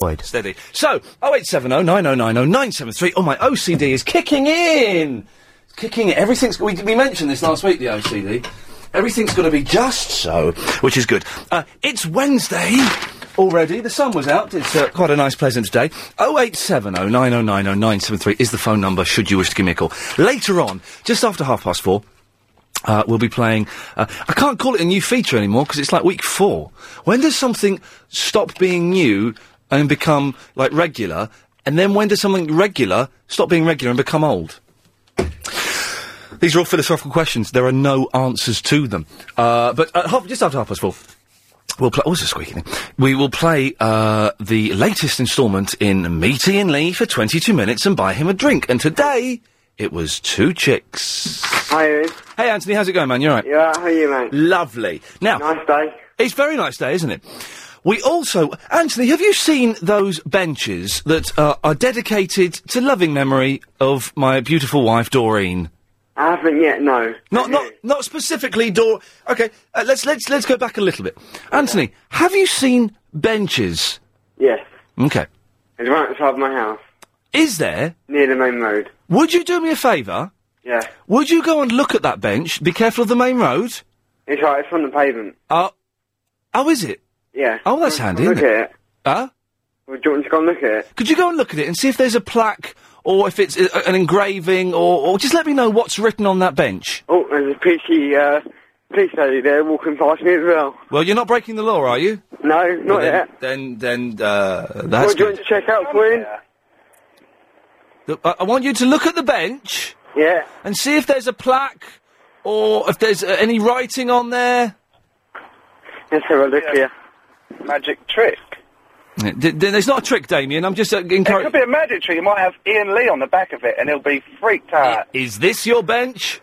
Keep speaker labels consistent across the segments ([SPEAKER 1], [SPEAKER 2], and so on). [SPEAKER 1] Wait. Steady. So, 0870 9090 973. Oh, my OCD is kicking in! It's kicking in. Everything's. We, we mentioned this last week, the OCD. Everything's got to be just so, which is good. Uh, it's Wednesday already. The sun was out. It's uh, quite a nice, pleasant day. 0870 9090 973 is the phone number, should you wish to give me a call. Later on, just after half past four, uh, we'll be playing. Uh, I can't call it a new feature anymore because it's like week four. When does something stop being new and become like regular? And then when does something regular stop being regular and become old? These are all philosophical questions. There are no answers to them. Uh, but at half, just after half past four, We'll play. Oh, it's a squeaky thing. We will play uh, the latest instalment in Meet Ian Lee for 22 minutes and buy him a drink. And today, it was two chicks.
[SPEAKER 2] Hi, Ian.
[SPEAKER 1] Hey, Anthony, how's it going, man? You alright?
[SPEAKER 2] Yeah, how are you, mate?
[SPEAKER 1] Lovely. Now,
[SPEAKER 2] Nice day.
[SPEAKER 1] it's very nice day, isn't it? We also, Anthony, have you seen those benches that uh, are dedicated to loving memory of my beautiful wife, Doreen?
[SPEAKER 2] I haven't yet, no.
[SPEAKER 1] Not, not, not specifically door. Okay, uh, let's let's let's go back a little bit. Anthony, have you seen benches?
[SPEAKER 2] Yes.
[SPEAKER 1] Okay,
[SPEAKER 2] It's right outside my house,
[SPEAKER 1] is there?
[SPEAKER 2] near the main road.
[SPEAKER 1] Would you do me a favour?
[SPEAKER 2] Yeah.
[SPEAKER 1] Would you go and look at that bench? Be careful of the main road.
[SPEAKER 2] It's right, it's on the pavement.
[SPEAKER 1] Uh, oh, is it?
[SPEAKER 2] Yeah.
[SPEAKER 1] Oh, that's handy.
[SPEAKER 2] Look
[SPEAKER 1] isn't it?
[SPEAKER 2] at it.
[SPEAKER 1] Huh?
[SPEAKER 2] Well, do you want to go and look at it?
[SPEAKER 1] Could you go and look at it and see if there's a plaque or if it's uh, an engraving or, or just let me know what's written on that bench?
[SPEAKER 2] Oh, there's a peachy, uh, police lady there walking past me as well.
[SPEAKER 1] Well, you're not breaking the law, are you?
[SPEAKER 2] No, not
[SPEAKER 1] Well,
[SPEAKER 2] yet.
[SPEAKER 1] then, Then, then uh, that's
[SPEAKER 2] what do you
[SPEAKER 1] good.
[SPEAKER 2] want to check out, Quinn?
[SPEAKER 1] Look, I, I want you to look at the bench
[SPEAKER 2] Yeah.
[SPEAKER 1] and see if there's a plaque or if there's uh, any writing on there.
[SPEAKER 2] Let's have a look here.
[SPEAKER 3] Magic trick.
[SPEAKER 1] Yeah, d- d- It's not a trick, Damien. I'm just uh,
[SPEAKER 3] It could
[SPEAKER 1] encouraging.
[SPEAKER 3] be a magic trick. You might have Ian Lee on the back of it, and he'll be freaked out.
[SPEAKER 1] Is this your bench?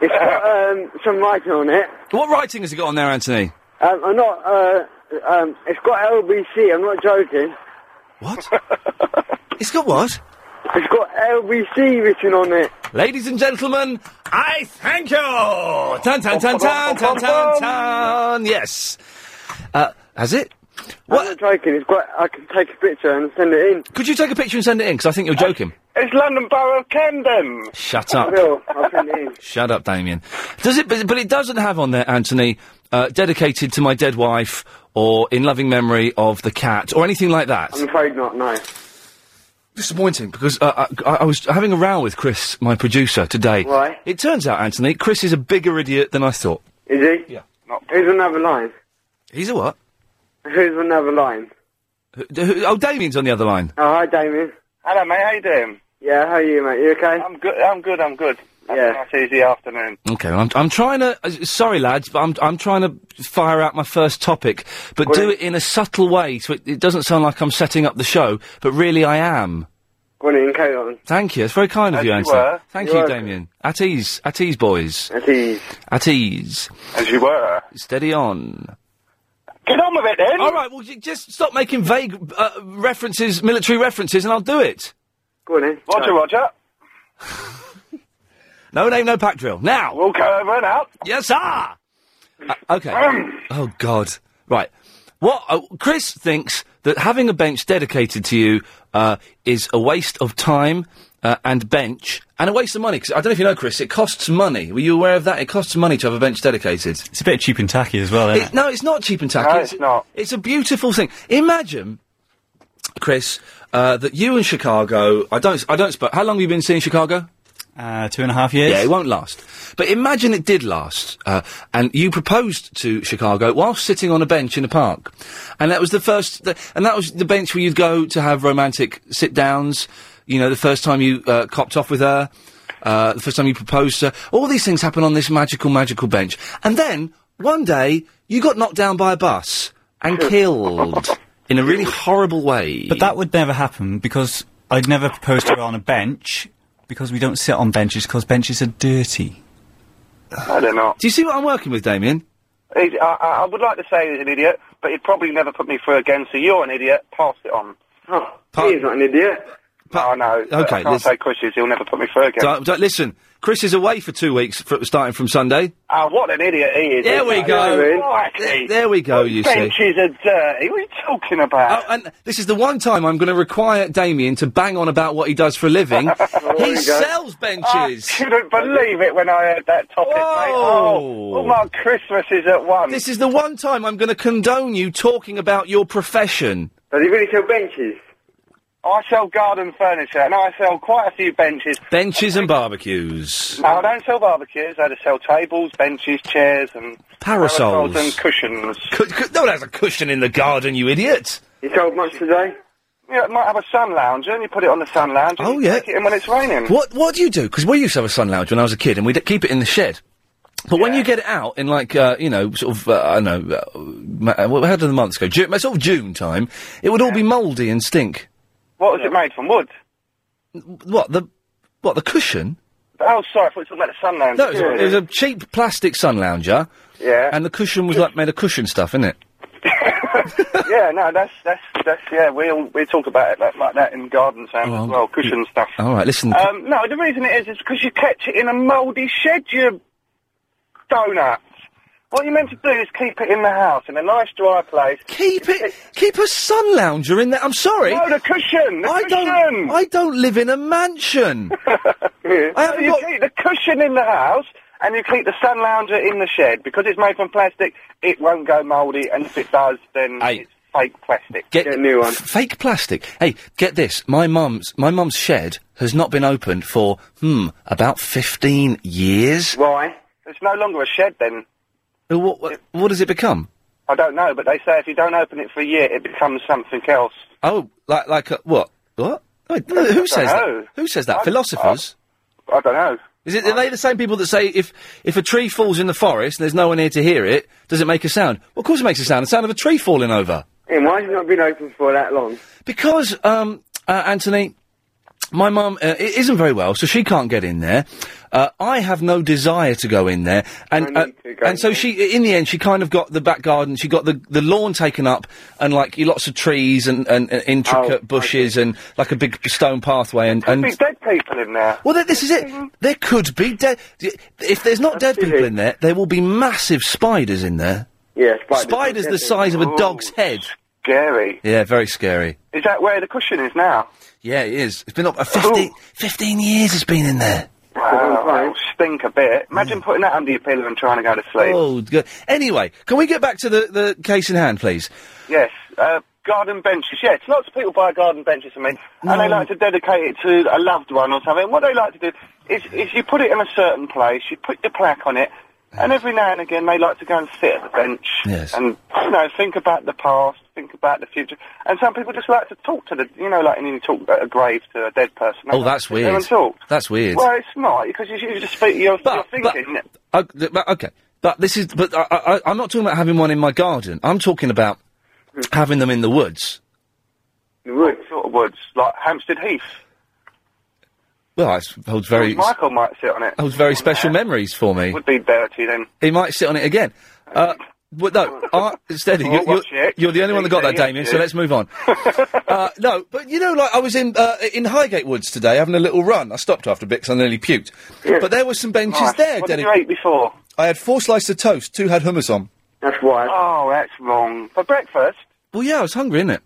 [SPEAKER 2] It's got, um, some writing on it.
[SPEAKER 1] What writing has it got on there, Anthony?
[SPEAKER 2] Um, I'm not, uh, um, it's got LBC, I'm not joking.
[SPEAKER 1] What? it's got what?
[SPEAKER 2] It's got LBC written on it.
[SPEAKER 1] Ladies and gentlemen, I thank you! Tan, tan, tan, tan, tan, tan, tan. Yes. Uh, has it?
[SPEAKER 2] I'm not joking, it's got, I can take a picture and send it in.
[SPEAKER 1] Could you take a picture and send it in? Because I think you're joking.
[SPEAKER 3] It's London Borough of Camden.
[SPEAKER 1] Shut
[SPEAKER 2] I
[SPEAKER 1] up.
[SPEAKER 2] will, I'll send it in.
[SPEAKER 1] Shut up, Damien. Does it? But, but it doesn't have on there, Anthony. Uh, dedicated to my dead wife, or in loving memory of the cat, or anything like that.
[SPEAKER 2] I'm afraid not, no.
[SPEAKER 1] Disappointing because uh, I, I was having a row with Chris, my producer, today.
[SPEAKER 2] Why?
[SPEAKER 1] It turns out, Anthony, Chris is a bigger idiot than I thought.
[SPEAKER 2] Is he?
[SPEAKER 1] Yeah.
[SPEAKER 2] Who's another line?
[SPEAKER 1] He's a what?
[SPEAKER 2] Who's another line?
[SPEAKER 1] Who- who- oh, Damien's on the other line.
[SPEAKER 2] Oh, hi, Damien.
[SPEAKER 3] Hello, mate. How you doing?
[SPEAKER 2] Yeah, how are you, mate? You okay?
[SPEAKER 3] I'm good. I'm good. I'm good. Have
[SPEAKER 2] Yeah.
[SPEAKER 3] a nice easy afternoon.
[SPEAKER 1] Okay, well, I'm, I'm trying to. Uh, sorry, lads, but I'm I'm trying to fire out my first topic, but do it in a subtle way so it, it doesn't sound like I'm setting up the show, but really I am.
[SPEAKER 2] Go on in, carry on.
[SPEAKER 1] Thank you. It's very kind of
[SPEAKER 3] As
[SPEAKER 1] you,
[SPEAKER 3] you
[SPEAKER 1] Anthony.
[SPEAKER 3] were.
[SPEAKER 1] Thank
[SPEAKER 2] You're
[SPEAKER 1] you,
[SPEAKER 2] welcome.
[SPEAKER 1] Damien. At ease, at ease, boys.
[SPEAKER 2] That's easy.
[SPEAKER 1] At ease.
[SPEAKER 3] As you were.
[SPEAKER 1] Steady on.
[SPEAKER 3] Get on with it then.
[SPEAKER 1] All right. Well, j- just stop making vague uh, references, military references, and I'll do it.
[SPEAKER 2] Go on in.
[SPEAKER 3] Roger, Roger.
[SPEAKER 1] No name, no pack drill. Now.
[SPEAKER 3] Walk over and out.
[SPEAKER 1] Yes, ah. Uh, okay. oh God. Right. What uh, Chris thinks that having a bench dedicated to you uh, is a waste of time uh, and bench and a waste of money. 'cause I don't know if you know, Chris. It costs money. Were you aware of that? It costs money to have a bench dedicated.
[SPEAKER 4] It's a bit cheap and tacky as well, isn't
[SPEAKER 1] It-
[SPEAKER 4] it?
[SPEAKER 1] no, it's not cheap and tacky.
[SPEAKER 3] No, it's not.
[SPEAKER 1] It's a beautiful thing. Imagine, Chris, uh, that you and Chicago. I don't. I don't. Sp- how long have you been seeing Chicago?
[SPEAKER 4] Uh, two and a half years.
[SPEAKER 1] Yeah, it won't last. But imagine it did last, uh, and you proposed to Chicago whilst sitting on a bench in a park, and that was the first, th- and that was the bench where you'd go to have romantic sit downs. You know, the first time you uh, copped off with her, uh, the first time you proposed to her. All these things happen on this magical, magical bench, and then one day you got knocked down by a bus and killed in a really horrible way.
[SPEAKER 4] But that would never happen because I'd never propose to her on a bench because we don't sit on benches because benches are dirty.
[SPEAKER 3] Oh, I don't know.
[SPEAKER 1] Do you see what I'm working with, Damien?
[SPEAKER 3] He's, I, I I would like to say he's an idiot, but he'd probably never put me through again. So you're an idiot. Pass it on.
[SPEAKER 2] Oh, he's not an idiot.
[SPEAKER 3] I know. but
[SPEAKER 1] okay,
[SPEAKER 3] I can't
[SPEAKER 1] listen.
[SPEAKER 3] say Chris is. He'll never put me through again.
[SPEAKER 1] Don't- don't- listen, Chris is away for two weeks, fr starting from Sunday.
[SPEAKER 3] Oh, what an idiot he is.
[SPEAKER 1] There we
[SPEAKER 3] isn't he?
[SPEAKER 1] go.
[SPEAKER 3] Crikey.
[SPEAKER 1] There we go. You see.
[SPEAKER 3] Benches are dirty. What are you talking about?
[SPEAKER 1] Oh, and this is the one time I'm going to require Damien to bang on about what he does for a living. he sells benches.
[SPEAKER 3] I Oh, couldn't believe it when I heard that topic, mate. Oh, all my Christmases at once.
[SPEAKER 1] This is the one time I'm going to condone you talking about your profession.
[SPEAKER 2] Does he really sell benches?
[SPEAKER 3] I sell garden furniture, and I sell quite a few benches.
[SPEAKER 1] Benches and barbecues.
[SPEAKER 3] No, I don't sell barbecues. I just sell tables, benches, chairs, and
[SPEAKER 1] Parasols.
[SPEAKER 3] parasols and cushions.
[SPEAKER 1] Cu- cu- no one has a cushion in the garden, you idiot.
[SPEAKER 3] You sold much today? Yeah, it might have a sun lounger, and you put it on the sun lounger.
[SPEAKER 1] Oh,
[SPEAKER 3] and you
[SPEAKER 1] yeah.
[SPEAKER 3] Take it in when it's raining.
[SPEAKER 1] What What do you do? Because we used to have a sun lounge when I was a kid, and we'd keep it in the shed. But when you get it out in like uh, you know sort of uh, I don't know uh, ma- uh, well, how did the months go? June, sort of June time. It would all be mouldy and stink.
[SPEAKER 3] What was it made from? Wood.
[SPEAKER 1] What the what the cushion?
[SPEAKER 3] Oh, sorry, I thought you were talking about the sun lounger.
[SPEAKER 1] No, it was, a, it was a cheap plastic sun lounger.
[SPEAKER 3] Yeah.
[SPEAKER 1] And the cushion was like made of cushion stuff, innit? it?
[SPEAKER 3] yeah, no, that's that's that's yeah. We all, we talk about it like, like that in garden sounds
[SPEAKER 1] Oh,
[SPEAKER 3] as well, cushion stuff.
[SPEAKER 1] All right, listen.
[SPEAKER 3] Um, no, the reason it is is because you kept it in a mouldy shed, you donut. What you're meant to do is keep it in the house in a nice dry place.
[SPEAKER 1] Keep it, keep a sun lounger in there. I'm sorry.
[SPEAKER 3] No, the cushion. The
[SPEAKER 1] I
[SPEAKER 3] cushion.
[SPEAKER 1] don't. I don't live in a mansion.
[SPEAKER 3] I you keep the cushion in the house. And you keep the sun lounger in the shed because it's made from plastic. It won't go mouldy, and if it does, then it's fake plastic.
[SPEAKER 1] Get f- fake plastic. Hey, get this. My mum's my mum's shed has not been opened for hmm about fifteen years.
[SPEAKER 3] Why? It's no longer a shed then.
[SPEAKER 1] Uh, What what, what has it become?
[SPEAKER 3] I don't know, but they say if you don't open it for a year, it becomes something else.
[SPEAKER 1] Oh, like like a, what what? Wait, who
[SPEAKER 3] don't
[SPEAKER 1] says
[SPEAKER 3] know.
[SPEAKER 1] that? Who says that?
[SPEAKER 3] I-
[SPEAKER 1] Philosophers.
[SPEAKER 3] I don't know.
[SPEAKER 1] Is it are they the same people that say if if a tree falls in the forest and there's no one here to hear it, does it make a sound? Well, of course it makes a sound. The sound of a tree falling over.
[SPEAKER 2] Ian, why has it not been open for that long?
[SPEAKER 1] Because, um, uh, Anthony, my mum uh, i- isn't very well, so she can't get in there. Uh, I have no desire to go in there, and uh, and so she, in the end, she kind of got the back garden. She got the, the lawn taken up, and like lots of trees and, and, and
[SPEAKER 3] Oh,
[SPEAKER 1] intricate bushes, and like a big stone pathway, and, and
[SPEAKER 3] There's dead people in there.
[SPEAKER 1] well, th- this is it. There could be dead. If there's not dead people in there, there will be massive spiders in there.
[SPEAKER 2] Yeah,
[SPEAKER 1] Spiders the size of a dog's head.
[SPEAKER 3] Scary.
[SPEAKER 1] Yeah, very scary.
[SPEAKER 3] Is that where the cushion is now?
[SPEAKER 1] Yeah, it is. It's been up uh, 15, 15 years. It's been in there. Mm.
[SPEAKER 3] Wow, it'll stink a bit. Imagine putting that under your pillow and trying to go to sleep.
[SPEAKER 1] Oh, good. Anyway, can we get back to the, the case in hand, please?
[SPEAKER 3] Yes, uh, garden benches. Yes, lots of people buy garden benches for me, and they like to dedicate it to a loved one or something. What they like to do is, is you put it in a certain place, you put your plaque on it, and every now and again they like to go and sit at the bench
[SPEAKER 5] Yes.
[SPEAKER 3] and you know think about the past, think about the future. And some people just like to talk to the you know like when you talk at a grave to a dead person. They
[SPEAKER 1] Oh,
[SPEAKER 3] like to
[SPEAKER 1] that's
[SPEAKER 3] sit there
[SPEAKER 1] weird.
[SPEAKER 3] and talk.
[SPEAKER 1] That's weird.
[SPEAKER 3] Well, it's not because you, you just speak your, your thinking.
[SPEAKER 1] Uh, th- but- okay, but this is. But I, I, I'm not talking about having one in my garden. I'm talking about
[SPEAKER 3] Hmm.
[SPEAKER 1] having them in the woods.
[SPEAKER 3] The woods, sort of woods, like Hampstead Heath.
[SPEAKER 1] Well, it holds very
[SPEAKER 3] Michael might sit on it.
[SPEAKER 1] holds very special memories for me.
[SPEAKER 3] Would be dirty then.
[SPEAKER 1] He might sit on it again. Uh, but no, uh, steady.
[SPEAKER 3] I'll
[SPEAKER 1] You're,
[SPEAKER 3] watch
[SPEAKER 1] you're-
[SPEAKER 3] it.
[SPEAKER 1] you're the only one that got that,
[SPEAKER 3] Yeah,
[SPEAKER 1] Damien.
[SPEAKER 3] yeah.
[SPEAKER 1] So let's move on. uh, no, but you know, like I was in uh, in Highgate Woods today having a little run. I stopped after a bit because I nearly puked. But there were some benches
[SPEAKER 3] Nice.
[SPEAKER 1] there.
[SPEAKER 3] What did
[SPEAKER 1] dedic-
[SPEAKER 3] you eat before?
[SPEAKER 1] I had four slices of toast. Two had hummus on.
[SPEAKER 2] That's why.
[SPEAKER 3] Oh, that's wrong. For breakfast?
[SPEAKER 1] Well, yeah, I was hungry, innit?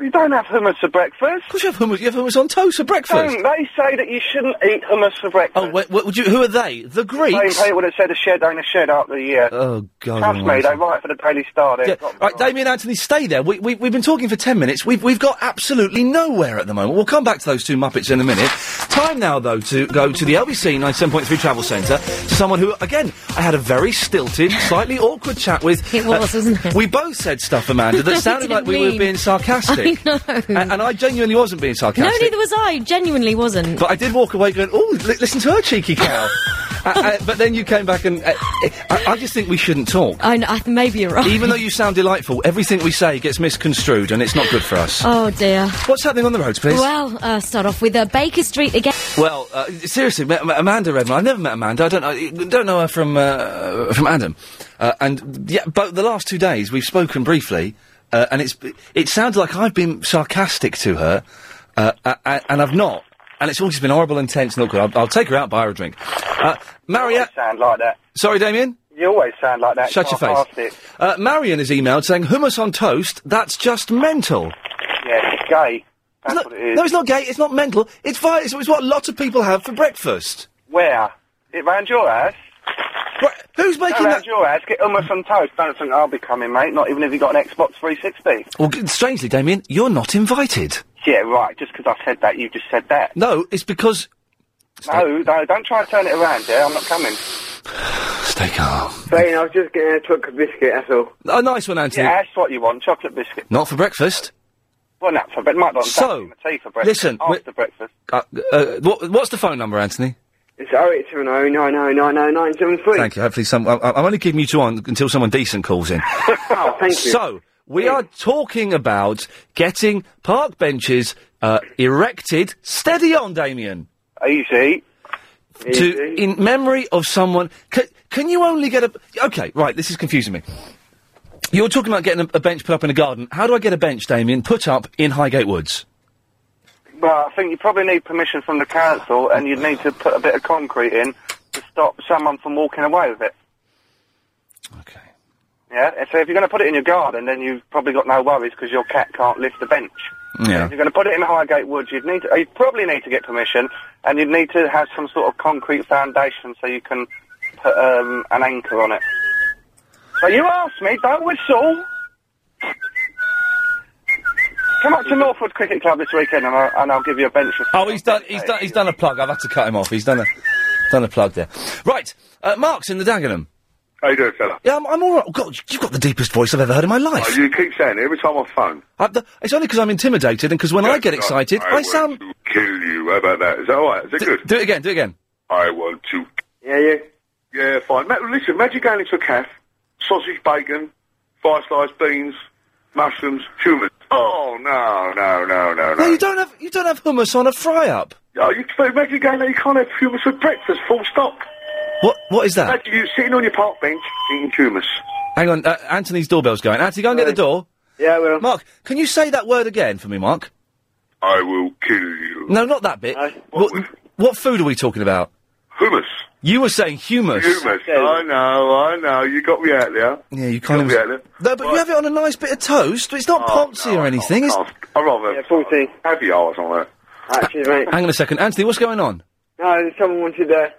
[SPEAKER 3] You don't have hummus for breakfast. Of
[SPEAKER 1] course, you have hummus. You have hummus on toast for breakfast.
[SPEAKER 3] Don't. They say that you shouldn't eat hummus for breakfast.
[SPEAKER 1] Oh, wait, what would you? Who are they? The Greeks.
[SPEAKER 3] Same people that said a shed ain't a shed after the year.
[SPEAKER 1] Oh God!
[SPEAKER 3] Trust me,
[SPEAKER 1] almighty.
[SPEAKER 3] they write for the Daily Star. They've
[SPEAKER 1] Yeah.
[SPEAKER 3] got-
[SPEAKER 1] Right, Damien Anthony, stay there. We, we, we've been talking for 10 minutes. We've, we've got absolutely nowhere at the moment. We'll come back to those two Muppets in a minute. Time now, though, to go to the LBC 97.3 Travel Centre to someone who, again, I had a very stilted, slightly awkward chat with. Uh,
[SPEAKER 6] It was, wasn't it?
[SPEAKER 1] We both said stuff, Amanda, that
[SPEAKER 6] I
[SPEAKER 1] sounded like
[SPEAKER 6] didn't
[SPEAKER 1] we were
[SPEAKER 6] mean-
[SPEAKER 1] being sarcastic.
[SPEAKER 6] I know.
[SPEAKER 1] And, and I genuinely wasn't being
[SPEAKER 6] No,
[SPEAKER 1] sarcastic.
[SPEAKER 6] neither was I. Genuinely wasn't.
[SPEAKER 1] But I did walk away going, oh, li- listen to her cheeky cow. Uh, uh, but then you came back and uh, I, I just think we shouldn't talk.
[SPEAKER 6] I know, I, maybe you're right.
[SPEAKER 1] Even though you sound delightful, everything we say gets misconstrued and it's not good for us.
[SPEAKER 6] Oh dear.
[SPEAKER 1] What's happening on the roads, please?
[SPEAKER 6] Well, uh, start off with uh, Baker Street again.
[SPEAKER 1] Well, uh, seriously, Ma- Ma- Amanda Redmond. I've never met Amanda. I don't know. I don't know her from uh, from Adam. Uh, and yeah, but the last two days we've spoken briefly, uh, and it's it sounds like I've been sarcastic to her. uh, a- a- and I've not. And it's all just been horrible and tense and awkward. I'll, I'll take her out, buy her a drink. Uh, Marianne.
[SPEAKER 3] sound like that.
[SPEAKER 1] Sorry, Damien?
[SPEAKER 3] You always sound like that.
[SPEAKER 1] Shut your
[SPEAKER 3] Can't
[SPEAKER 1] face.
[SPEAKER 3] pass it.
[SPEAKER 1] Uh, Marion has emailed saying, hummus on toast, that's just mental.
[SPEAKER 3] Yeah, it's gay. That's
[SPEAKER 1] It's not-
[SPEAKER 3] what it is.
[SPEAKER 1] No, it's not gay. It's not mental. It's vi- it's, it's what a lot of people have for breakfast.
[SPEAKER 3] Where? It round your ass?
[SPEAKER 1] who's making
[SPEAKER 3] round your ass? Get hummus on toast. Don't think I'll be coming, mate. Not even if you got an Xbox 360.
[SPEAKER 1] Well, g- strangely, Damien, you're not invited.
[SPEAKER 3] Yeah, right. Just because I said that, you just said that.
[SPEAKER 1] No, it's because.
[SPEAKER 3] No, no, don't try and turn it around, yeah? I'm not coming.
[SPEAKER 1] Stay calm.
[SPEAKER 2] Fine, I was just getting a chocolate biscuit, that's all.
[SPEAKER 1] A nice one, Anthony.
[SPEAKER 3] Yeah, that's what you want, chocolate biscuit.
[SPEAKER 1] Not for breakfast.
[SPEAKER 3] Well, not for breakfast. Might not
[SPEAKER 1] So,
[SPEAKER 3] my tea for breakfast.
[SPEAKER 1] listen, we-
[SPEAKER 3] After breakfast.
[SPEAKER 1] Uh, uh, what, what's the phone number, Anthony?
[SPEAKER 2] It's 08709099973.
[SPEAKER 1] Thank you. Hopefully, some. I, I'm only keeping you two on until someone decent calls in.
[SPEAKER 2] oh, thank you.
[SPEAKER 1] So we are talking about getting park benches uh, erected. Steady on, Damien.
[SPEAKER 3] Easy.
[SPEAKER 1] To in memory of someone. Can, can you only get a? Okay, right. This is confusing me. You're talking about getting a, a bench put up in a garden. How do I get a bench, Damien, put up in Highgate Woods?
[SPEAKER 3] Well, I think you probably need permission from the council, and you'd need to put a bit of concrete in to stop someone from walking away with it. Okay. Yeah, and so if you're going to put it in your garden, then you've probably got no worries because your cat can't lift the bench.
[SPEAKER 1] Yeah.
[SPEAKER 3] If you're going to put it in Highgate Woods, you'd need to, you'd probably need to get permission, and you'd need to have some sort of concrete foundation so you can put um, an anchor on it. But you asked me, don't whistle. Come up to Northwood Cricket Club this weekend, and I'll, and I'll give you a bench. For
[SPEAKER 1] Oh, he's done. He's done. He's done a plug. I've had to cut him off. He's done a done a plug there. Right, uh, Mark's in the Dagenham.
[SPEAKER 5] How you doing, fella?
[SPEAKER 1] Yeah, I'm, I'm all right. God, you've got the deepest voice I've ever heard in my life.
[SPEAKER 5] Oh, you keep saying it every time I phone.
[SPEAKER 1] I, th- it's only because I'm intimidated and because when I get excited, I,
[SPEAKER 5] want
[SPEAKER 1] sound.
[SPEAKER 5] to kill you. How about that? Is that all right? Is it good?
[SPEAKER 1] Do it again. Do it again.
[SPEAKER 5] I want to.
[SPEAKER 2] Yeah, yeah.
[SPEAKER 5] Yeah, fine. Ma- listen, imagine going into a cafe, sausage, bacon, five sliced beans, mushrooms, humans. Oh no, no, no, no,
[SPEAKER 1] No,
[SPEAKER 5] no.
[SPEAKER 1] you don't have you don't have hummus on a fry up.
[SPEAKER 5] Oh, you imagine going there. You can't have hummus for breakfast. Full stop.
[SPEAKER 1] What what is that?
[SPEAKER 5] Imagine you sitting on your park bench eating hummus.
[SPEAKER 1] Hang on, uh, Anthony's doorbell's going. Anthony, go and get the door.
[SPEAKER 2] Yeah, well.
[SPEAKER 1] Mark, can you say that word again for me, Mark?
[SPEAKER 5] I will kill you.
[SPEAKER 1] No, not that bit. what, what food are we talking about?
[SPEAKER 5] Hummus.
[SPEAKER 1] You were saying hummus.
[SPEAKER 5] Hummus. I know, I know. You got me out there.
[SPEAKER 1] Yeah, you
[SPEAKER 5] got
[SPEAKER 1] can't
[SPEAKER 5] me out
[SPEAKER 1] even.
[SPEAKER 5] there.
[SPEAKER 1] No, but you have it on a nice bit of toast. It's
[SPEAKER 3] Oh.
[SPEAKER 1] not
[SPEAKER 5] Oh,
[SPEAKER 1] ponzi or anything. It's...
[SPEAKER 5] I'd rather yeah,
[SPEAKER 2] 14.
[SPEAKER 5] happy hours on that.
[SPEAKER 2] Actually, mate.
[SPEAKER 1] Hang on a second, Anthony. What's going on?
[SPEAKER 2] No, someone wanted a,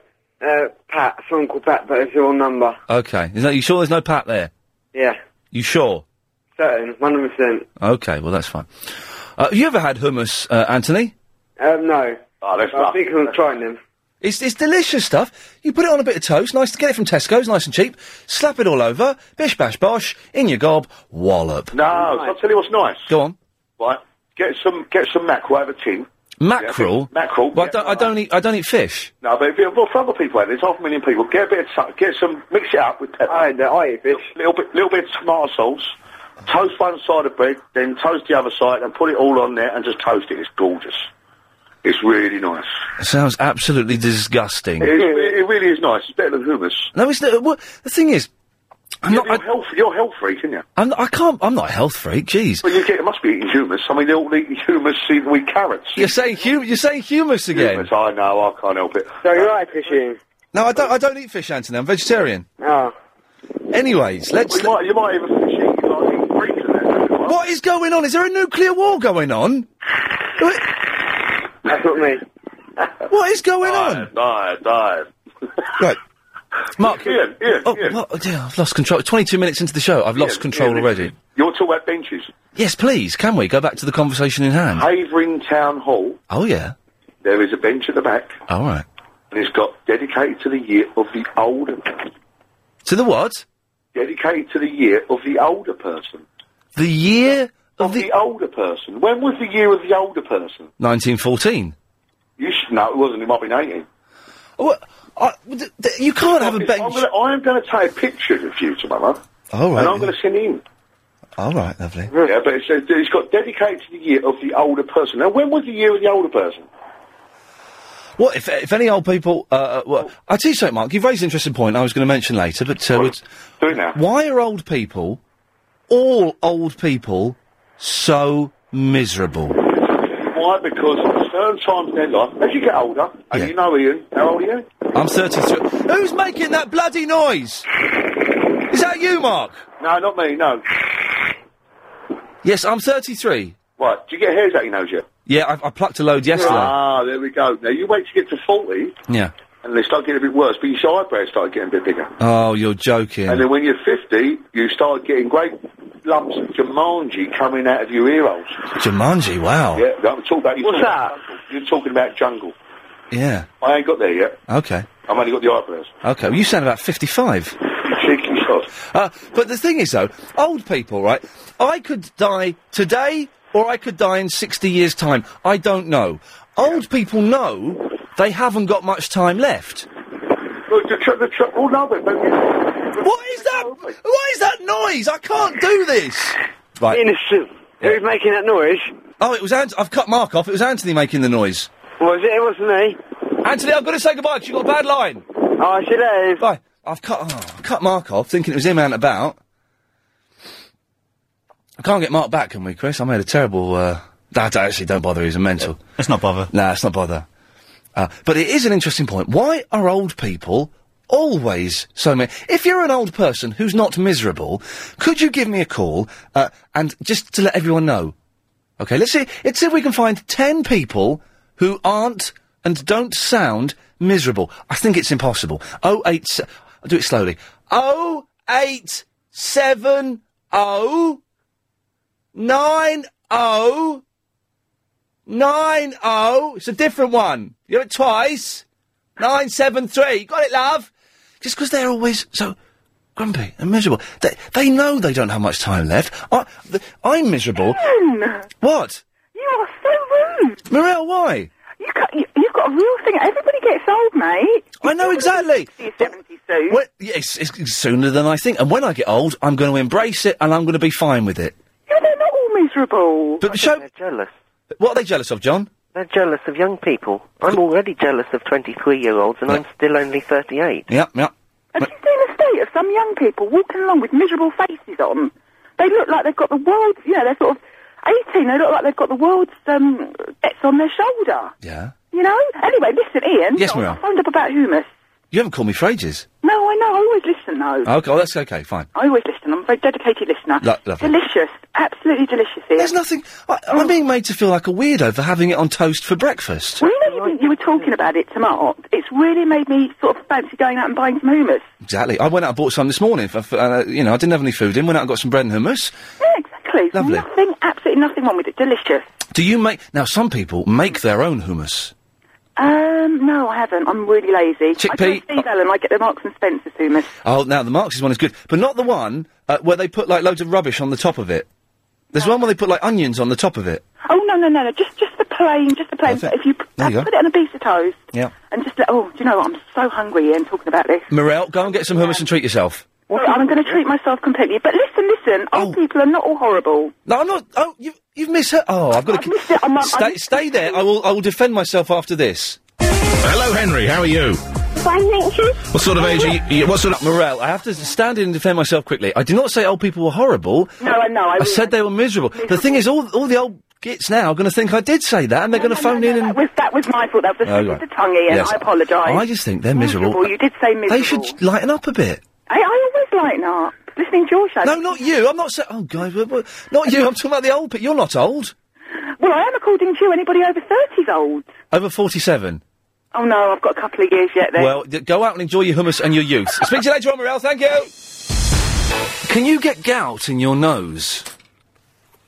[SPEAKER 2] uh, Pat, someone called Pat, but it's your number.
[SPEAKER 1] Okay, is that, you sure there's no Pat there?
[SPEAKER 2] Yeah,
[SPEAKER 1] You sure?
[SPEAKER 2] certain, 100%.
[SPEAKER 1] Okay, well that's fine. Uh, have you ever had hummus, uh, Anthony?
[SPEAKER 2] Um, no.
[SPEAKER 7] Ah,
[SPEAKER 5] Oh, that's
[SPEAKER 2] I think I'm trying them.
[SPEAKER 1] It's, it's delicious stuff. You put it on a bit of toast, nice to get it from Tesco's, nice and cheap. Slap it all over, bish bash bosh, in your gob, wallop.
[SPEAKER 5] No, I'll tell you what's nice.
[SPEAKER 1] Go on.
[SPEAKER 5] Right, get some get some mackerel out of a tin.
[SPEAKER 1] Mackerel.
[SPEAKER 5] Yeah, mackerel.
[SPEAKER 1] Well, I
[SPEAKER 5] yeah.
[SPEAKER 1] don't, I don't eat. I don't eat fish.
[SPEAKER 5] No, but if you're well, for other people, out there, there's half a million people. Get a bit of su- get some, mix it up with pepper.
[SPEAKER 2] I, I eat fish.
[SPEAKER 5] Little bit, little bit of tomato sauce. Toast one side of bread, then toast the other side, and put it all on there, and just toast it. It's gorgeous. It's really nice.
[SPEAKER 1] It sounds absolutely disgusting.
[SPEAKER 5] It's, re- it really is nice. It's better than hummus.
[SPEAKER 1] No, it's not. Well, the thing is, I'm not.
[SPEAKER 5] You're health, you're health freak, aren't you?
[SPEAKER 1] I'm, not- I can't. I'm not a health freak. Jeez.
[SPEAKER 5] Well, you get, it must be eating hummus. I mean, they all eat hummus even with carrots.
[SPEAKER 1] You're saying hum- You're saying hummus again.
[SPEAKER 5] Hummus, I know, I can't help it.
[SPEAKER 2] So you're right, fishing.
[SPEAKER 1] No, I don't. I don't eat fish, Anthony. I'm vegetarian.
[SPEAKER 2] Oh.
[SPEAKER 1] Anyways, let's.
[SPEAKER 5] Well, you, might, you might even fish eat like, eat greens and that.
[SPEAKER 1] What is going on? Is there a nuclear war going on?
[SPEAKER 2] That's not me.
[SPEAKER 1] What is going on?
[SPEAKER 5] Dive, dive.
[SPEAKER 1] Right. Mark.
[SPEAKER 5] Ian, Ian,
[SPEAKER 1] Oh,
[SPEAKER 5] Ian.
[SPEAKER 1] well, dear, I've lost control. 22 minutes into the show, I've lost
[SPEAKER 5] Ian,
[SPEAKER 1] control
[SPEAKER 5] Ian,
[SPEAKER 1] already.
[SPEAKER 5] You're talking about benches.
[SPEAKER 1] Yes, please, can we go back to the conversation in hand?
[SPEAKER 5] Havering Town Hall,
[SPEAKER 1] Oh, yeah.
[SPEAKER 5] there is a bench at the back,
[SPEAKER 1] All right.
[SPEAKER 5] and it's got dedicated to the year of the older person.
[SPEAKER 1] To the what?
[SPEAKER 5] Dedicated to the year of the older person.
[SPEAKER 1] The year
[SPEAKER 5] Of the older person. When was the year of the older person?
[SPEAKER 1] 1914.
[SPEAKER 5] You should know it wasn't. It might be 18.
[SPEAKER 1] Oh, what- I- th- th- you can't have a
[SPEAKER 5] I'm
[SPEAKER 1] bench.
[SPEAKER 5] gonna, I am going to take pictures of you tomorrow,
[SPEAKER 1] All
[SPEAKER 5] and I'm
[SPEAKER 1] right.
[SPEAKER 5] going to send it in.
[SPEAKER 1] All right, lovely.
[SPEAKER 5] Yeah, but it says it's got dedicated to the year of the older person. Now, when was the year of the older person?
[SPEAKER 1] Well, if, if any old people. Uh, uh, well, I'll tell you something, Mark. You've raised an interesting point I was going to mention later, but. Uh, it's-
[SPEAKER 5] Do it now.
[SPEAKER 1] why are old people, all old people, so miserable?
[SPEAKER 5] Why Why? Because at certain times in their life, as you get older, and you know, Ian,
[SPEAKER 2] Oh,
[SPEAKER 5] how old are you?
[SPEAKER 1] I'm 33. Who's making that bloody noise? Is that you, Mark?
[SPEAKER 5] No, not me, no.
[SPEAKER 1] Yes, I'm 33.
[SPEAKER 5] What? Do you get hairs out your nose yet?
[SPEAKER 1] Yeah, I, I plucked a load yesterday.
[SPEAKER 5] Ah, there we go. Now, you wait to get to 40,
[SPEAKER 1] Yeah.
[SPEAKER 5] and they start getting a bit worse, but your eyebrows start getting a bit bigger.
[SPEAKER 1] Oh, you're joking.
[SPEAKER 5] And then when you're 50, you start getting great lumps of Jumanji coming out of your ear holes.
[SPEAKER 1] Jumanji, wow.
[SPEAKER 5] Yeah, I'm talking about... Oh. What's
[SPEAKER 1] that?
[SPEAKER 5] You're talking about jungle.
[SPEAKER 1] Yeah.
[SPEAKER 5] I ain't got there yet.
[SPEAKER 1] Okay.
[SPEAKER 5] I've only got the eyebrows.
[SPEAKER 1] Okay. Well, you sound about 55.
[SPEAKER 5] Cheeky shot.
[SPEAKER 1] Uh, but the thing is, though, old people, right? I could die today or I could die in 60 years' time. I don't know. Old people know they haven't got much time left.
[SPEAKER 5] Look, the tr- the tr- oh, no, but, but
[SPEAKER 1] What is that? What is that noise? I can't do this. Right.
[SPEAKER 8] Innocent. Who's making that noise?
[SPEAKER 1] Oh, it was Ant- I've cut Mark off. It was Anthony making the noise.
[SPEAKER 8] Was it? It wasn't me.
[SPEAKER 1] Anthony, I've got to say goodbye 'cause you've got a bad line.
[SPEAKER 8] Oh, see you later.
[SPEAKER 1] Bye. I've cut, oh, I cut Mark off thinking it was him out and about. I can't get Mark back, can we, Chris? I made a terrible. Uh, that actually don't bother. He's a mental.
[SPEAKER 9] Let's not bother.
[SPEAKER 1] Nah, it's not bother. Uh, but it is an interesting point. Why are old people always so many? If you're an old person who's not miserable, could you give me a call uh, and just to let everyone know? Okay, let's see. Let's see if we can find ten people who aren't and don't sound miserable. I think it's impossible. Oh eight. Se- I'll do it slowly. Oh eight seven oh nine oh. Nine oh. It's a different one. You have it twice. Nine seven three. Got it, love. Just because they're always so grumpy and miserable. They they know they don't have much time left. I th- I'm miserable. What,
[SPEAKER 10] You are so rude.
[SPEAKER 1] Marielle? Why?
[SPEAKER 10] You got, you, you've got a real thing. Everybody gets old, mate.
[SPEAKER 1] I know exactly. Well, yeah, it's, it's sooner than I think. And when I get old, I'm going to embrace it and I'm going to be fine with it.
[SPEAKER 10] Yeah, they're not all miserable.
[SPEAKER 1] But the show. They're
[SPEAKER 11] jealous.
[SPEAKER 1] What are they jealous of, John?
[SPEAKER 11] They're jealous of young people. I'm already jealous of 23 year olds, and I'm still only 38.
[SPEAKER 1] Yep, yep.
[SPEAKER 10] Have you seen the state of some young people walking along with miserable faces on? They look like they've got the world's, you know, they're sort of 18. They look like they've got the world's um, debts on their shoulder.
[SPEAKER 1] Yeah.
[SPEAKER 10] You know? Anyway, listen, Ian.
[SPEAKER 1] Yes,
[SPEAKER 10] I-
[SPEAKER 1] Muriel.
[SPEAKER 10] I phoned up about humus.
[SPEAKER 1] You haven't called me for ages.
[SPEAKER 10] No, I know. I always listen, though.
[SPEAKER 1] Okay, well, that's okay. Fine.
[SPEAKER 10] I always listen. I'm a very dedicated listener.
[SPEAKER 1] Oh, Lo- lovely.
[SPEAKER 10] Delicious. Absolutely delicious, Ian.
[SPEAKER 1] There's nothing. I, I'm being made to feel like a weirdo for having it on toast for breakfast.
[SPEAKER 10] Well, you know, you, you were talking about it to Mark. It's really made me sort of fancy going out and buying some hummus.
[SPEAKER 1] Exactly. I went out and bought some this morning. For, for, uh, you know, I didn't have any food in. Went out and got some bread and hummus.
[SPEAKER 10] Yeah, exactly.
[SPEAKER 1] Lovely.
[SPEAKER 10] Nothing, absolutely nothing wrong with it. Delicious.
[SPEAKER 1] Do you make now? Some people make their own hummus.
[SPEAKER 10] Um, no, I haven't. I'm really lazy. I go to
[SPEAKER 1] Chickpea-
[SPEAKER 10] Steve Allen. I get the Marks and Spencer's hummus.
[SPEAKER 1] Oh, now the Marx's one is good, but not the one uh, where they put like loads of rubbish on the top of it. There's one where they put like onions on the top of it.
[SPEAKER 10] Oh no, no, no, no! Just, just the plain, just the plain. If you, p-
[SPEAKER 1] There you go.
[SPEAKER 10] put it on a piece of toast
[SPEAKER 1] Yeah.
[SPEAKER 10] and just let. Oh, do you know what? I'm so hungry. Ian, talking about this.
[SPEAKER 1] Morel, go and get some hummus and treat yourself.
[SPEAKER 10] Sorry, I'm going to treat myself completely. But listen, listen. Old people are not all horrible.
[SPEAKER 1] Oh. No, I'm not. Oh, you, you've missed her. Oh, I've got to.
[SPEAKER 10] I'm not-
[SPEAKER 1] stay, stay there. I will. I will defend myself after this.
[SPEAKER 12] Hello, Henry. How are you?
[SPEAKER 13] Fine, thank you.
[SPEAKER 12] What sort of age are you? you- What sort of?
[SPEAKER 1] Morel, I have to stand in and defend myself quickly. I did not say old people were horrible.
[SPEAKER 10] No, I know. I
[SPEAKER 1] I said they were miserable. The thing is, all all the old gits now are going to think I did say that, and they're going to phone in and.
[SPEAKER 10] That was, that was my fault. That was a
[SPEAKER 1] Oh,
[SPEAKER 10] slip
[SPEAKER 1] right.
[SPEAKER 10] of the tongue, Ian.
[SPEAKER 1] Yes.
[SPEAKER 10] I apologise.
[SPEAKER 1] I just think they're miserable.
[SPEAKER 10] Miserable, You did say miserable.
[SPEAKER 1] They should lighten up a bit.
[SPEAKER 10] I, I always lighten up. Listening to your show.
[SPEAKER 1] No, not you. I'm not saying. Oh, guys, but- but- not you. I'm talking about the old. But you're not old.
[SPEAKER 10] Well, I am according to you. Anybody over 30's old.
[SPEAKER 1] Over forty-seven.
[SPEAKER 10] Oh no, I've got a couple of years yet. Then.
[SPEAKER 1] Well, d- go out and enjoy your hummus and your youth. Speak to you later on, Morel. Thank you. Can you get gout in your nose?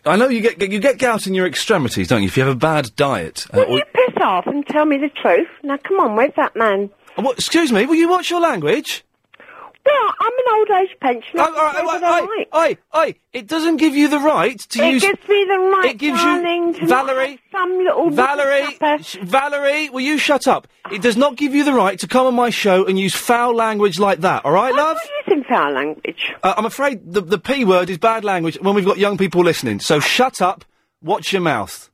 [SPEAKER 1] I know you get you get gout in your extremities, don't you? If you have a bad diet. Uh, or-
[SPEAKER 13] Piss off and tell me the truth. Now, come on, where's that man?
[SPEAKER 1] what, excuse me. Will you watch your language?
[SPEAKER 13] Well, I'm an old age pensioner.
[SPEAKER 1] Oh, all right,
[SPEAKER 13] so
[SPEAKER 1] all
[SPEAKER 13] what
[SPEAKER 1] right,
[SPEAKER 13] I like.
[SPEAKER 1] Oi, oi! It doesn't give you the right to
[SPEAKER 13] it
[SPEAKER 1] use.
[SPEAKER 13] gives me the right,
[SPEAKER 1] It gives
[SPEAKER 13] darling,
[SPEAKER 1] you
[SPEAKER 13] to not
[SPEAKER 1] Valerie.
[SPEAKER 13] have some little
[SPEAKER 1] Valerie, sh- Valerie, will you shut up? It does not give you the right to come on my show and use foul language like that. All right, love.
[SPEAKER 13] using foul language.
[SPEAKER 1] Uh, I'm afraid the the p word is bad language when we've got young people listening. So shut up. Watch your mouth.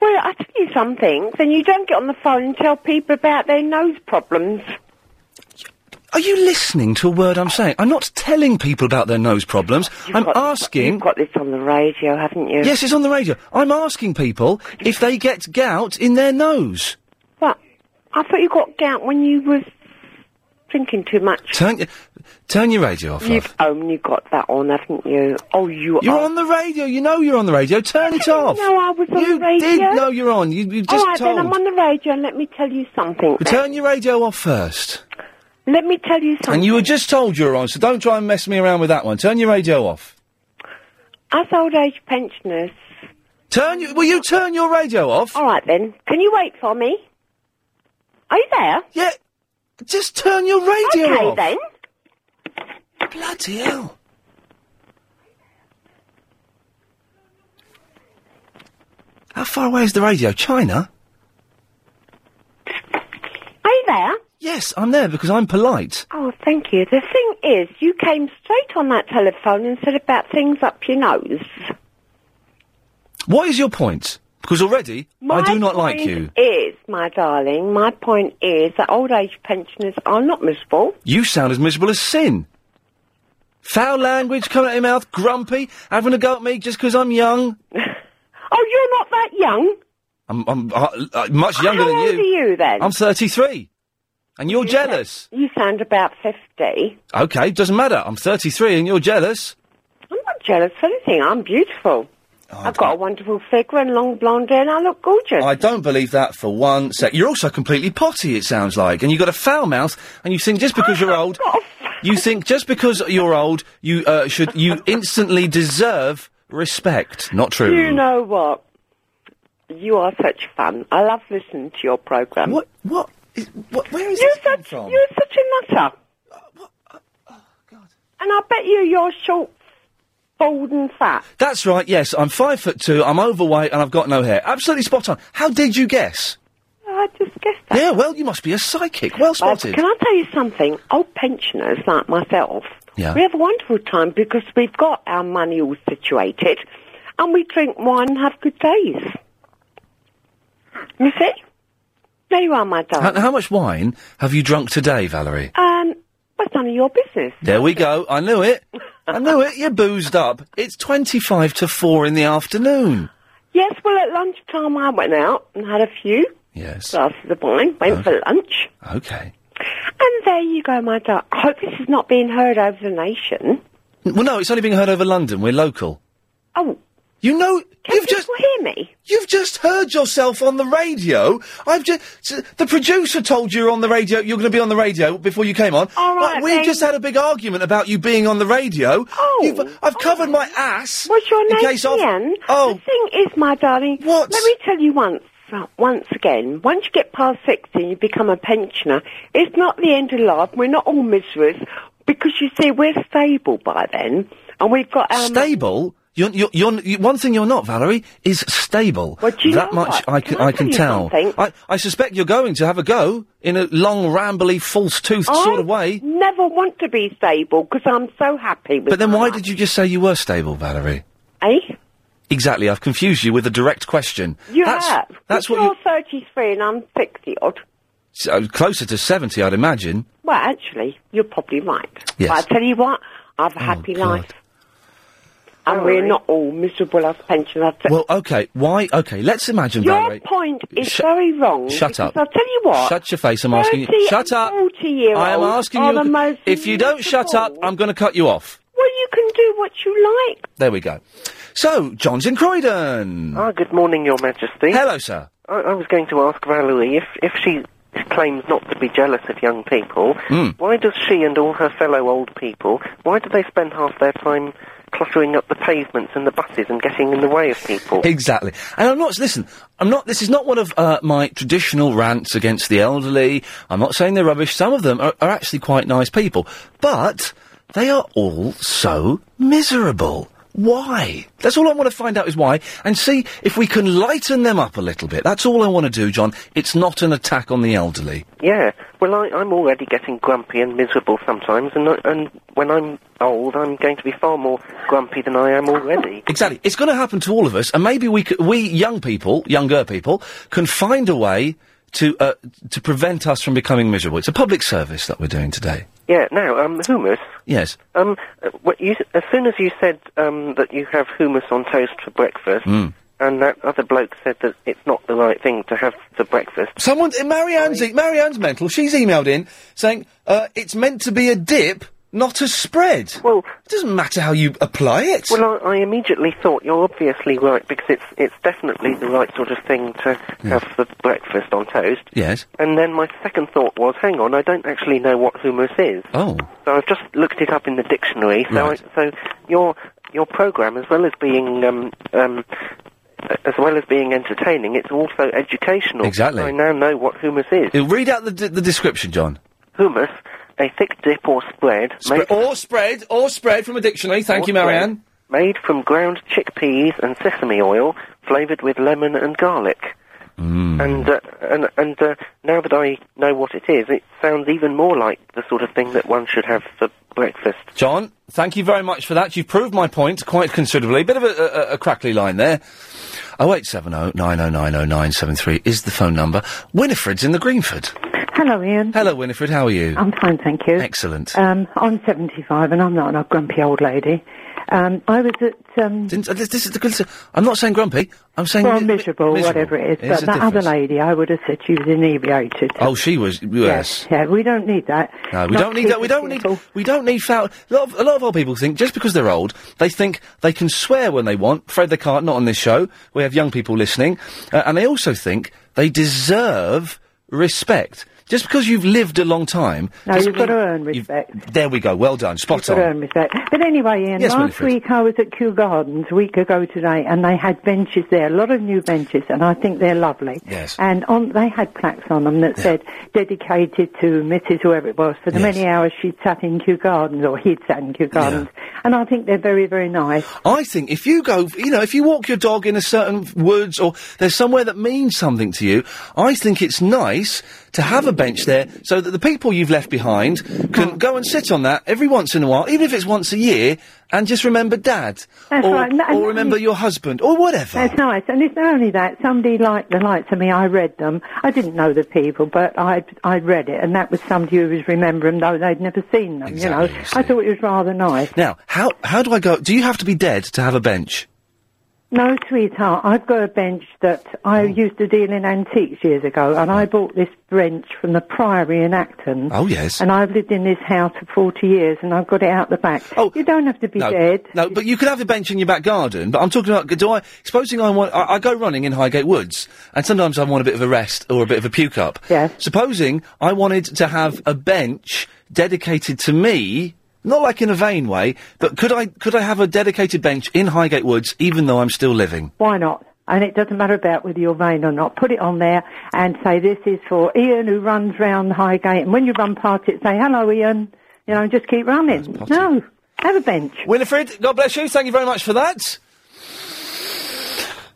[SPEAKER 13] Well, I tell you something. Then you don't get on the phone and tell people about their nose problems.
[SPEAKER 1] Uh, Are you listening to a word I'm saying? I'm not telling people about their nose problems. I'm asking. You've
[SPEAKER 14] got this on the radio, haven't you?
[SPEAKER 1] Yes, it's on the radio. I'm asking people if they get gout in their nose.
[SPEAKER 13] What? I thought you got gout when you was drinking too much.
[SPEAKER 1] Turn, turn your radio off.
[SPEAKER 14] You've only got that on, haven't you? Oh, you
[SPEAKER 1] You're
[SPEAKER 14] are.
[SPEAKER 1] on the radio. You know you're on the radio. Turn it off.
[SPEAKER 13] No, I was on
[SPEAKER 1] you
[SPEAKER 13] the radio.
[SPEAKER 1] did know you're on. You, you just
[SPEAKER 13] All right,
[SPEAKER 1] told.
[SPEAKER 13] then I'm on the radio, and let me tell you something.
[SPEAKER 1] But Turn your radio off first.
[SPEAKER 13] Let me tell you something.
[SPEAKER 1] And you were just told you were on, so don't try and mess me around with that one. Turn your radio off.
[SPEAKER 13] Us old age pensioners.
[SPEAKER 1] Turn your. Will you turn your radio off?
[SPEAKER 13] All right then. Can you wait for me? Are you there?
[SPEAKER 1] Yeah. Just turn your radio
[SPEAKER 13] okay,
[SPEAKER 1] off.
[SPEAKER 13] then.
[SPEAKER 1] Bloody hell. How far away is the radio? China?
[SPEAKER 13] Are you there?
[SPEAKER 1] Yes, I'm there because I'm polite.
[SPEAKER 13] Oh, thank you. The thing is, you came straight on that telephone and said about things up your nose.
[SPEAKER 1] What is your point? Because already,
[SPEAKER 13] My
[SPEAKER 1] I do not like
[SPEAKER 13] point
[SPEAKER 1] you.
[SPEAKER 13] Is my darling. My point is that old age pensioners are not miserable.
[SPEAKER 1] You sound as miserable as sin. Foul language coming out of your mouth, grumpy, having a go at me just because I'm young.
[SPEAKER 13] Oh, you're not that young.
[SPEAKER 1] I'm, I'm uh, uh, much younger
[SPEAKER 13] How
[SPEAKER 1] than
[SPEAKER 13] old
[SPEAKER 1] you.
[SPEAKER 13] are you then?
[SPEAKER 1] I'm 33. And you're jealous.
[SPEAKER 13] You sound about fifty.
[SPEAKER 1] Okay, doesn't matter. I'm 33 and you're jealous.
[SPEAKER 13] I'm not jealous of anything. I'm beautiful.
[SPEAKER 1] Oh,
[SPEAKER 13] I've got a wonderful figure and long blonde hair, and I look gorgeous.
[SPEAKER 1] I don't believe that for one sec. You're also completely potty, it sounds like, and you've got a foul mouth, and you think just because you're old, you think just because you're old, you uh, should you instantly deserve respect. Not true.
[SPEAKER 14] You know what? You are such fun. I love listening to your program. What?
[SPEAKER 1] What? Is, what where is
[SPEAKER 14] you're
[SPEAKER 1] this coming
[SPEAKER 14] such,
[SPEAKER 1] from? Uh,
[SPEAKER 14] You're such a nutter.
[SPEAKER 1] oh,
[SPEAKER 13] And I bet you you're short, bald, and fat.
[SPEAKER 1] That's right. Yes, I'm five foot two. I'm overweight, and I've got no hair. Absolutely spot on. How did you guess?
[SPEAKER 13] I just guessed
[SPEAKER 1] that. Yeah. Well, you must be a psychic. Well
[SPEAKER 13] Well,
[SPEAKER 1] spotted.
[SPEAKER 13] can I tell you something? Old pensioners like myself,
[SPEAKER 1] Yeah.
[SPEAKER 13] we have a wonderful time because we've got our money all situated, and we drink wine and have good days. You see? There you are, my darling.
[SPEAKER 1] How, how much wine have you drunk today, Valerie?
[SPEAKER 13] Um, what's none of your business?
[SPEAKER 1] There we go. I knew it. I knew it. You're boozed up. It's 25 to 4 in the afternoon.
[SPEAKER 13] Yes, well, at lunchtime I went out and had a few
[SPEAKER 1] Yes.
[SPEAKER 13] glasses of wine, went for lunch,
[SPEAKER 1] Okay.
[SPEAKER 13] and there you go, my darling. I hope this is not being heard over the nation.
[SPEAKER 1] N- Well, no, it's only being heard over London. We're local.
[SPEAKER 13] Oh.
[SPEAKER 1] You know, you've just.
[SPEAKER 13] hear me?
[SPEAKER 1] You've just heard yourself on the radio. I've just. The producer told you you're on the radio. You're going to be on the radio before you came on.
[SPEAKER 13] All right,
[SPEAKER 1] Well, we
[SPEAKER 13] then.
[SPEAKER 1] just had a big argument about you being on the radio. Oh. I've covered my ass.
[SPEAKER 13] oh. What's your
[SPEAKER 1] in
[SPEAKER 13] name
[SPEAKER 1] case of-
[SPEAKER 13] again?
[SPEAKER 1] Oh.
[SPEAKER 13] The thing is, my darling. What? Let me tell you once, uh, once again. Once you get past 60 and you become a pensioner, it's not the end of life. We're not all miserers because you see, we're stable by then and we've got our.
[SPEAKER 1] stable. You're, you're, you're, you- one thing you're not, Valerie, is stable.
[SPEAKER 13] you
[SPEAKER 1] that
[SPEAKER 13] know
[SPEAKER 1] much
[SPEAKER 13] what?
[SPEAKER 1] I can,
[SPEAKER 13] Can I
[SPEAKER 1] I can
[SPEAKER 13] tell
[SPEAKER 1] tell.
[SPEAKER 13] you
[SPEAKER 1] I, I suspect you're going to have a go in a long, rambly, false-toothed
[SPEAKER 13] I
[SPEAKER 1] sort of way.
[SPEAKER 13] never want to be stable because I'm so happy with
[SPEAKER 1] But then
[SPEAKER 13] my
[SPEAKER 1] why
[SPEAKER 13] life.
[SPEAKER 1] did you just say you were stable, Valerie?
[SPEAKER 13] Eh?
[SPEAKER 1] Exactly, I've confused you with a direct question.
[SPEAKER 13] You
[SPEAKER 1] that's,
[SPEAKER 13] have.
[SPEAKER 1] That's what
[SPEAKER 13] you're
[SPEAKER 1] you...
[SPEAKER 13] 33 and I'm 60 odd.
[SPEAKER 1] So, uh, closer to 70, I'd imagine.
[SPEAKER 13] Well, actually, you're probably right.
[SPEAKER 1] Yes. Oh,
[SPEAKER 13] But I tell you what, I've a happy life. And we're not all miserable as pensioners.
[SPEAKER 1] Well, okay, why... Okay, let's imagine,
[SPEAKER 13] Your
[SPEAKER 1] Valerie...
[SPEAKER 13] point is very wrong.
[SPEAKER 1] Shut
[SPEAKER 13] because
[SPEAKER 1] up.
[SPEAKER 13] I'll tell you what.
[SPEAKER 1] Shut your face, I'm asking you...
[SPEAKER 13] 30
[SPEAKER 1] Shut up!
[SPEAKER 13] and 40 year
[SPEAKER 1] I am
[SPEAKER 13] olds
[SPEAKER 1] asking
[SPEAKER 13] are the
[SPEAKER 1] you...
[SPEAKER 13] most
[SPEAKER 1] If you don't shut up, I'm going to cut you off.
[SPEAKER 13] Well, you can do what you like.
[SPEAKER 1] There we go. So, John's in Croydon.
[SPEAKER 15] Ah, good morning, Your Majesty.
[SPEAKER 1] Hello, sir.
[SPEAKER 15] I, I was going to ask Valerie if, if she claims not to be jealous of young people,
[SPEAKER 1] Mm.
[SPEAKER 15] why does she and all her fellow old people, why do they spend half their time cluttering up the pavements and the buses and getting in the way of people?
[SPEAKER 1] Exactly. And I'm not, listen, I'm not, this is not one of uh, my traditional rants against the elderly. I'm not saying they're rubbish. Some of them are, are actually quite nice people. But they are all so miserable. Why? That's all I want to find out is why, and see if we can lighten them up a little bit. That's all I want to do, John. It's not an attack on the elderly.
[SPEAKER 15] Yeah, well, I, I'm already getting grumpy and miserable sometimes, and, I- and when I'm old, I'm going to be far more grumpy than I am already.
[SPEAKER 1] Exactly. It's going to happen to all of us, and maybe we, c- we young people, younger people, can find a way to uh, to prevent us from becoming miserable. It's a public service that we're doing today.
[SPEAKER 11] Yeah, now, um, hummus.
[SPEAKER 1] Yes.
[SPEAKER 11] Um, uh, what you, as soon as you said um, that you have hummus on toast for breakfast,
[SPEAKER 1] Mm.
[SPEAKER 11] and that other bloke said that it's not the right thing to have for breakfast.
[SPEAKER 1] Someone, uh, Marianne's, e- Marianne's mental. She's emailed in saying uh, it's meant to be a dip, not a spread. Well, it doesn't matter how you apply it.
[SPEAKER 11] Well, I, I immediately thought you're obviously right because it's it's definitely the right sort of thing to have for breakfast on toast.
[SPEAKER 1] Yes.
[SPEAKER 11] And then my second thought was, hang on, I don't actually know what hummus is.
[SPEAKER 1] Oh.
[SPEAKER 11] So I've just looked it up in the dictionary. So,
[SPEAKER 1] Right.
[SPEAKER 11] I, so your your program, as well as being um, um, as well as being entertaining, it's also educational.
[SPEAKER 1] Exactly.
[SPEAKER 11] I now know what hummus is.
[SPEAKER 1] Uh, Read out the, d- the description, John.
[SPEAKER 11] Hummus, a thick dip or spread.
[SPEAKER 1] Spre- or spread, or spread from a dictionary. Thank you,
[SPEAKER 11] Or spread,
[SPEAKER 1] Marianne.
[SPEAKER 11] Made from ground chickpeas and sesame oil, flavoured with lemon and garlic.
[SPEAKER 1] Mm.
[SPEAKER 11] And uh, and and uh, now that I know what it is, it sounds even more like the sort of thing that one should have for breakfast.
[SPEAKER 1] John, thank you very much for that. You've proved my point quite considerably. Bit of a, a, a crackly line there. Oh, 0870 oh, 9090973 is the phone number. Winifred's in the Greenford.
[SPEAKER 16] Hello, Ian.
[SPEAKER 1] Hello, Winifred. How are you?
[SPEAKER 16] I'm fine, thank you.
[SPEAKER 1] Excellent.
[SPEAKER 16] Um, I'm 75 and I'm not a grumpy old lady. Um, I was at. Um,
[SPEAKER 1] Didn't, uh, this, this is the, this- I'm not saying grumpy. I'm saying
[SPEAKER 16] well,
[SPEAKER 1] mi-
[SPEAKER 16] miserable,
[SPEAKER 1] miserable.
[SPEAKER 16] whatever it is.
[SPEAKER 1] There's
[SPEAKER 16] But
[SPEAKER 1] a
[SPEAKER 16] that other lady, I would have said she was inebriated.
[SPEAKER 1] Oh, she was. Yes.
[SPEAKER 16] Yeah, we don't need that.
[SPEAKER 1] No, we
[SPEAKER 16] Not
[SPEAKER 1] don't need that. We don't need. We don't need foul. A lot, of, a lot of old people think just because they're old, they think they can swear when they want. Afraid they can't. Not on this show. We have young people listening, uh, and they also think they deserve respect. Just because you've lived a long time.
[SPEAKER 16] No,
[SPEAKER 1] doesn't
[SPEAKER 16] you've got to
[SPEAKER 1] mean-
[SPEAKER 16] earn
[SPEAKER 1] you've- There we go. Well done. Spot
[SPEAKER 16] Got
[SPEAKER 1] on.
[SPEAKER 16] to earn respect. But anyway, Ian,
[SPEAKER 1] Yes,
[SPEAKER 16] last
[SPEAKER 1] Winifred.
[SPEAKER 16] week I was at Kew Gardens a week ago today, and they had benches there, a lot of new benches, and I think they're lovely.
[SPEAKER 13] Yes.
[SPEAKER 16] And on they had plaques on them that said dedicated to Mrs. whoever it was for the many hours she sat in Kew Gardens or he'd sat in Kew Gardens, and I think they're very, very nice.
[SPEAKER 1] I think if you go, you know, if you walk your dog in a certain woods or there's somewhere that means something to you, I think it's nice to have a bench there so that the people you've left behind can go and sit on that every once in a while, even if it's once a year, and just remember dad.
[SPEAKER 16] That's
[SPEAKER 1] or,
[SPEAKER 16] right, and- and-
[SPEAKER 1] or remember your husband or whatever.
[SPEAKER 16] That's nice, and it's not only that. Somebody liked the lights of me. I read them. I didn't know the people, but I I read it, and that was somebody who was remembering, though they'd never seen them. you know, I thought it was rather nice.
[SPEAKER 1] Now, how, how do I go? Do you have to be dead to have a bench?
[SPEAKER 16] No, sweetheart, I've got a bench that I
[SPEAKER 1] Hmm.
[SPEAKER 16] used to deal in antiques years ago, and I bought this bench from the Priory in Acton.
[SPEAKER 1] Oh, yes.
[SPEAKER 16] And I've lived in this house for 40 years, and I've got it out the back. Oh, you don't have to be
[SPEAKER 1] no,
[SPEAKER 16] dead.
[SPEAKER 1] no, but you could have a bench in your back garden. But I'm talking about, do I, supposing I want, I, I go running in Highgate Woods, and sometimes I want a bit of a rest or a bit of a puke up.
[SPEAKER 16] Yes.
[SPEAKER 1] Supposing I wanted to have a bench dedicated to me, not like in a vain way, but could I, could I have a dedicated bench in Highgate Woods even though I'm still living?
[SPEAKER 16] Why not? And it doesn't matter about whether you're vain or not. Put it on there and say this is for Ian who runs round Highgate. And when you run past it, say hello, Ian. You know, and just keep running. No, have a bench.
[SPEAKER 1] Winifred, God bless you. Thank you very much for that.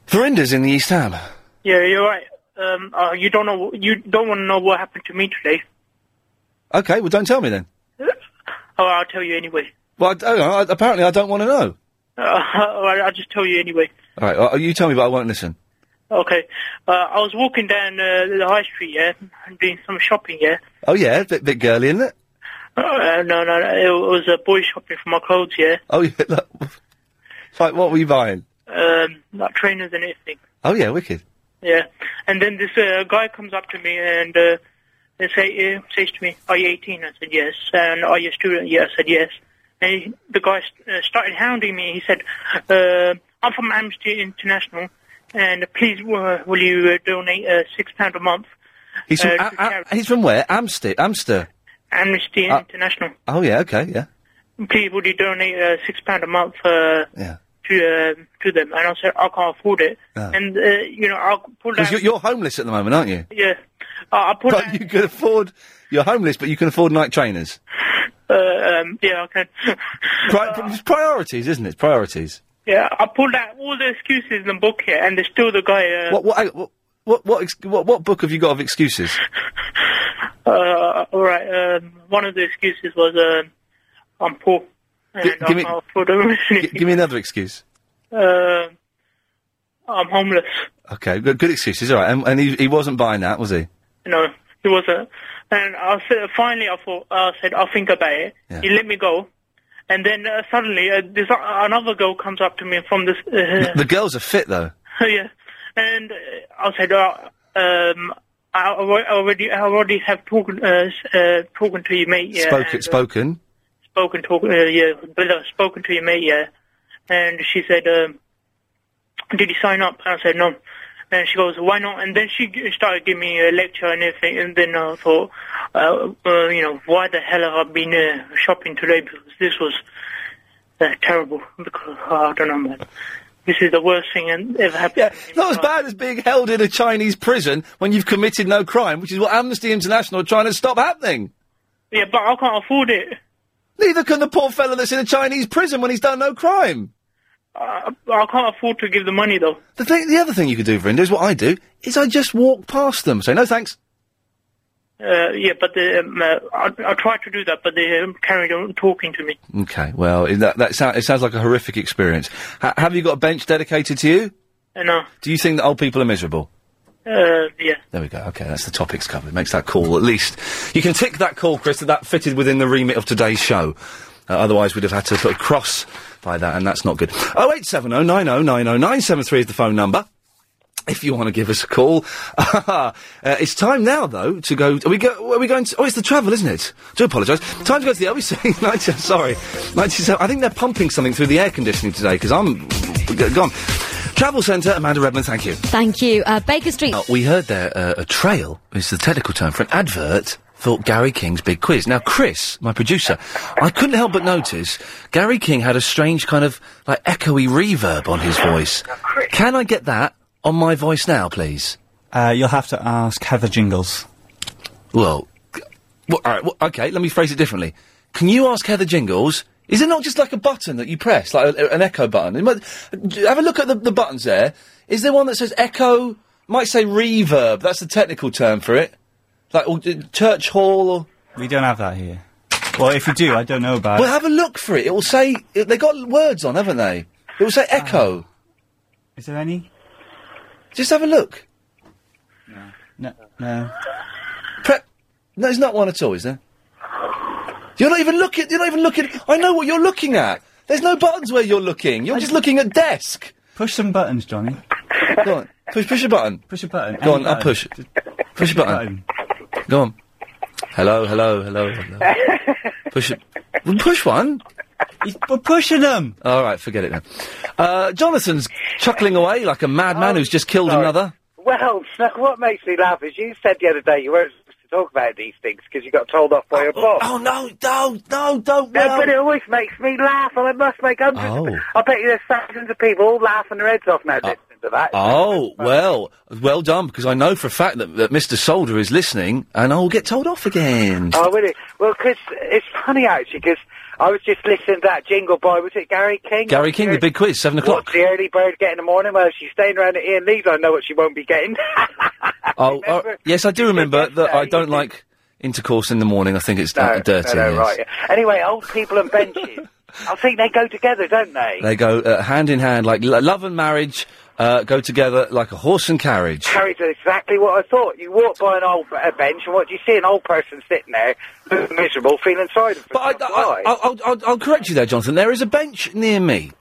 [SPEAKER 1] Verinda's in the East Ham.
[SPEAKER 17] Yeah, you're right. Um, uh, you don't know. You don't want to know what happened to me today.
[SPEAKER 1] Okay, well, don't tell me then.
[SPEAKER 17] Oh, I'll tell you anyway.
[SPEAKER 1] Well, I, oh, I, apparently I don't want to know.
[SPEAKER 17] Uh, I'll I'll just tell you anyway.
[SPEAKER 1] All right, uh, you tell me, but I won't listen.
[SPEAKER 17] Okay. Uh, I was walking down uh, the high street, yeah, and doing some shopping, yeah.
[SPEAKER 1] Oh yeah, bit bit girly, isn't it?
[SPEAKER 17] Uh, no, no, no, it was a boy shopping for my clothes, yeah.
[SPEAKER 1] Oh yeah. Look. Like, what were you buying?
[SPEAKER 17] Um, like trainers and everything,
[SPEAKER 1] Oh yeah, wicked.
[SPEAKER 17] yeah. And then this uh, guy comes up to me and uh, they say, uh, says to me, "Are you 18?" I said, "Yes." And "Are you a student?" Yeah, I said, "Yes." And he, the guy st- uh, started hounding me. He said, uh, "I'm from Amnesty International, and please, uh, will you uh, donate uh, six pound a month?"
[SPEAKER 1] He's from
[SPEAKER 17] uh,
[SPEAKER 1] Am- Am- he's from where? Amster. Amster.
[SPEAKER 17] Amnesty
[SPEAKER 1] Ah.
[SPEAKER 17] International.
[SPEAKER 1] Oh yeah, okay, yeah.
[SPEAKER 17] please would you donate uh, six pound a month uh,
[SPEAKER 1] Yeah.
[SPEAKER 17] to uh, to them? And I said I can't afford it,
[SPEAKER 1] Ah.
[SPEAKER 17] and uh, you know I'll pull down.
[SPEAKER 1] Because you're, you're homeless at the moment, aren't you?
[SPEAKER 17] yeah, I I pull
[SPEAKER 1] But you can afford. You're homeless, but you can afford night trainers.
[SPEAKER 17] Uh, um, uh, yeah, I can.
[SPEAKER 1] Pri- it's priorities, isn't it? It's priorities.
[SPEAKER 17] Yeah, I pulled out all the excuses in the book here, and there's still the guy. Uh,
[SPEAKER 1] What what, I- what what what ex- what what book have you got of excuses?
[SPEAKER 17] Uh, all right. Um, one of the excuses was um, I'm poor, and
[SPEAKER 1] Gi- give
[SPEAKER 17] I
[SPEAKER 1] me-
[SPEAKER 17] can't afford them.
[SPEAKER 1] G- give me another excuse.
[SPEAKER 17] Uh, I'm homeless.
[SPEAKER 1] Okay, good, good excuses. All right, and, and he, he wasn't buying that, was he?
[SPEAKER 17] You know, he wasn't. And I said, finally, I thought, I said, I'll think about it. He let me go. And then uh, suddenly, uh, this, uh, another girl comes up to me from this. Uh,
[SPEAKER 1] The girls are fit though.
[SPEAKER 17] yeah. And uh, I said, uh, um, I alre- already, I already have talked, uh, s- uh, talking to you, mate. Yeah,
[SPEAKER 1] Spoken.
[SPEAKER 17] and, uh,
[SPEAKER 1] spoken.
[SPEAKER 17] spoken to uh, yeah, but I've spoken to your mate, yeah. And she said, um, "Did you sign up?" And I said, "No." And she goes, "Why not?" And then she g- started giving me a lecture and everything. And then I thought, uh, uh, you know, why the hell have I been uh, shopping today? Because this was uh, terrible. Because oh, I don't know, man. This is the worst thing and ever happened.
[SPEAKER 1] Yeah, not as bad as being held in a Chinese prison when you've committed no crime, which is what Amnesty International are trying to stop happening.
[SPEAKER 17] Yeah, but I can't afford it.
[SPEAKER 1] Neither can the poor fella that's in a Chinese prison when he's done no crime.
[SPEAKER 17] I, Uh, I can't afford to give the money though.
[SPEAKER 1] The thing, the other thing you could do, Verinda, is what I do, is I just walk past them, say no thanks.
[SPEAKER 17] Uh, yeah, but they, um, uh, I, I tried to do that, but they um, carried on talking to me.
[SPEAKER 1] Okay, well, is that, that sound, it sounds like a horrific experience. Ha have you got a bench dedicated to you?
[SPEAKER 17] And uh,
[SPEAKER 1] Do you think that old people are miserable?
[SPEAKER 17] uh, yeah,
[SPEAKER 1] There we go. Okay, that's the topics covered. Makes that call at least. You can tick that call, Chris, that that fitted within the remit of today's show. Uh, otherwise, we'd have had to put a cross by that, and that's not good. Oh, 0870 973 is the phone number. If you want to give us a call, uh, it's time now though to go. Are we go? Are we going? To, oh, it's the travel, isn't it? do apologise. Time to go to the LBC. 90, sorry, 97. I think they're pumping something through the air conditioning today because I'm g- gone. Travel Centre, Amanda Redmond. Thank you.
[SPEAKER 6] Thank you. Uh, Baker Street.
[SPEAKER 7] Oh.
[SPEAKER 1] Now, we heard there uh, a trail is the technical term for an advert for Gary King's Big Quiz. Now, Chris, my producer, I couldn't help but notice Gary King had a strange kind of like echoey reverb on his voice. Can I get that on my voice now, please?
[SPEAKER 4] Uh, you'll have to ask Heather Jingles.
[SPEAKER 1] Well, g- well, all right, well, okay. Let me phrase it differently. Can you ask Heather Jingles? Is it not just like a button that you press, like a, a- an echo button? It might, d- have a look at the, the buttons there. Is there one that says echo? Might say reverb. That's the technical term for it. Like or, d- church hall. Or...
[SPEAKER 4] We don't have that here. Well, if you do, I don't know about
[SPEAKER 1] Well,
[SPEAKER 4] it.
[SPEAKER 1] have a look for it. It will say it, they got words on, haven't they? It will say echo.
[SPEAKER 4] Ah. Is there any?
[SPEAKER 1] Just have a look.
[SPEAKER 4] No. No.
[SPEAKER 1] Prep. No, there's not one at all, is there? You're not even looking. You're not even looking. I know what you're looking at. There's no buttons where you're looking. You're just looking at desk.
[SPEAKER 4] Push some buttons, Johnny.
[SPEAKER 1] Go on. Push. Push a button.
[SPEAKER 4] Push a button.
[SPEAKER 1] Go
[SPEAKER 4] any
[SPEAKER 1] on. I'll
[SPEAKER 4] button.
[SPEAKER 1] push. Push a button. Go on. Hello. Hello. Hello. hello. push it. Well, Push one.
[SPEAKER 4] We're pushing them.
[SPEAKER 1] All right. Forget it now. Uh, Jonathan's chuckling away like a
[SPEAKER 4] Oh.
[SPEAKER 1] madman who's just killed another.
[SPEAKER 18] Well, Snuck, what makes me laugh is you said the other day you weren't supposed to talk about these things because you got told off by your boss.
[SPEAKER 1] Oh, no, no, no, don't.
[SPEAKER 18] No,
[SPEAKER 1] well-
[SPEAKER 18] but it always makes me laugh, and it must make hundreds.
[SPEAKER 1] Oh. Uh.
[SPEAKER 18] Of, I bet you there's thousands of people all laughing their heads off now listening to that.
[SPEAKER 1] Oh, well, well done, because I know for a fact that, that Mr. Solder is listening, and I'll get told off again.
[SPEAKER 18] Oh, really? Well, because it's funny actually, because I was just listening to that jingle boy. Was it Gary King?
[SPEAKER 1] Gary King, the big quiz, 7 o'clock.
[SPEAKER 18] What's the early bird get in the morning? Well, she's staying around at Ian Lee's. I know what she won't be getting.
[SPEAKER 1] Oh, uh, yes, I do remember that I don't like intercourse in the morning. I think it's da- dirty.
[SPEAKER 18] no, no,
[SPEAKER 1] yes.
[SPEAKER 18] right. yeah. Anyway, old people and benches. I think they go together, don't they?
[SPEAKER 1] They go uh, hand in hand, like lo- love and marriage uh, go together like a horse and carriage.
[SPEAKER 18] Carries exactly what I thought. You walk by an old a bench, and what do you see? An old person sitting there, looking miserable, feeling sorry for but
[SPEAKER 1] I, I'll, I'll- I'll, I'll correct you there, Jonathan. There is a bench near me.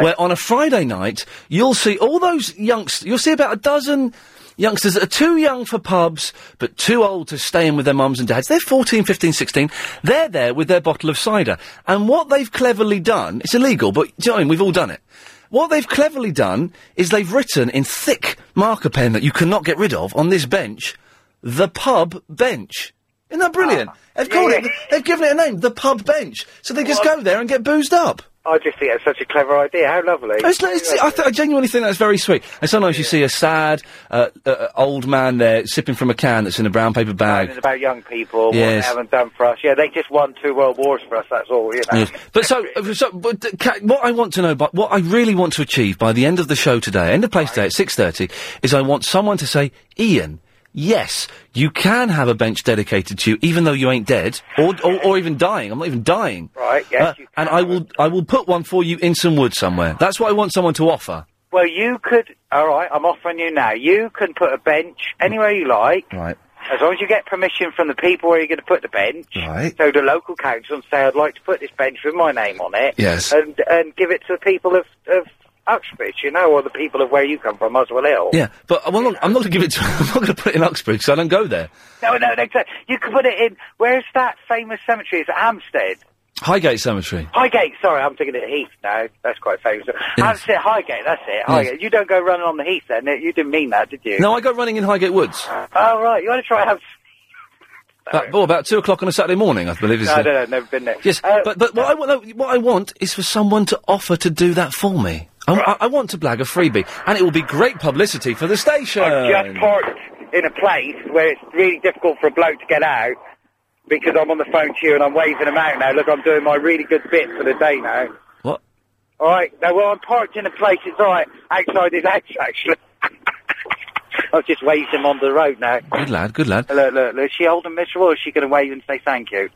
[SPEAKER 1] Where on a Friday night, you'll see all those youngsters, you'll see about a dozen youngsters that are too young for pubs, but too old to stay in with their mums and dads. They're 14, 15, 16. They're there with their bottle of cider. And what they've cleverly done, it's illegal, but do you know what I mean? We've all done it. What they've cleverly done is they've written in thick marker pen that you cannot get rid of on this bench, the pub bench. Isn't that brilliant? they've called it, they've given it a name, the pub bench. So they just go there and get boozed up.
[SPEAKER 18] I just think that's such a clever idea. How lovely!
[SPEAKER 1] It's, like- it's- I, th- I genuinely think that's very sweet. And sometimes you see a sad uh, uh, old man there sipping from a can that's in a brown paper bag.
[SPEAKER 18] It's about young people, what they
[SPEAKER 1] Yes.
[SPEAKER 18] haven't done for us. Yeah, they just won two world wars for us. That's all. You know.
[SPEAKER 1] Yes. But so, uh, so but, uh, ca- what I want to know, but what I really want to achieve by the end of the show today, end of play today at six thirty, is I want someone to say, Ian. Yes, you can have a bench dedicated to you, even though you ain't dead, or or, or even dying. I'm not even dying. Uh,
[SPEAKER 18] Right, yes, you
[SPEAKER 1] and I will I will put one for you in some wood somewhere. That's what I want someone to offer.
[SPEAKER 18] Well, you could. All right, I'm offering you now. You can put a bench anywhere you like.
[SPEAKER 1] Right.
[SPEAKER 18] As long as you get permission from the people where you're going to put the bench,
[SPEAKER 1] Right.
[SPEAKER 18] so the local council and say, I'd like to put this bench with my name on it,
[SPEAKER 1] Yes.
[SPEAKER 18] and, and give it to the people of, of Uxbridge, you know, or the people of where you come from, Oswell Hill.
[SPEAKER 1] Yeah, but I'm not, I'm not going to give it to. I'm not going to put it in Uxbridge, so I don't go there.
[SPEAKER 18] No, no, no, exactly. You could put it in, where's that famous cemetery? It's Hampstead.
[SPEAKER 1] Highgate Cemetery.
[SPEAKER 18] Highgate, sorry, I'm thinking of Heath now. That's quite famous. Hampstead, Highgate, that's it. Highgate. You don't go running on the Heath then. You didn't mean that, did you?
[SPEAKER 1] No, I go running in Highgate Woods.
[SPEAKER 18] Oh, right. You want to try Hampstead?
[SPEAKER 1] About, oh, about two o'clock on a Saturday morning, I believe. Is
[SPEAKER 18] No,
[SPEAKER 1] the-
[SPEAKER 18] no, no, never been there. Uh,
[SPEAKER 1] Yes, but but what I want no, what I want is for someone to offer to do that for me. I, I, I want to blag a freebie, and it will be great publicity for the station.
[SPEAKER 18] just parked in a place where it's really difficult for a bloke to get out because I'm on the phone to you and I'm waving them out now. Look, I'm doing my really good bit for the day now.
[SPEAKER 1] What?
[SPEAKER 18] All right. Now, well, I'm parked in a place. It's all right outside his house, actually. I've just waved him onto the road now.
[SPEAKER 1] Good lad, good lad.
[SPEAKER 18] Look, look, look. Is she old and miserable or is she going to wave and say thank you?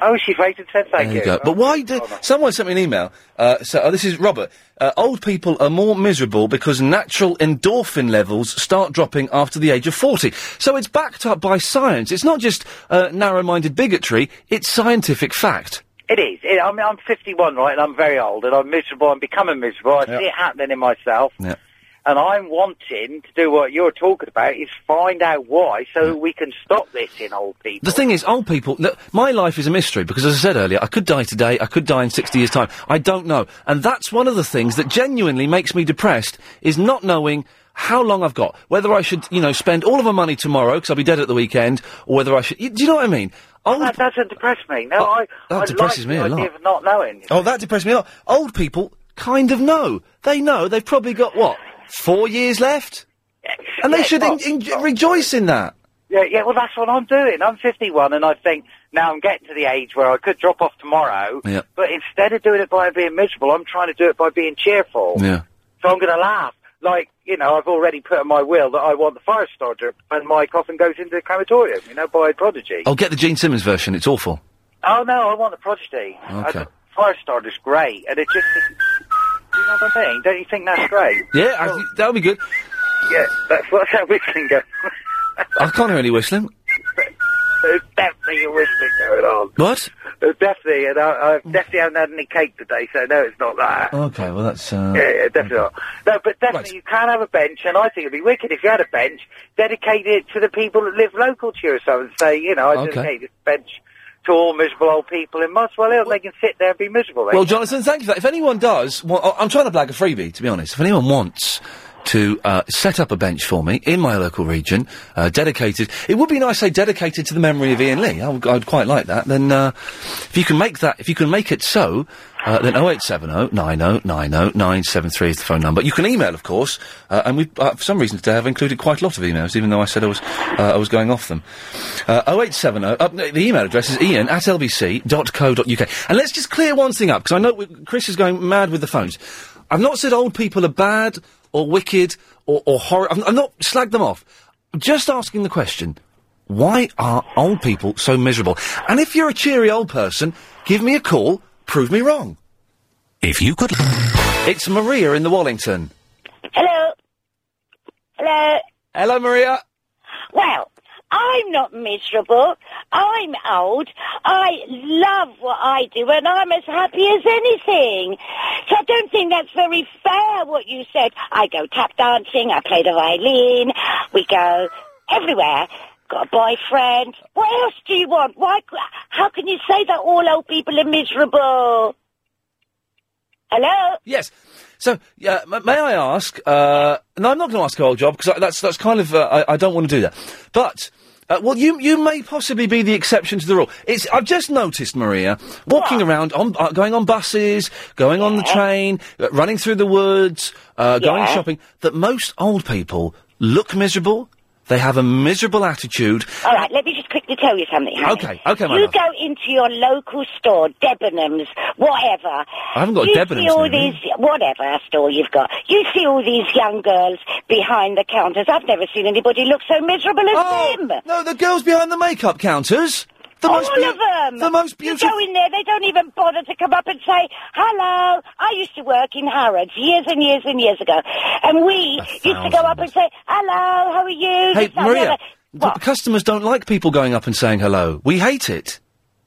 [SPEAKER 18] Oh, she's waved and said thank
[SPEAKER 1] There you go. But why do someone sent me an email? Uh, so oh, this is Robert. Uh, old people are more miserable because natural endorphin levels start dropping after the age of forty. So it's backed up by science. It's not just uh, narrow-minded bigotry. It's scientific fact.
[SPEAKER 18] It is. It, I mean, I'm 51, right, and I'm very old, and I'm miserable. I'm becoming miserable. I
[SPEAKER 1] Yeah.
[SPEAKER 18] see it happening in myself.
[SPEAKER 1] Yeah.
[SPEAKER 18] And I'm wanting to do what you're talking about is find out why so we can stop this in old people.
[SPEAKER 1] The thing is, old people. Look, my life is a mystery because, as I said earlier, I could die today. I could die in sixty years' time. I don't know, and that's one of the things that genuinely makes me depressed is not knowing how long I've got. Whether I should, you know, spend all of my money tomorrow because I'll be dead at the weekend, or whether I should. You, do you know what I mean? Old. Oh,
[SPEAKER 18] That doesn't depress me. No, I.
[SPEAKER 1] that
[SPEAKER 18] I
[SPEAKER 1] depresses
[SPEAKER 18] like
[SPEAKER 1] me
[SPEAKER 18] the
[SPEAKER 1] a
[SPEAKER 18] idea
[SPEAKER 1] lot.
[SPEAKER 18] Of not knowing.
[SPEAKER 1] Oh, that depressed me a lot. Old people kind of know. They know they've probably got what four years left, and they
[SPEAKER 18] Yeah,
[SPEAKER 1] should en-
[SPEAKER 18] well,
[SPEAKER 1] en- rejoice in that.
[SPEAKER 18] Yeah, yeah. Well, that's what I'm doing. I'm 51, and I think now I'm getting to the age where I could drop off tomorrow.
[SPEAKER 1] Yeah.
[SPEAKER 18] But instead of doing it by being miserable, I'm trying to do it by being cheerful.
[SPEAKER 1] Yeah.
[SPEAKER 18] So I'm going to laugh. Like, you know, I've already put in my will that I want the fire starter and my coffin goes into the crematorium, you know, by Prodigy.
[SPEAKER 1] Oh, get the Gene Simmons version. It's awful.
[SPEAKER 18] Oh, no, I want the Prodigy. I
[SPEAKER 1] Okay.
[SPEAKER 18] th- fire starter's great. And it just... You know what I mean? Don't you think that's great?
[SPEAKER 1] Yeah, I thi- that'll be good.
[SPEAKER 18] Yeah, that's what's how whistling goes.
[SPEAKER 1] I can't hear any whistling.
[SPEAKER 18] There's definitely a whistling going on.
[SPEAKER 1] What?
[SPEAKER 18] There's definitely, and I, I definitely haven't had any cake today, so no, it's not that.
[SPEAKER 1] Okay, well that's. Uh...
[SPEAKER 18] Yeah, yeah, definitely not. No, but definitely you can have a bench, and I think it'd be wicked if you had a bench dedicated to the people that live local to you or something. Say, you know, I
[SPEAKER 1] Okay.
[SPEAKER 18] dedicate this bench to all miserable old people in Muswell Hill. They can sit there and be miserable.
[SPEAKER 1] Well, Jonathan, thank you for that. If anyone does, well, I- I'm trying to blag a freebie, to be honest. If anyone wants to uh, set up a bench for me in my local region, uh, dedicated, it would be nice, say, dedicated to the memory of Ian Lee. I would, I'd quite like that. Then, uh, if you can make that, if you can make it so, uh, then 0870 90 90 973 is the phone number. You can email, of course, uh, and we, uh, for some reason today, I've included quite a lot of emails, even though I said I was, uh, I was going off them. Uh, 0870, uh, no, the email address is ian at lbc.co.uk. And let's just clear one thing up, because I know we, Chris is going mad with the phones. I've not said old people are bad or wicked or, or horrible. I've, I've not slagged them off. Just asking the question, why are old people so miserable? And if you're a cheery old person, give me a call, prove me wrong. If you could. It's Maria in the Wallington.
[SPEAKER 19] Hello. Hello.
[SPEAKER 1] Hello, Maria.
[SPEAKER 19] Well, I'm not miserable. I'm old. I love what I do, and I'm as happy as anything. So I don't think that's very fair what you said. I go tap dancing. I play the violin. We go everywhere. Got a boyfriend. What else do you want? Why? c- How can you say that all old people are miserable? Hello.
[SPEAKER 1] Yes. So, yeah, m- may I ask? Uh, no, I'm not going to ask her old job because that's that's kind of uh, I, I don't want to do that. But uh, well, you you may possibly be the exception to the rule. It's I've just noticed Maria walking around on uh, going on buses, going on the train, uh, running through the woods, uh, going
[SPEAKER 20] Yeah.
[SPEAKER 1] shopping. That most old people look miserable. They have a miserable attitude.
[SPEAKER 19] All right, let me just quickly tell you something. Honey.
[SPEAKER 1] Okay, okay, my
[SPEAKER 19] You
[SPEAKER 1] love.
[SPEAKER 19] go into your local store, Debenhams, whatever.
[SPEAKER 1] I haven't got
[SPEAKER 19] you
[SPEAKER 1] a Debenhams
[SPEAKER 19] see all
[SPEAKER 1] near me.
[SPEAKER 19] these, whatever store you've got. You see all these young girls behind the counters. I've never seen anybody look so miserable as them.
[SPEAKER 1] Oh, No, the girls behind the makeup counters. The
[SPEAKER 19] all
[SPEAKER 1] most beau-
[SPEAKER 19] of them.
[SPEAKER 1] The most beautiful.
[SPEAKER 19] You go in there, they don't even bother to come up and say, hello, I used to work in Harrods years and years and years ago. And we used to go up and say, hello, how are you?
[SPEAKER 1] Hey,
[SPEAKER 19] This, that, and the
[SPEAKER 1] Maria,
[SPEAKER 19] other.
[SPEAKER 1] But customers don't like people going up and saying hello. We hate it.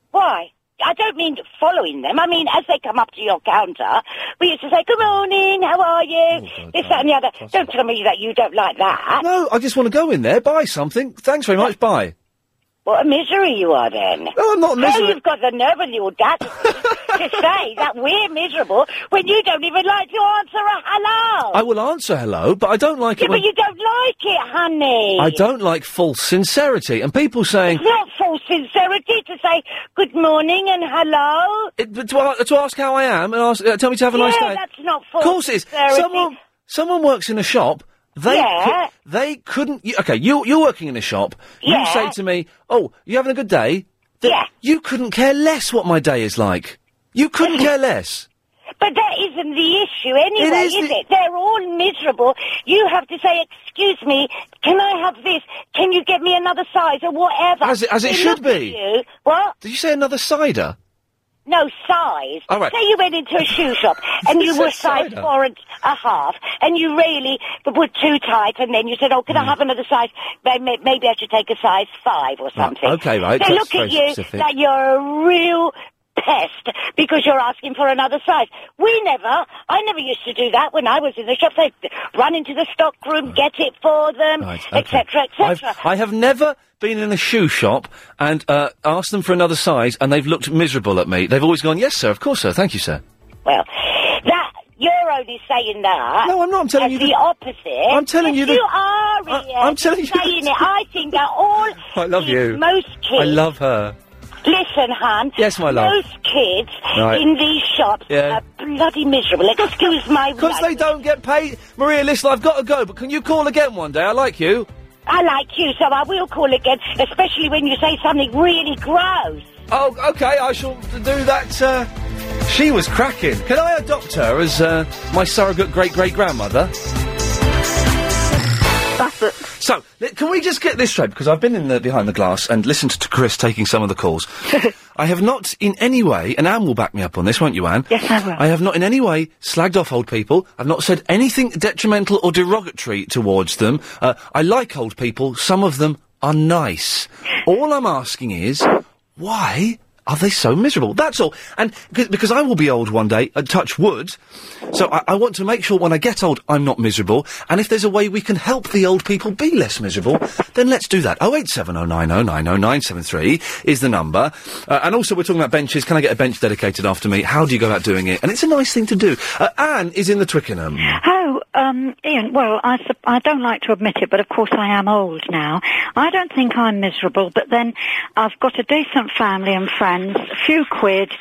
[SPEAKER 19] Why? I don't mean following them. I mean, as they come up to your counter, we used to say, good morning, how
[SPEAKER 1] Oh,
[SPEAKER 19] are you? this, that and the other. Don't tell me that you don't like that.
[SPEAKER 1] No, I just want to go in there, buy something. Thanks very much. Bye.
[SPEAKER 19] What a misery you are then.
[SPEAKER 1] No, I'm not
[SPEAKER 19] Now
[SPEAKER 1] miserable.
[SPEAKER 19] you've got the nerve and the audacity to say that we're miserable when you don't even like to answer a hello.
[SPEAKER 1] I will answer hello, but I don't like
[SPEAKER 19] Oh. yeah,
[SPEAKER 1] it.
[SPEAKER 19] but
[SPEAKER 1] When
[SPEAKER 19] you don't like it, honey.
[SPEAKER 1] I don't like false sincerity and people saying
[SPEAKER 19] It's not full sincerity to say good morning and hello.
[SPEAKER 1] it, but to, a- to ask how I am and ask, uh, tell me to have a
[SPEAKER 19] yeah,
[SPEAKER 1] nice day.
[SPEAKER 19] that's not full
[SPEAKER 1] Of course, it's
[SPEAKER 19] sincerity.
[SPEAKER 1] someone. Someone works in a shop. They
[SPEAKER 19] Yeah.
[SPEAKER 1] cou- they couldn't. You, okay, you you're working in a shop. You
[SPEAKER 19] Yeah.
[SPEAKER 1] say to me, "Oh, you having a good day?" Th- You couldn't care less what my day is like. You couldn't care less.
[SPEAKER 19] But that isn't the issue anyway,
[SPEAKER 1] It
[SPEAKER 19] is,
[SPEAKER 1] is
[SPEAKER 19] it? They're all miserable. You have to say, excuse me, can I have this? Can you get me another size or whatever?
[SPEAKER 1] As it- as it
[SPEAKER 19] They
[SPEAKER 1] should
[SPEAKER 19] look at
[SPEAKER 1] be.
[SPEAKER 19] You, what?
[SPEAKER 1] Did you say another cider?
[SPEAKER 19] No, size.
[SPEAKER 1] All right.
[SPEAKER 19] Say you went into a shoe shop and you
[SPEAKER 1] It's
[SPEAKER 19] were
[SPEAKER 1] a
[SPEAKER 19] size
[SPEAKER 1] cider.
[SPEAKER 19] four and a half and you really were too tight and then you said, oh, can
[SPEAKER 1] Mm.
[SPEAKER 19] I have another size? May- may- Maybe I should take a size five or something.
[SPEAKER 1] okay, right,
[SPEAKER 19] They
[SPEAKER 1] that's
[SPEAKER 19] look
[SPEAKER 1] very
[SPEAKER 19] at you
[SPEAKER 1] specific.
[SPEAKER 19] that you're a real pest because you're asking for another size. We never, I never used to do that when I was in the shop. They'd run into the stock room, get it for them,
[SPEAKER 1] Right,
[SPEAKER 19] etc.,
[SPEAKER 1] okay. I've,
[SPEAKER 19] etc.
[SPEAKER 1] I have never been in a shoe shop and uh, asked them for another size, and they've looked miserable at me. They've always gone, "Yes, sir. Of course, sir. Thank you, sir."
[SPEAKER 19] Well, that you're only saying that.
[SPEAKER 1] No, I'm not. I'm telling
[SPEAKER 19] as
[SPEAKER 1] you
[SPEAKER 19] the,
[SPEAKER 1] the-
[SPEAKER 19] opposite.
[SPEAKER 1] I'm telling
[SPEAKER 19] Yes,
[SPEAKER 1] you the-
[SPEAKER 19] you are.
[SPEAKER 1] I-
[SPEAKER 19] Ian.
[SPEAKER 1] I'm telling you
[SPEAKER 19] Saying
[SPEAKER 1] the-
[SPEAKER 19] it. I think that all.
[SPEAKER 1] I love you.
[SPEAKER 19] Most kids.
[SPEAKER 1] I love her.
[SPEAKER 19] Listen, hon.
[SPEAKER 1] Yes, my love.
[SPEAKER 19] Most kids
[SPEAKER 1] Right.
[SPEAKER 19] in these shops
[SPEAKER 1] Yeah.
[SPEAKER 19] are bloody miserable. Excuse my.
[SPEAKER 1] Because they don't get paid. Maria, listen, I've got to go, but can you call again one day? I like you.
[SPEAKER 19] I like you, so I will call again, especially when you say something really gross.
[SPEAKER 1] Oh, okay, I shall do that. Uh... She was cracking. Can I adopt her as uh, my surrogate great great grandmother? So, li- can we just get this straight? Because I've been in the behind the glass and listened to Chris taking some of the calls. I have not in any way, and Anne will back me up on this, won't you, Anne? Yes, I will. I have not in any way slagged off old people. I've not said anything detrimental or derogatory towards them. Uh, I like old people. Some of them are nice. All I'm asking is, why are they so miserable? That's all. And c- because I will be old one day, and touch wood, so I, I want to make sure when I get old, I'm not miserable. And if there's a way we can help the old people be less miserable, then let's do that. Oh eight seven oh nine oh nine oh nine seven three is the number. Uh, and also, we're talking about benches. Can I get a bench dedicated after me? How do you go about doing it? And it's a nice thing to do. Uh, Anne is in the Twickenham.
[SPEAKER 20] Oh, um, Ian, well, I, sup- I don't like to admit it, but of course I am old now. I don't think I'm miserable, but then I've got a decent family and friends, a few quid,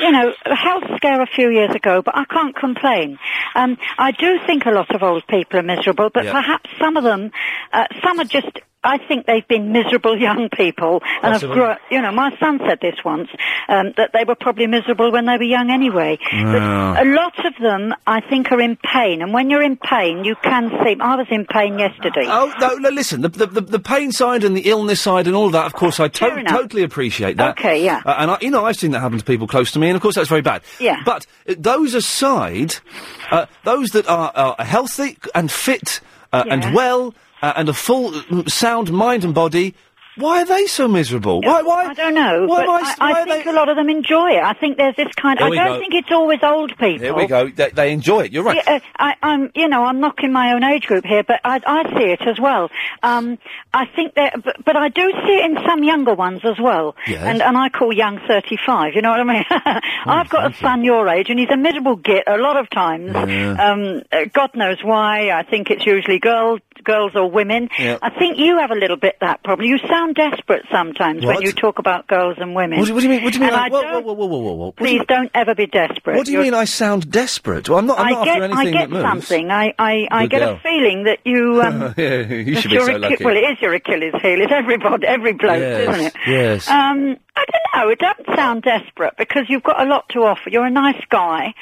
[SPEAKER 20] you know, a health scare a few years ago, but I can't complain. Um, I do think a lot of old people are miserable, but
[SPEAKER 7] Yeah.
[SPEAKER 20] perhaps some of them, uh, some are just, I think they've been miserable young people and have
[SPEAKER 7] Possibly.
[SPEAKER 20] grown, you know, my son said this once, um, that they were probably miserable when they were young anyway.
[SPEAKER 7] Yeah.
[SPEAKER 1] Oh.
[SPEAKER 20] A lot of them, I think, are in pain, and when you're in pain, you can seem. I was in pain yesterday.
[SPEAKER 1] Oh no, no! Listen, the, the the the pain side and the illness side and all of that. Of course, I to- totally appreciate that.
[SPEAKER 20] Okay, yeah.
[SPEAKER 1] Uh, and I, you know, I've seen that happen to people close to me, and of course, that's very bad.
[SPEAKER 20] Yeah.
[SPEAKER 1] But uh, those aside, uh, those that are, are healthy and fit uh,
[SPEAKER 20] Yeah.
[SPEAKER 1] and well uh, and a full, mm, sound mind and body, why are they so miserable? Why? Why?
[SPEAKER 20] I don't know.
[SPEAKER 1] Why
[SPEAKER 20] but
[SPEAKER 1] am I
[SPEAKER 20] I,
[SPEAKER 1] s-
[SPEAKER 20] I
[SPEAKER 1] why are
[SPEAKER 20] think a lot of them enjoy it. I think there's this kind.
[SPEAKER 1] Here
[SPEAKER 20] I
[SPEAKER 1] we
[SPEAKER 20] don't
[SPEAKER 1] go.
[SPEAKER 20] think it's always old people.
[SPEAKER 1] Here we go. They, they enjoy it. You're right.
[SPEAKER 20] Yeah, uh, I, I'm, you know, I'm knocking my own age group here, but I, I see it as well. Um, I think that, but, but I do see it in some younger ones as well.
[SPEAKER 7] Yes.
[SPEAKER 20] And and I call young 35. You know what I mean?
[SPEAKER 1] Oh,
[SPEAKER 20] I've got a son your age, and he's a miserable git a lot of times.
[SPEAKER 7] Yeah.
[SPEAKER 20] Um, uh, God knows why. I think it's usually girls, girls or women.
[SPEAKER 1] Yeah.
[SPEAKER 20] I think you have a little bit that problem. You sound desperate sometimes
[SPEAKER 1] What?
[SPEAKER 20] when you talk about girls and women.
[SPEAKER 1] What, do- what do you mean? What do you mean?
[SPEAKER 20] And
[SPEAKER 1] I-
[SPEAKER 20] I
[SPEAKER 1] whoa,
[SPEAKER 20] don't-
[SPEAKER 1] whoa, whoa, whoa, whoa, whoa, whoa. What do
[SPEAKER 20] Please
[SPEAKER 1] you,
[SPEAKER 20] don't ever be desperate.
[SPEAKER 1] what do you
[SPEAKER 20] You're-
[SPEAKER 1] mean? I sound desperate. Well, I'm not. I'm not
[SPEAKER 20] I get,
[SPEAKER 1] after anything
[SPEAKER 20] I
[SPEAKER 1] that
[SPEAKER 20] get
[SPEAKER 1] moves.
[SPEAKER 20] something. I, I, I
[SPEAKER 1] Good
[SPEAKER 20] get
[SPEAKER 1] girl.
[SPEAKER 20] a feeling that you. Um,
[SPEAKER 1] yeah, you
[SPEAKER 20] that
[SPEAKER 1] should be
[SPEAKER 20] you're
[SPEAKER 1] so
[SPEAKER 20] Achi-
[SPEAKER 1] lucky.
[SPEAKER 20] Well, it is your Achilles heel. It's everybody, every bloke,
[SPEAKER 1] Yes,
[SPEAKER 20] isn't it?
[SPEAKER 1] yes.
[SPEAKER 20] Um, I don't know. It doesn't sound desperate because you've got a lot to offer. You're a nice guy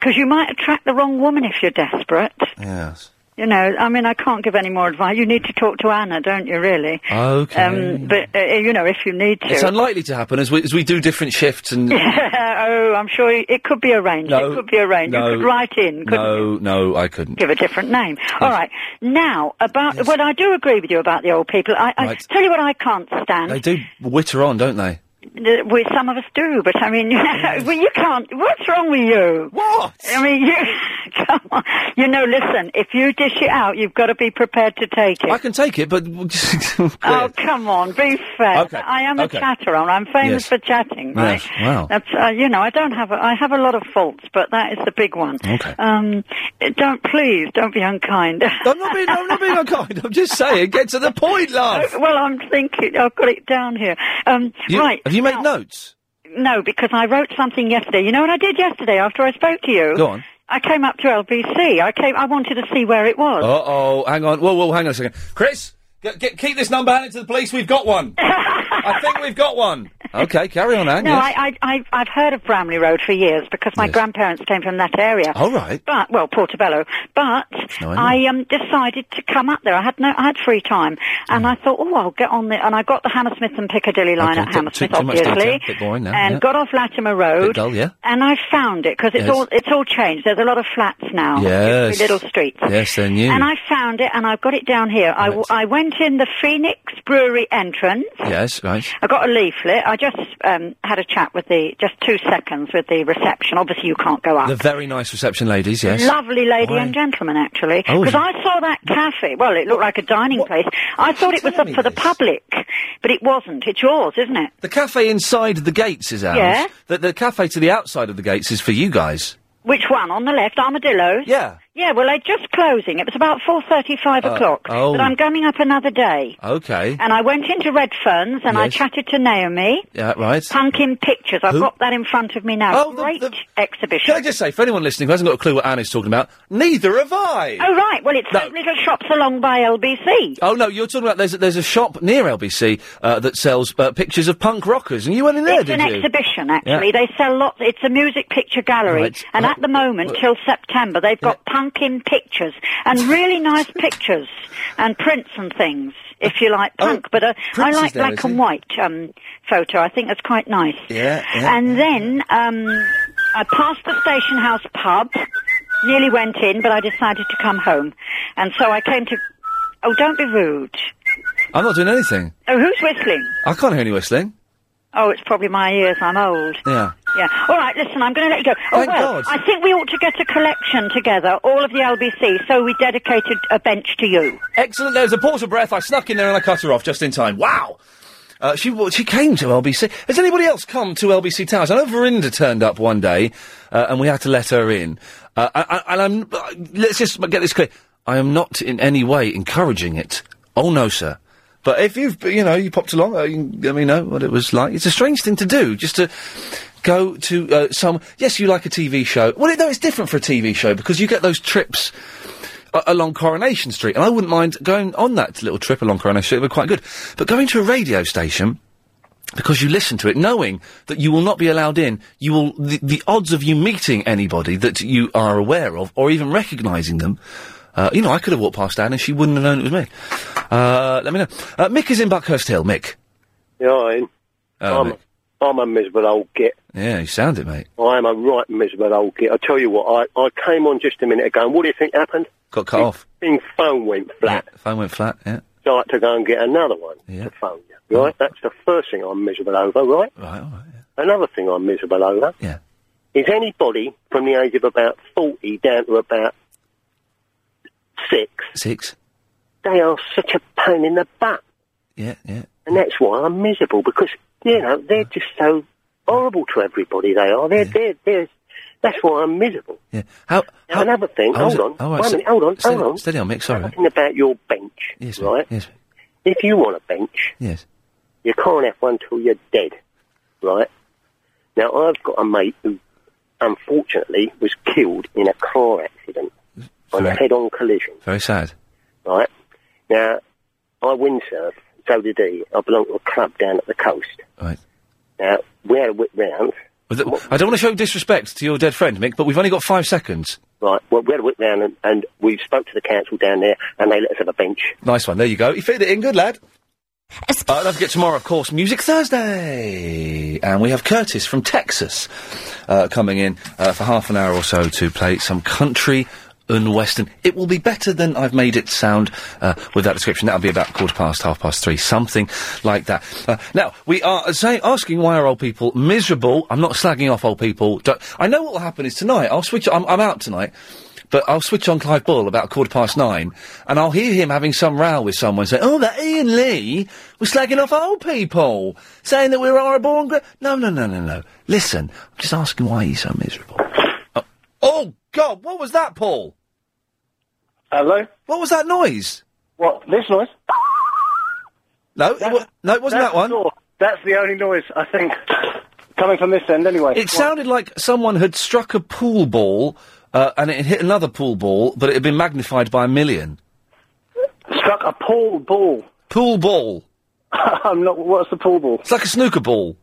[SPEAKER 20] because you might attract the wrong woman if you're desperate.
[SPEAKER 1] Yes.
[SPEAKER 20] You know, I mean, I can't give any more advice. You need to talk to Anna, don't you? Really?
[SPEAKER 1] Okay.
[SPEAKER 20] Um, but uh, you know, if you need to.
[SPEAKER 1] It's unlikely to happen as we, as we do different shifts and.
[SPEAKER 20] oh, I'm sure it could be arranged.
[SPEAKER 1] No,
[SPEAKER 20] it could be arranged.
[SPEAKER 1] no,
[SPEAKER 20] you could write in. Could
[SPEAKER 1] no, no, I couldn't.
[SPEAKER 20] Give a different name. All right. Now, about well, I do agree with you about the old people. I, I
[SPEAKER 1] Right.
[SPEAKER 20] tell you what, I can't stand.
[SPEAKER 1] They do witter on, don't they?
[SPEAKER 20] Uh, We, some of us do, but I mean, you know, well, you can't. What's wrong with you?
[SPEAKER 1] What?
[SPEAKER 20] I mean, you. Come on. You know, listen. If you dish it out, you've got to be prepared to take it.
[SPEAKER 1] I can take it, but.
[SPEAKER 20] Oh, come on, be fair.
[SPEAKER 1] Okay,
[SPEAKER 20] I am
[SPEAKER 1] okay.
[SPEAKER 20] a chatter on. I'm famous
[SPEAKER 1] Yes.
[SPEAKER 20] for chatting, right?
[SPEAKER 1] Yes, wow.
[SPEAKER 20] That's, uh, you know, I don't have, a, I have a lot of faults, but that is the big one.
[SPEAKER 1] Okay.
[SPEAKER 20] Um, don't, please, don't be unkind.
[SPEAKER 1] I'm not being, I'm not being unkind. I'm just saying, get to the point, love.
[SPEAKER 20] well, I'm thinking, I've got it down here. Um,
[SPEAKER 1] You-
[SPEAKER 20] right.
[SPEAKER 1] Have you made notes?
[SPEAKER 20] No, because I wrote something yesterday. You know what I did yesterday after I spoke to you?
[SPEAKER 1] Go on.
[SPEAKER 20] I came up to LBC. I came, I wanted to see where it was.
[SPEAKER 1] Uh oh, hang on. Whoa, whoa, hang on a second. Chris, g- g- keep this number handed to the police. We've got one. I think we've got one. Okay, carry on, Anne.
[SPEAKER 20] No,
[SPEAKER 1] yes.
[SPEAKER 20] I, I, I, I've heard of Bramley Road for years because my grandparents came from that area.
[SPEAKER 1] All right.
[SPEAKER 20] But well, Portobello. But
[SPEAKER 1] No, I
[SPEAKER 20] I um, decided to come up there. I had no, I had free time, and I thought, oh, I'll get on there. And I got the Hammersmith and Piccadilly line
[SPEAKER 1] Mm. Okay,
[SPEAKER 20] at
[SPEAKER 1] too-
[SPEAKER 20] Hammersmith,
[SPEAKER 1] too, too much detail.
[SPEAKER 20] obviously,
[SPEAKER 1] Bit boring now.
[SPEAKER 20] and
[SPEAKER 1] yeah.
[SPEAKER 20] got off Latimer Road.
[SPEAKER 1] Bit dull, yeah.
[SPEAKER 20] And I found it because it's
[SPEAKER 1] Yes.
[SPEAKER 20] all it's all changed. There's a lot of flats now.
[SPEAKER 1] Yes.
[SPEAKER 20] Little streets.
[SPEAKER 1] Yes, they're new.
[SPEAKER 20] And I found it, and I've got it down here. I, w- I went in the Phoenix Brewery entrance.
[SPEAKER 1] Yes, right.
[SPEAKER 20] I got a leaflet. I just um, had a chat with the just two seconds with the reception. Obviously, you can't go up.
[SPEAKER 1] The very nice reception ladies, yes.
[SPEAKER 20] Lovely lady
[SPEAKER 1] Why?
[SPEAKER 20] and gentleman, actually,
[SPEAKER 1] Oh,
[SPEAKER 20] because
[SPEAKER 1] you-
[SPEAKER 20] I saw that cafe. Well, it looked like a dining place. I thought it was up for the public, but it wasn't. It's yours, isn't it?
[SPEAKER 1] The cafe inside the gates is ours.
[SPEAKER 20] Yeah.
[SPEAKER 1] The, the cafe to the outside of the gates is for you guys.
[SPEAKER 20] Which one on the left? Armadillos.
[SPEAKER 1] Yeah.
[SPEAKER 20] Yeah. Well, they're just closing. It was about four thirty-five
[SPEAKER 1] Uh,
[SPEAKER 20] o'clock.
[SPEAKER 1] oh.
[SPEAKER 20] But I'm going up another day.
[SPEAKER 1] Okay.
[SPEAKER 20] And I went into Red Ferns and I
[SPEAKER 1] Yes.
[SPEAKER 20] chatted to Naomi.
[SPEAKER 1] yeah, right.
[SPEAKER 20] Pumpkin Pictures. I've
[SPEAKER 1] Who?
[SPEAKER 20] got that in front of me now.
[SPEAKER 1] Oh, the-
[SPEAKER 20] Great exhibition.
[SPEAKER 1] Can I just say, for anyone listening who hasn't got a clue what Anne is talking about, neither have I.
[SPEAKER 20] Oh, right. Well, it's those little shops along by LBC.
[SPEAKER 1] Oh no, you're talking about there's a, there's a shop near LBC uh, that sells uh, pictures of punk rockers, and you went in there,
[SPEAKER 20] It's
[SPEAKER 1] did
[SPEAKER 20] an
[SPEAKER 1] you?
[SPEAKER 20] exhibition, actually.
[SPEAKER 1] Yeah.
[SPEAKER 20] They sell lots. It's a music picture gallery,
[SPEAKER 1] Right.
[SPEAKER 20] and at the moment, till September, they've got pumpkin pictures and really nice pictures and prints and things. If you like punk, but uh, I
[SPEAKER 7] Prince Oh, is
[SPEAKER 20] like
[SPEAKER 7] there,
[SPEAKER 20] black
[SPEAKER 7] is
[SPEAKER 20] and
[SPEAKER 7] he?
[SPEAKER 20] white um, photo. I think that's quite nice.
[SPEAKER 7] Yeah,
[SPEAKER 20] And then um, I passed the Station House pub, nearly went in, but I decided to come home, and so I came to. Oh, don't be rude.
[SPEAKER 1] I'm not doing anything.
[SPEAKER 20] Oh, who's whistling?
[SPEAKER 1] I can't hear any whistling.
[SPEAKER 20] Oh, it's probably my ears. I'm old.
[SPEAKER 1] Yeah.
[SPEAKER 20] Yeah. All right, listen, I'm going to let you go. Oh,
[SPEAKER 1] Thank
[SPEAKER 20] well,
[SPEAKER 1] God.
[SPEAKER 20] I think we ought to get a collection together, all of the LBC, so we dedicated a bench to you.
[SPEAKER 1] Excellent. There's a pause of breath. I snuck in there and I cut her off just in time. Wow. Uh, she wa- she came to LBC. Has anybody else come to LBC Towers? I know Verinda turned up one day, uh, and we had to let her in. Uh, I, I, and I'm uh, let's just get this clear. I am not in any way encouraging it. Oh no, sir. But if you've you know you popped along, uh, you, let me know what it was like. It's a strange thing to do, just to go to uh, some. Yes, you like a TV show. Well, no, it's different for a TV show because you get those trips a- along Coronation Street, and I wouldn't mind going on that little trip along Coronation Street. It would be quite good. But going to a radio station because you listen to it, knowing that you will not be allowed in, you will the, the odds of you meeting anybody that you are aware of or even recognising them. Uh, you know, I could have walked past Anne and she wouldn't have known it was me. Uh, let me know. Uh, Mick is in Buckhurst Hill. Mick.
[SPEAKER 21] Yeah, I'm,
[SPEAKER 1] Hello,
[SPEAKER 21] I'm,
[SPEAKER 1] Mick.
[SPEAKER 21] I'm a miserable old git.
[SPEAKER 1] Yeah, you sound it, mate.
[SPEAKER 21] I am a right miserable old git. I tell you what, I, I came on just a minute ago, and what do you think happened?
[SPEAKER 1] Got cut off.
[SPEAKER 21] Thing phone went flat.
[SPEAKER 1] Phone went flat. Yeah.
[SPEAKER 21] So I had to go and get another one
[SPEAKER 1] Yeah. Oh.
[SPEAKER 21] to phone you. Right, that's the first thing I'm miserable over. Right.
[SPEAKER 1] Right. All right.
[SPEAKER 21] Another thing I'm miserable over.
[SPEAKER 1] Yeah.
[SPEAKER 21] Is anybody from the age of about forty down to about six?
[SPEAKER 1] Six.
[SPEAKER 21] They are such a pain in the butt.
[SPEAKER 1] Yeah. Yeah.
[SPEAKER 21] And that's why I'm miserable because you know they're just so horrible to everybody. They are. They're they're, they're that's why I'm miserable.
[SPEAKER 1] Yeah. How?
[SPEAKER 21] Now, another thing.
[SPEAKER 1] How's
[SPEAKER 21] Hold
[SPEAKER 1] it-
[SPEAKER 21] on.
[SPEAKER 1] all right,
[SPEAKER 21] Wait a
[SPEAKER 1] ste-
[SPEAKER 21] minute, hold on.
[SPEAKER 1] Steady,
[SPEAKER 21] Hold on.
[SPEAKER 1] Steady on, Mick. Sorry.
[SPEAKER 21] Talking about your bench,
[SPEAKER 1] Yes. Mick.
[SPEAKER 21] right?
[SPEAKER 1] Yes. Mick.
[SPEAKER 21] If you want a bench,
[SPEAKER 1] Yes.
[SPEAKER 21] you can't have one till you're dead, right? Now I've got a mate who, unfortunately, was killed in a car accident on a
[SPEAKER 1] Right.
[SPEAKER 21] head-on collision
[SPEAKER 1] Very sad.
[SPEAKER 21] right? Now, I windsurf, so did he. I belong to a club down at the coast.
[SPEAKER 1] Right.
[SPEAKER 21] Now, we had a whip round,
[SPEAKER 1] Was it- I don't want to show disrespect to your dead friend, Mick, but we've only got five seconds.
[SPEAKER 4] Right, well, we had a whip round and, and we spoke to the council down there and they let us have a bench.
[SPEAKER 1] Nice one. There you go. You fitted it in. Good lad. Uh, don't forget tomorrow, of course, Music Thursday. And we have Curtis from Texas uh, coming in uh, for half an hour or so to play some country and western. It will be better than I've made it sound uh, with that description. That'll be about quarter past, half past three, something like that. Uh, now, we are saying, asking why are old people miserable? I'm not slagging off old people. Don't- I know what will happen is tonight, I'll switch, I'm, I'm out tonight. But I'll switch on Clive Bull about quarter past nine, and I'll hear him having some row with someone saying, "Oh, that Ian Lee was slagging off old people, saying that we were horrible and gr-. no, no, no, no, no. Listen, I'm just asking why he's so miserable. Oh, oh God, what was that, Paul?
[SPEAKER 22] Hello.
[SPEAKER 1] What was that noise?
[SPEAKER 22] What this noise?
[SPEAKER 1] No, it wa- no, it wasn't that one.
[SPEAKER 22] That's the only noise I think coming from this end, anyway.
[SPEAKER 1] It sounded like someone had struck a pool ball uh, and it had hit another pool ball, but it had been magnified by a million.
[SPEAKER 22] struck a pool ball.
[SPEAKER 1] Pool ball.
[SPEAKER 22] I'm not. What's the pool ball? It's
[SPEAKER 1] like a snooker ball.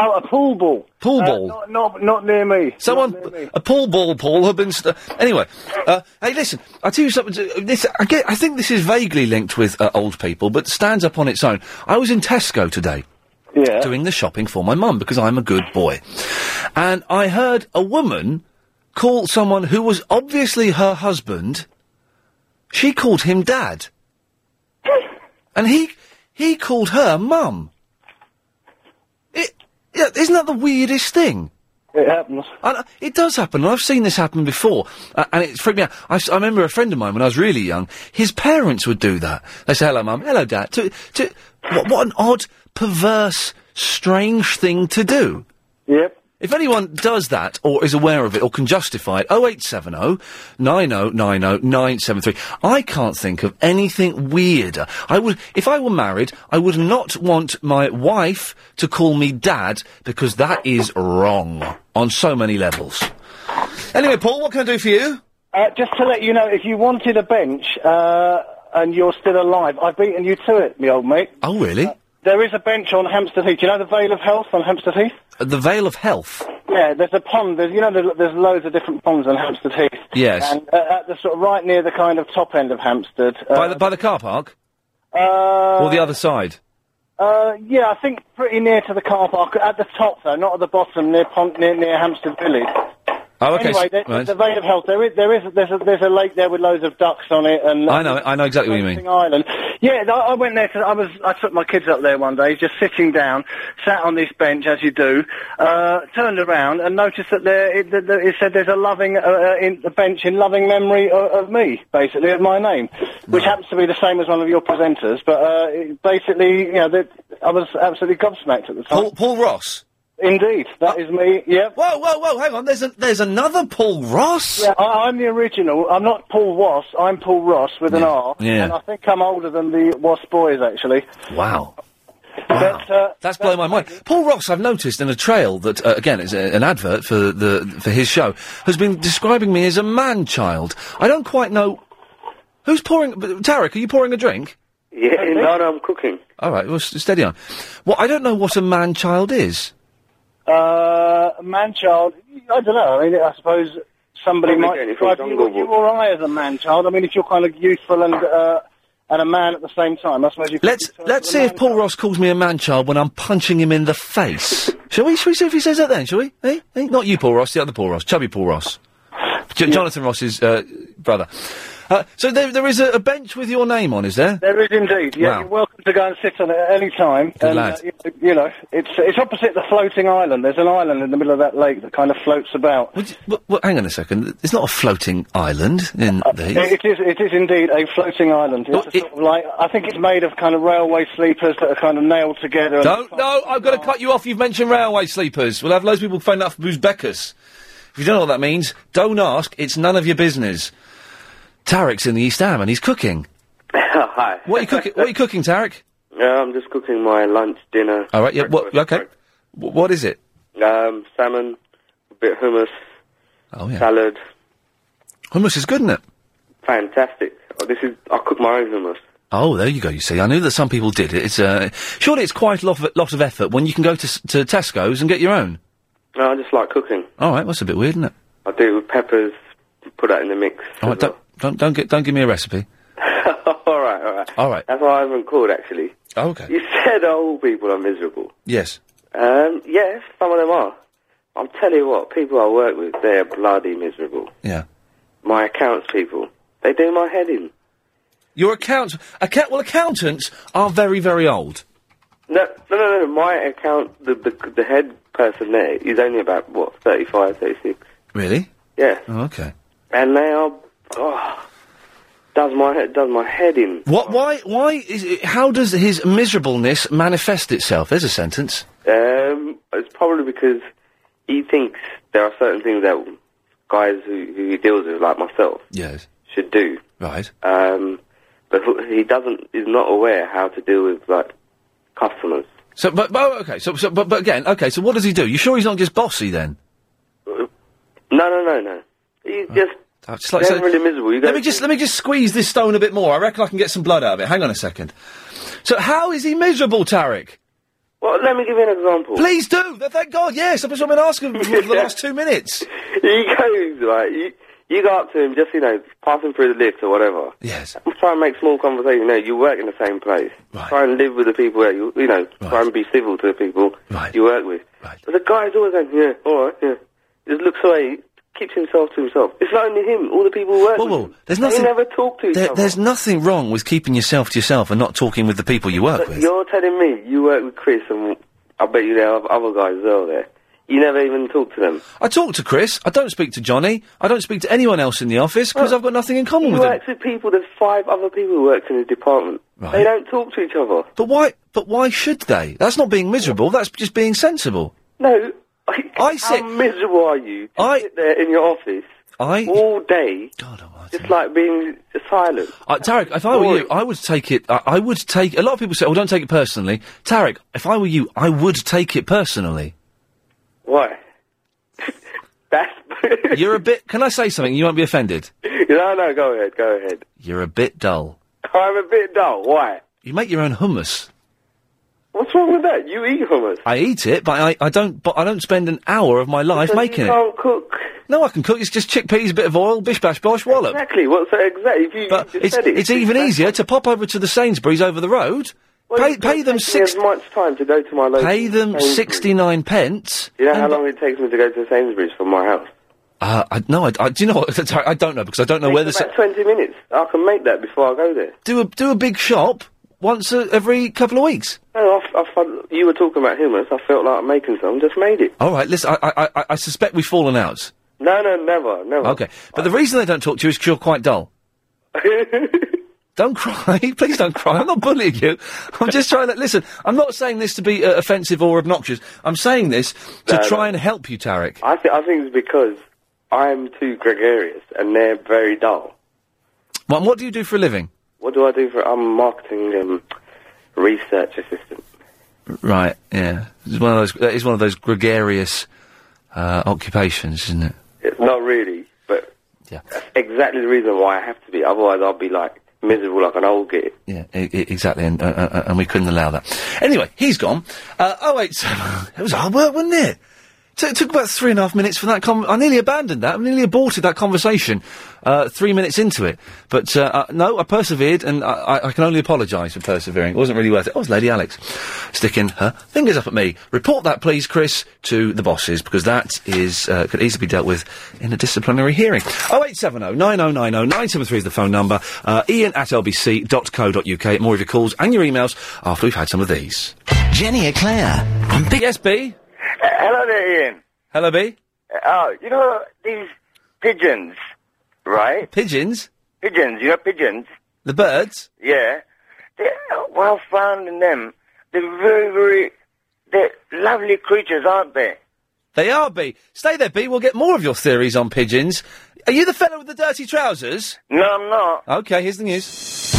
[SPEAKER 22] Oh, a pool ball.
[SPEAKER 1] Pool
[SPEAKER 22] Uh,
[SPEAKER 1] ball.
[SPEAKER 22] Not, not, not near me.
[SPEAKER 1] Someone, a pool ball, Paul had been. St- anyway, uh, hey, listen, I tell you something. to- This, I, get, I think this is vaguely linked with uh, old people, but stands up on its own. I was in Tesco today,
[SPEAKER 22] yeah,
[SPEAKER 1] doing the shopping for my mum because I'm a good boy, and I heard a woman call someone who was obviously her husband. She called him dad, and he he called her mum. It, yeah, isn't that the weirdest thing?
[SPEAKER 22] It happens.
[SPEAKER 1] And uh, it does happen. and I've seen this happen before, uh, and it freaked me out. I, s- I remember a friend of mine when I was really young. His parents would do that. They say, "Hello, mum. Hello, dad." To, to what, what an odd, perverse, strange thing to do.
[SPEAKER 22] Yep.
[SPEAKER 1] If anyone does that or is aware of it or can justify it, 0870 9090 973. I can't think of anything weirder. I would, if I were married, I would not want my wife to call me dad because that is wrong on so many levels. Anyway, Paul, what can I do for you?
[SPEAKER 22] Uh, just to let you know, if you wanted a bench uh, and you're still alive, I've beaten you to it, me old mate.
[SPEAKER 1] Oh, really?
[SPEAKER 22] There is a bench on Hampstead Heath. Do you know the Vale of Health on Hampstead Heath?
[SPEAKER 1] Uh, The Veil of Health.
[SPEAKER 22] Yeah, there's a pond. There's you know there's, there's loads of different ponds on Hampstead Heath.
[SPEAKER 1] Yes.
[SPEAKER 22] And uh, at the sort of right near the kind of top end of Hampstead. Uh,
[SPEAKER 1] by, the, by the car park?
[SPEAKER 22] uh,
[SPEAKER 1] or the other side?
[SPEAKER 22] Uh, yeah, I think pretty near to the car park. At the top though, not at the bottom, near pond, near near Hampstead Village.
[SPEAKER 1] Oh, okay.
[SPEAKER 22] Anyway,
[SPEAKER 1] s-
[SPEAKER 22] there,
[SPEAKER 1] right.
[SPEAKER 22] the Vale of Health. There is there is there's a, there's a lake there with loads of ducks on it and.
[SPEAKER 1] I know, I know exactly what you mean.
[SPEAKER 22] Island. Yeah, th- I went there. 'cause I was. I took my kids up there one day, just sitting down, sat on this bench as you do. Uh, turned around and noticed that there. It, that that it said there's a loving uh, uh, in, a bench in loving memory of, of me, basically of my name, which happens to be the same as one of your presenters. But uh, it, basically, you know, that I was absolutely gobsmacked at the time.
[SPEAKER 1] Paul, Paul Ross. Oh.
[SPEAKER 22] Indeed, that is me. Yeah.
[SPEAKER 1] Whoa, whoa, whoa! Hang on. There's a, there's another Paul Ross.
[SPEAKER 22] Yeah, I, I'm the original. I'm not Paul Wass. I'm Paul Ross with an R.
[SPEAKER 1] Yeah.
[SPEAKER 22] And I think I'm older than the Wass boys actually.
[SPEAKER 1] Wow. That's blown my mind. Paul Ross, I've noticed in a trail that uh, again is a, an advert for the for his show, has been describing me as a man child. I don't quite know who's pouring. but, Tarek, are you pouring a drink?
[SPEAKER 7] Yeah, no, no, I'm cooking.
[SPEAKER 1] All right, well, s- steady on. Well, I don't know what a man child is.
[SPEAKER 22] Uh, man child. I don't know. I mean, I suppose somebody
[SPEAKER 7] Probably
[SPEAKER 22] might
[SPEAKER 7] getting it
[SPEAKER 22] describe
[SPEAKER 7] from
[SPEAKER 22] you,
[SPEAKER 7] Dongle
[SPEAKER 22] you or I as a man child. I mean, if you're kind of youthful and uh, and a man at the same time, I suppose you. could
[SPEAKER 1] Let's
[SPEAKER 22] be termed
[SPEAKER 1] let's
[SPEAKER 22] a
[SPEAKER 1] see
[SPEAKER 22] man.
[SPEAKER 1] if Paul Ross calls me a man child when I'm punching him in the face. shall we? Shall we see if he says that then? Shall we? Eh? Eh? Not you, Paul Ross. The other Paul Ross, chubby Paul Ross, J- Jonathan Ross's uh, brother. Uh, so there, there is a, a bench with your name on, is there?
[SPEAKER 22] There is indeed. Yeah,
[SPEAKER 1] Wow.
[SPEAKER 22] you're welcome to go and sit on it at any time.
[SPEAKER 1] Good
[SPEAKER 22] and,
[SPEAKER 1] lad.
[SPEAKER 22] Uh, you, you know, it's it's opposite the floating island. There's an island in the middle of that lake that kind of floats about.
[SPEAKER 1] Well, well, hang on a second. It's not a floating island in the.
[SPEAKER 22] It is. It is indeed a floating island. It's a sort of like I think it's made of kind of railway sleepers that are kind of nailed together. and-
[SPEAKER 1] No, no, I've got to cut you off. You've mentioned railway sleepers. We'll have loads of people phone up for Uzbekus. If you don't know what that means, don't ask. It's none of your business. Tarek's in the East Ham and he's cooking.
[SPEAKER 7] Hi.
[SPEAKER 1] What are you cooking? What are you cooking, Tarek?
[SPEAKER 7] Uh, I'm just cooking my lunch, dinner.
[SPEAKER 1] All right, yeah. What, okay. Wh- what is it?
[SPEAKER 7] Um, salmon, a bit of hummus,
[SPEAKER 1] Oh yeah,
[SPEAKER 7] salad.
[SPEAKER 1] hummus is good, isn't it?
[SPEAKER 7] Fantastic. Oh, this is. I cook my own hummus.
[SPEAKER 1] Oh, there you go. You see, I knew that some people did it. It's uh, surely it's quite a lot of, lot of effort when you can go to s- to Tesco's and get your own.
[SPEAKER 7] No, I just like cooking.
[SPEAKER 1] All right, that's a bit weird, isn't it?
[SPEAKER 7] I do it with peppers, put that in the mix.
[SPEAKER 1] All right, don't, don't don't get don't give me a recipe.
[SPEAKER 7] all right, all right.
[SPEAKER 1] All right. Oh,
[SPEAKER 7] That's why I haven't called, actually.
[SPEAKER 1] Okay.
[SPEAKER 7] You said old people are miserable.
[SPEAKER 1] Yes.
[SPEAKER 7] Um, yes, some of them are. I'm telling you what, people I work with, they're bloody miserable.
[SPEAKER 1] Yeah.
[SPEAKER 7] My accounts people, they do my head in.
[SPEAKER 1] Your accounts, account, well, accountants are very very old.
[SPEAKER 7] No, no, no, no. My account, the, the, the head person there is only about, what, 35, 36?
[SPEAKER 1] Really?
[SPEAKER 7] Yeah.
[SPEAKER 1] Oh, okay.
[SPEAKER 7] And they are, oh, does my, he- does my head in.
[SPEAKER 1] What? Why? Why is? It, how does his miserableness manifest itself? There's a sentence.
[SPEAKER 7] Um, it's probably because he thinks there are certain things that guys who, who he deals with, like myself,
[SPEAKER 1] Yes.
[SPEAKER 7] should do.
[SPEAKER 1] Right.
[SPEAKER 7] Um, but wh- he doesn't is not aware how to deal with like customers.
[SPEAKER 1] So, but, but oh, okay. So, so, but, but again, okay. So, what does he do? You sure he's not just bossy then?
[SPEAKER 7] No, no, no, no. He's just
[SPEAKER 1] It's like- so-
[SPEAKER 7] generally miserable. You
[SPEAKER 1] let me just let me just squeeze this stone a bit more. I reckon I can get some blood out of it. Hang on a second. So, how is he miserable, Tarek?
[SPEAKER 7] Well, let me give you an example.
[SPEAKER 1] Please do. Th- Thank God. Yes, that's what I've been asking for the last two minutes.
[SPEAKER 7] He goes like you. You go up to him, just you know, passing through the lift or whatever.
[SPEAKER 1] Yes.
[SPEAKER 7] Try and make small conversation. You know, you work in the same place. Try and live with the people that you, you know. Try and be civil to the people you work with. But the guy's always like, yeah, all right, yeah. Just looks away, keeps himself to himself. It's not only him. All the people who work.
[SPEAKER 1] Whoa,
[SPEAKER 7] with
[SPEAKER 1] whoa,
[SPEAKER 7] him.
[SPEAKER 1] there's nothing-
[SPEAKER 7] They never talk to each
[SPEAKER 1] There,
[SPEAKER 7] other.
[SPEAKER 1] there's nothing wrong with keeping yourself to yourself and not talking with the people you work
[SPEAKER 7] But
[SPEAKER 1] with.
[SPEAKER 7] You're telling me you work with Chris, and I bet you there are other guys as well there. You never even talk to them.
[SPEAKER 1] I talk to Chris. I don't speak to Johnny. I don't speak to anyone else in the office because I've got nothing in common
[SPEAKER 7] He
[SPEAKER 1] with them.
[SPEAKER 7] works with people. There's five other people who works in his department. They don't talk to each other.
[SPEAKER 1] But why? But why should they? That's not being miserable. That's just being sensible.
[SPEAKER 7] No.
[SPEAKER 1] I sit.
[SPEAKER 7] How miserable are you? To
[SPEAKER 1] I
[SPEAKER 7] sit there in your office.
[SPEAKER 1] I
[SPEAKER 7] all day.
[SPEAKER 1] God,
[SPEAKER 7] just like being silent.
[SPEAKER 1] Uh, Tarek, if I were you, I would take it. I, I would take. A lot of people say, "Oh, don't take it personally." Tarek, if I were you, I would take it personally.
[SPEAKER 7] Why? That's.
[SPEAKER 1] You're a bit. Can I say something? You won't be offended.
[SPEAKER 7] no, no. Go ahead. Go ahead.
[SPEAKER 1] You're a bit dull.
[SPEAKER 7] I'm a bit dull. Why?
[SPEAKER 1] You make your own hummus.
[SPEAKER 7] What's wrong with that? You eat hummus.
[SPEAKER 1] I eat it, but I, I don't. But I don't spend an hour of my life making
[SPEAKER 7] you
[SPEAKER 1] it.
[SPEAKER 7] can't cook.
[SPEAKER 1] No, I can cook. It's just chickpeas, a bit of oil, bish bash bosh, wallop.
[SPEAKER 7] Exactly. What's that exactly? If you, you just
[SPEAKER 1] It's,
[SPEAKER 7] said it.
[SPEAKER 1] it's even easier to pop over to the Sainsbury's over the road.
[SPEAKER 7] Well,
[SPEAKER 1] pay
[SPEAKER 7] it
[SPEAKER 1] pay
[SPEAKER 7] don't
[SPEAKER 1] them
[SPEAKER 7] take me
[SPEAKER 1] six.
[SPEAKER 7] As much time to go to my local.
[SPEAKER 1] Pay them
[SPEAKER 7] Sainsbury's.
[SPEAKER 1] sixty nine pence.
[SPEAKER 7] You know how
[SPEAKER 1] and-
[SPEAKER 7] long it takes me to go to Sainsbury's from my house?
[SPEAKER 1] Uh, I, no, I, I- do you know what? Sorry, I don't know because I don't know
[SPEAKER 7] Takes
[SPEAKER 1] where the.
[SPEAKER 7] about twenty minutes. I can make that before I go there.
[SPEAKER 1] do a do a big shop once a, every couple of weeks.
[SPEAKER 7] No, I, I, felt- you were talking about hummus. I felt like making some. Just made it.
[SPEAKER 1] All right, listen. I- I I, I suspect we've fallen out.
[SPEAKER 7] No, no, never, never.
[SPEAKER 1] Okay, but the reason they don't talk to you is 'cause you're quite dull. don't cry, please don't cry. I'm not bullying you. I'm just trying to listen. I'm not saying this to be uh, offensive or obnoxious. I'm saying this to
[SPEAKER 7] No, no.
[SPEAKER 1] try and help you, Tarek.
[SPEAKER 7] I, th- I think it's because I'm too gregarious and they're very dull.
[SPEAKER 1] Well, what do you do for a living?
[SPEAKER 7] What do I do for? I'm a marketing um, research assistant.
[SPEAKER 1] Right, yeah. It's one of those. That is one of those gregarious uh, occupations, isn't it?
[SPEAKER 7] It's not really, but
[SPEAKER 1] yeah.
[SPEAKER 7] that's exactly the reason why I have to be. Otherwise, I'll be like miserable like an old git.
[SPEAKER 1] Yeah, e- e- exactly, and, uh, uh, uh, and we couldn't allow that. Anyway, he's gone. Uh, oh wait, so it was hard work, wasn't it? T- it took about three and a half minutes for that. Com- I nearly abandoned that. I nearly aborted that conversation uh, three minutes into it. But uh, uh, no, I persevered, and I, I-, I can only apologise for persevering. It wasn't really worth it. Oh, it's Lady Alex sticking her fingers up at me. Report that, please, Chris, to the bosses because that is uh, could easily be dealt with in a disciplinary hearing. Oh eight seven oh nine oh nine oh nine seven three is the phone number. Uh, Ian at lbc.co.uk. More of your calls and your emails after we've had some of these. Jenny Eclair. Yes, B.
[SPEAKER 23] Hello there, Ian.
[SPEAKER 1] Hello, B.
[SPEAKER 23] Oh, you know these pigeons, right?
[SPEAKER 1] Pigeons?
[SPEAKER 23] Pigeons, you know pigeons?
[SPEAKER 1] The birds?
[SPEAKER 23] Yeah. They, well, found in them, they're very, very, they're lovely creatures, aren't they?
[SPEAKER 1] They are B. Stay there, B. We'll get more of your theories on pigeons. Are you the fellow with the dirty trousers?
[SPEAKER 23] No, I'm not.
[SPEAKER 1] Okay, here's the news.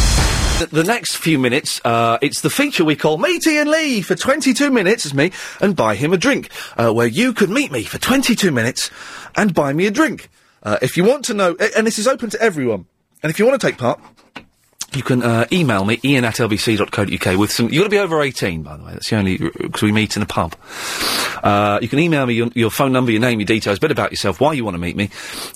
[SPEAKER 1] The, the next few minutes, uh, it's the feature we call Meet Ian Lee for 22 minutes, it's me, and buy him a drink, uh, where you could meet me for 22 minutes and buy me a drink. Uh, if you want to know, a- and this is open to everyone, and if you want to take part, You can uh, email me, ian at lbc.co.uk with some... You've got to be over 18, by the way. That's the only... Because we meet in a pub. Uh, you can email me your, your phone number, your name, your details, a bit about yourself, why you want to meet me,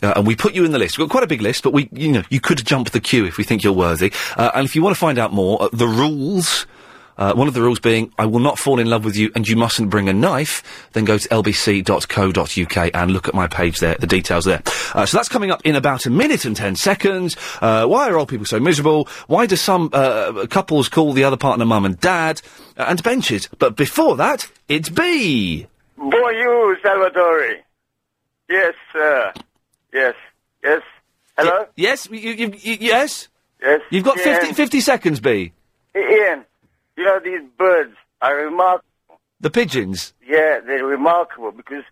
[SPEAKER 1] uh, and we put you in the list. We've got quite a big list, but we, you know, you could jump the queue if we think you're worthy. Uh, and if you want to find out more, uh, the rules... Uh, one of the rules being, I will not fall in love with you and you mustn't bring a knife, then go to lbc.co.uk and look at my page there, the details there. Uh, so that's coming up in about a minute and ten seconds. Uh, why are old people so miserable? Why do some uh, couples call the other partner mum and dad? Uh, and benches. But before that, it's B.
[SPEAKER 23] Boy, you, Salvatore. Yes, sir. Yes, yes. Hello?
[SPEAKER 1] yes, you, you, you, yes?
[SPEAKER 23] Yes.
[SPEAKER 1] You've got
[SPEAKER 23] Ian.
[SPEAKER 1] 50, 50 seconds, B.
[SPEAKER 23] Ian, you know, these birds are remarkable.
[SPEAKER 1] The pigeons.
[SPEAKER 23] Yeah, they're remarkable because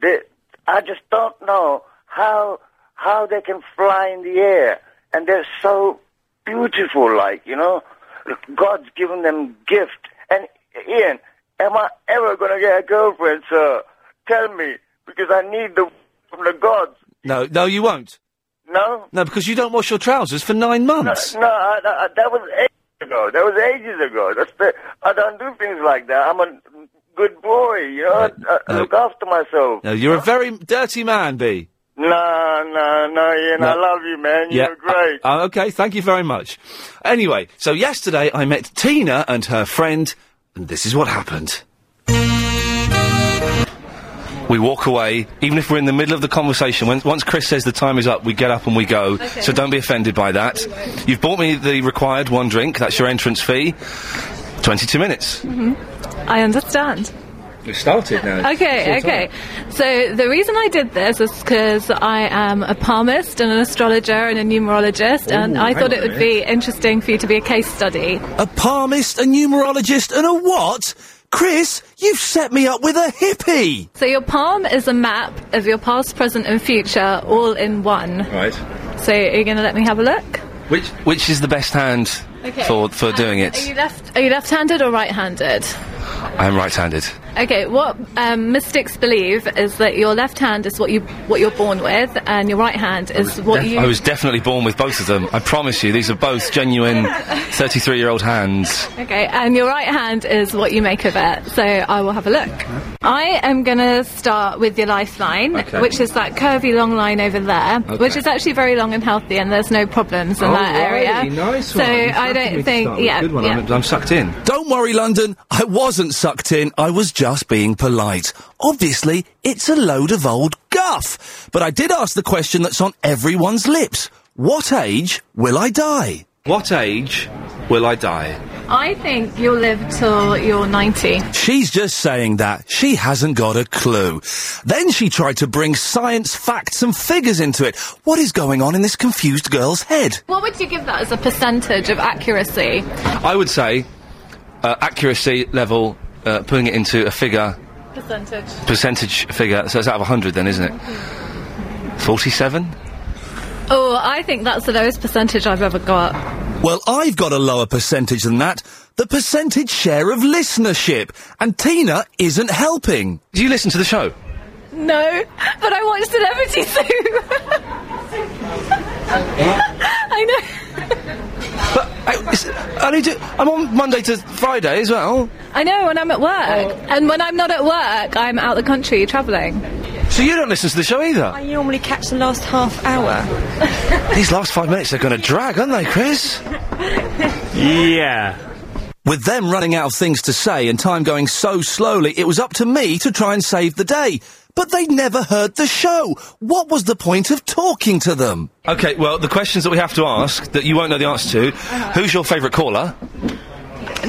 [SPEAKER 23] they. I just don't know how how they can fly in the air, and they're so beautiful. Like you know, God's given them gift. And Ian, am I ever gonna get a girlfriend, sir? Tell me, because I need the from the gods.
[SPEAKER 1] No, no, you won't.
[SPEAKER 23] No,
[SPEAKER 1] No, because you don't wash your trousers for nine months.
[SPEAKER 23] no, I, I, that was ages ago. That was ages ago. That's the, I don't do things like that. I'm a good boy, you know. I, I
[SPEAKER 1] no.
[SPEAKER 23] look after myself.
[SPEAKER 1] No, you're a very dirty man, B.
[SPEAKER 23] No, no, no, Ian,
[SPEAKER 1] No.
[SPEAKER 23] I love you, man. You're great.
[SPEAKER 1] Uh, okay, thank you very much. Anyway, so yesterday I met Tina and her friend, and this is what happened. We walk away, even if we're in the middle of the conversation. When, once Chris says the time is up, we get up and we go.
[SPEAKER 24] Okay.
[SPEAKER 1] So don't be offended by that. You've bought me the required one drink. That's your entrance fee. Twenty-two minutes.
[SPEAKER 24] Mm-hmm. I understand.
[SPEAKER 1] We've started now.
[SPEAKER 24] Okay, okay. So the reason I did this is because I am a palmist and an astrologer and a numerologist, and
[SPEAKER 1] Ooh,
[SPEAKER 24] I
[SPEAKER 1] hang
[SPEAKER 24] thought
[SPEAKER 1] on
[SPEAKER 24] it
[SPEAKER 1] a
[SPEAKER 24] would be interesting for you to be a case study.
[SPEAKER 1] A palmist, a numerologist, and a what? Chris, you've set me up with a hippie.
[SPEAKER 24] So your palm is a map of your past, present, and future all in one.
[SPEAKER 1] Right.
[SPEAKER 24] So are you going to let me have a look?
[SPEAKER 1] Which which is the best hand
[SPEAKER 24] Okay.
[SPEAKER 1] for for doing
[SPEAKER 24] Are you
[SPEAKER 1] it?
[SPEAKER 24] left? Are you left-handed or right-handed?
[SPEAKER 1] I'm right-handed.
[SPEAKER 24] Okay, what um, mystics believe is that your left hand is what you what you're born with, and your right hand is what you.
[SPEAKER 1] I was definitely born with both of them. I promise you, these are both genuine 33-year-old hands.
[SPEAKER 24] Okay, and your right hand is what you make of it. So I will have a look. I am going to start with your lifeline,
[SPEAKER 25] Okay.
[SPEAKER 24] which is that curvy long line over there,
[SPEAKER 25] Okay.
[SPEAKER 24] which is actually very long and healthy, and there's no problems in that
[SPEAKER 1] Oh,
[SPEAKER 24] area. so I don't think, yeah, yeah.
[SPEAKER 1] sucked in. Don't worry, London. I wasn't sucked in. I was just being polite. Obviously, it's a load of old guff. But I did ask the question that's on everyone's lips. What age will I die? What age will I die?
[SPEAKER 24] I think you'll live till you're 90.
[SPEAKER 1] She's just saying that. She hasn't got a clue. Then she tried to bring science facts and figures into it. What is going on in this confused girl's head?
[SPEAKER 24] What would you give that as a percentage of accuracy?
[SPEAKER 1] I would say uh, accuracy level, uh, putting it into a figure,
[SPEAKER 24] Percentage.
[SPEAKER 1] percentage figure, so it's out of 100 then, isn't it? 47?
[SPEAKER 24] Oh, I think that's the lowest percentage I've ever got.
[SPEAKER 1] Well, I've got a lower percentage than that. The percentage share of listenership. And Tina isn't helping. Do you listen to the show?
[SPEAKER 24] No, but I watched Celebrity Zoo. I know.
[SPEAKER 1] I need to. I'm on Monday to Friday as well.
[SPEAKER 24] I know when I'm at work. And when I'm not at work, I'm out the country travelling.
[SPEAKER 1] So you don't listen to the show either?
[SPEAKER 11] I normally catch the last half hour.
[SPEAKER 1] These last five minutes are going to drag, aren't they, Chris? yeah. With them running out of things to say and time going so slowly, it was up to me to try and save the day. But they'd never heard the show. What was the point of talking to them? Okay, well, the questions that we have to ask that you won't know the answer to. Who's your favourite caller?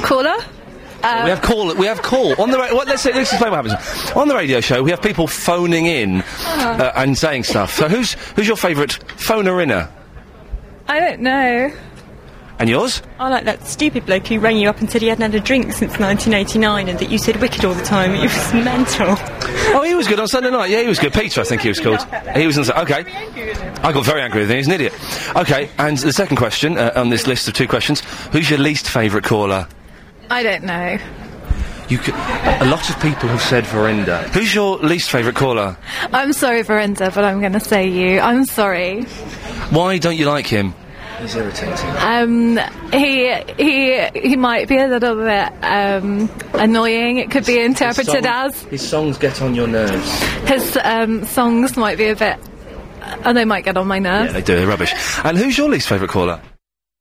[SPEAKER 24] Caller?
[SPEAKER 1] we have call. We have call on the. Ra- well, let's say, let's explain what happens on the radio show. We have people phoning in uh, and saying stuff. So who's who's your favourite phoner inner?
[SPEAKER 11] I don't know.
[SPEAKER 1] And yours?
[SPEAKER 11] I like that stupid bloke who rang you up and said he hadn't had a drink since 1989 and that you said wicked all the time. It was mental.
[SPEAKER 1] Oh, he was good on Sunday night. Yeah, he was good. Peter, I think he was called. He was on. Su- Okay. I got very angry with him. He's an idiot. Okay, and the second question uh, on this list of two questions: Who's your least favourite caller?
[SPEAKER 24] I don't know.
[SPEAKER 1] You. C- a lot of people have said Verinda. Who's your least favourite caller?
[SPEAKER 24] I'm sorry, Verinda, but I'm going to say you. I'm sorry.
[SPEAKER 1] Why don't you like him? He's irritating.
[SPEAKER 24] Um, he he he might be a little bit um, annoying. It could be interpreted as
[SPEAKER 1] His songs get on your nerves.
[SPEAKER 24] his um, songs might be a bit. Oh, they might get on my nerves.
[SPEAKER 1] Yeah, they do. They're rubbish. And who's your least favourite caller?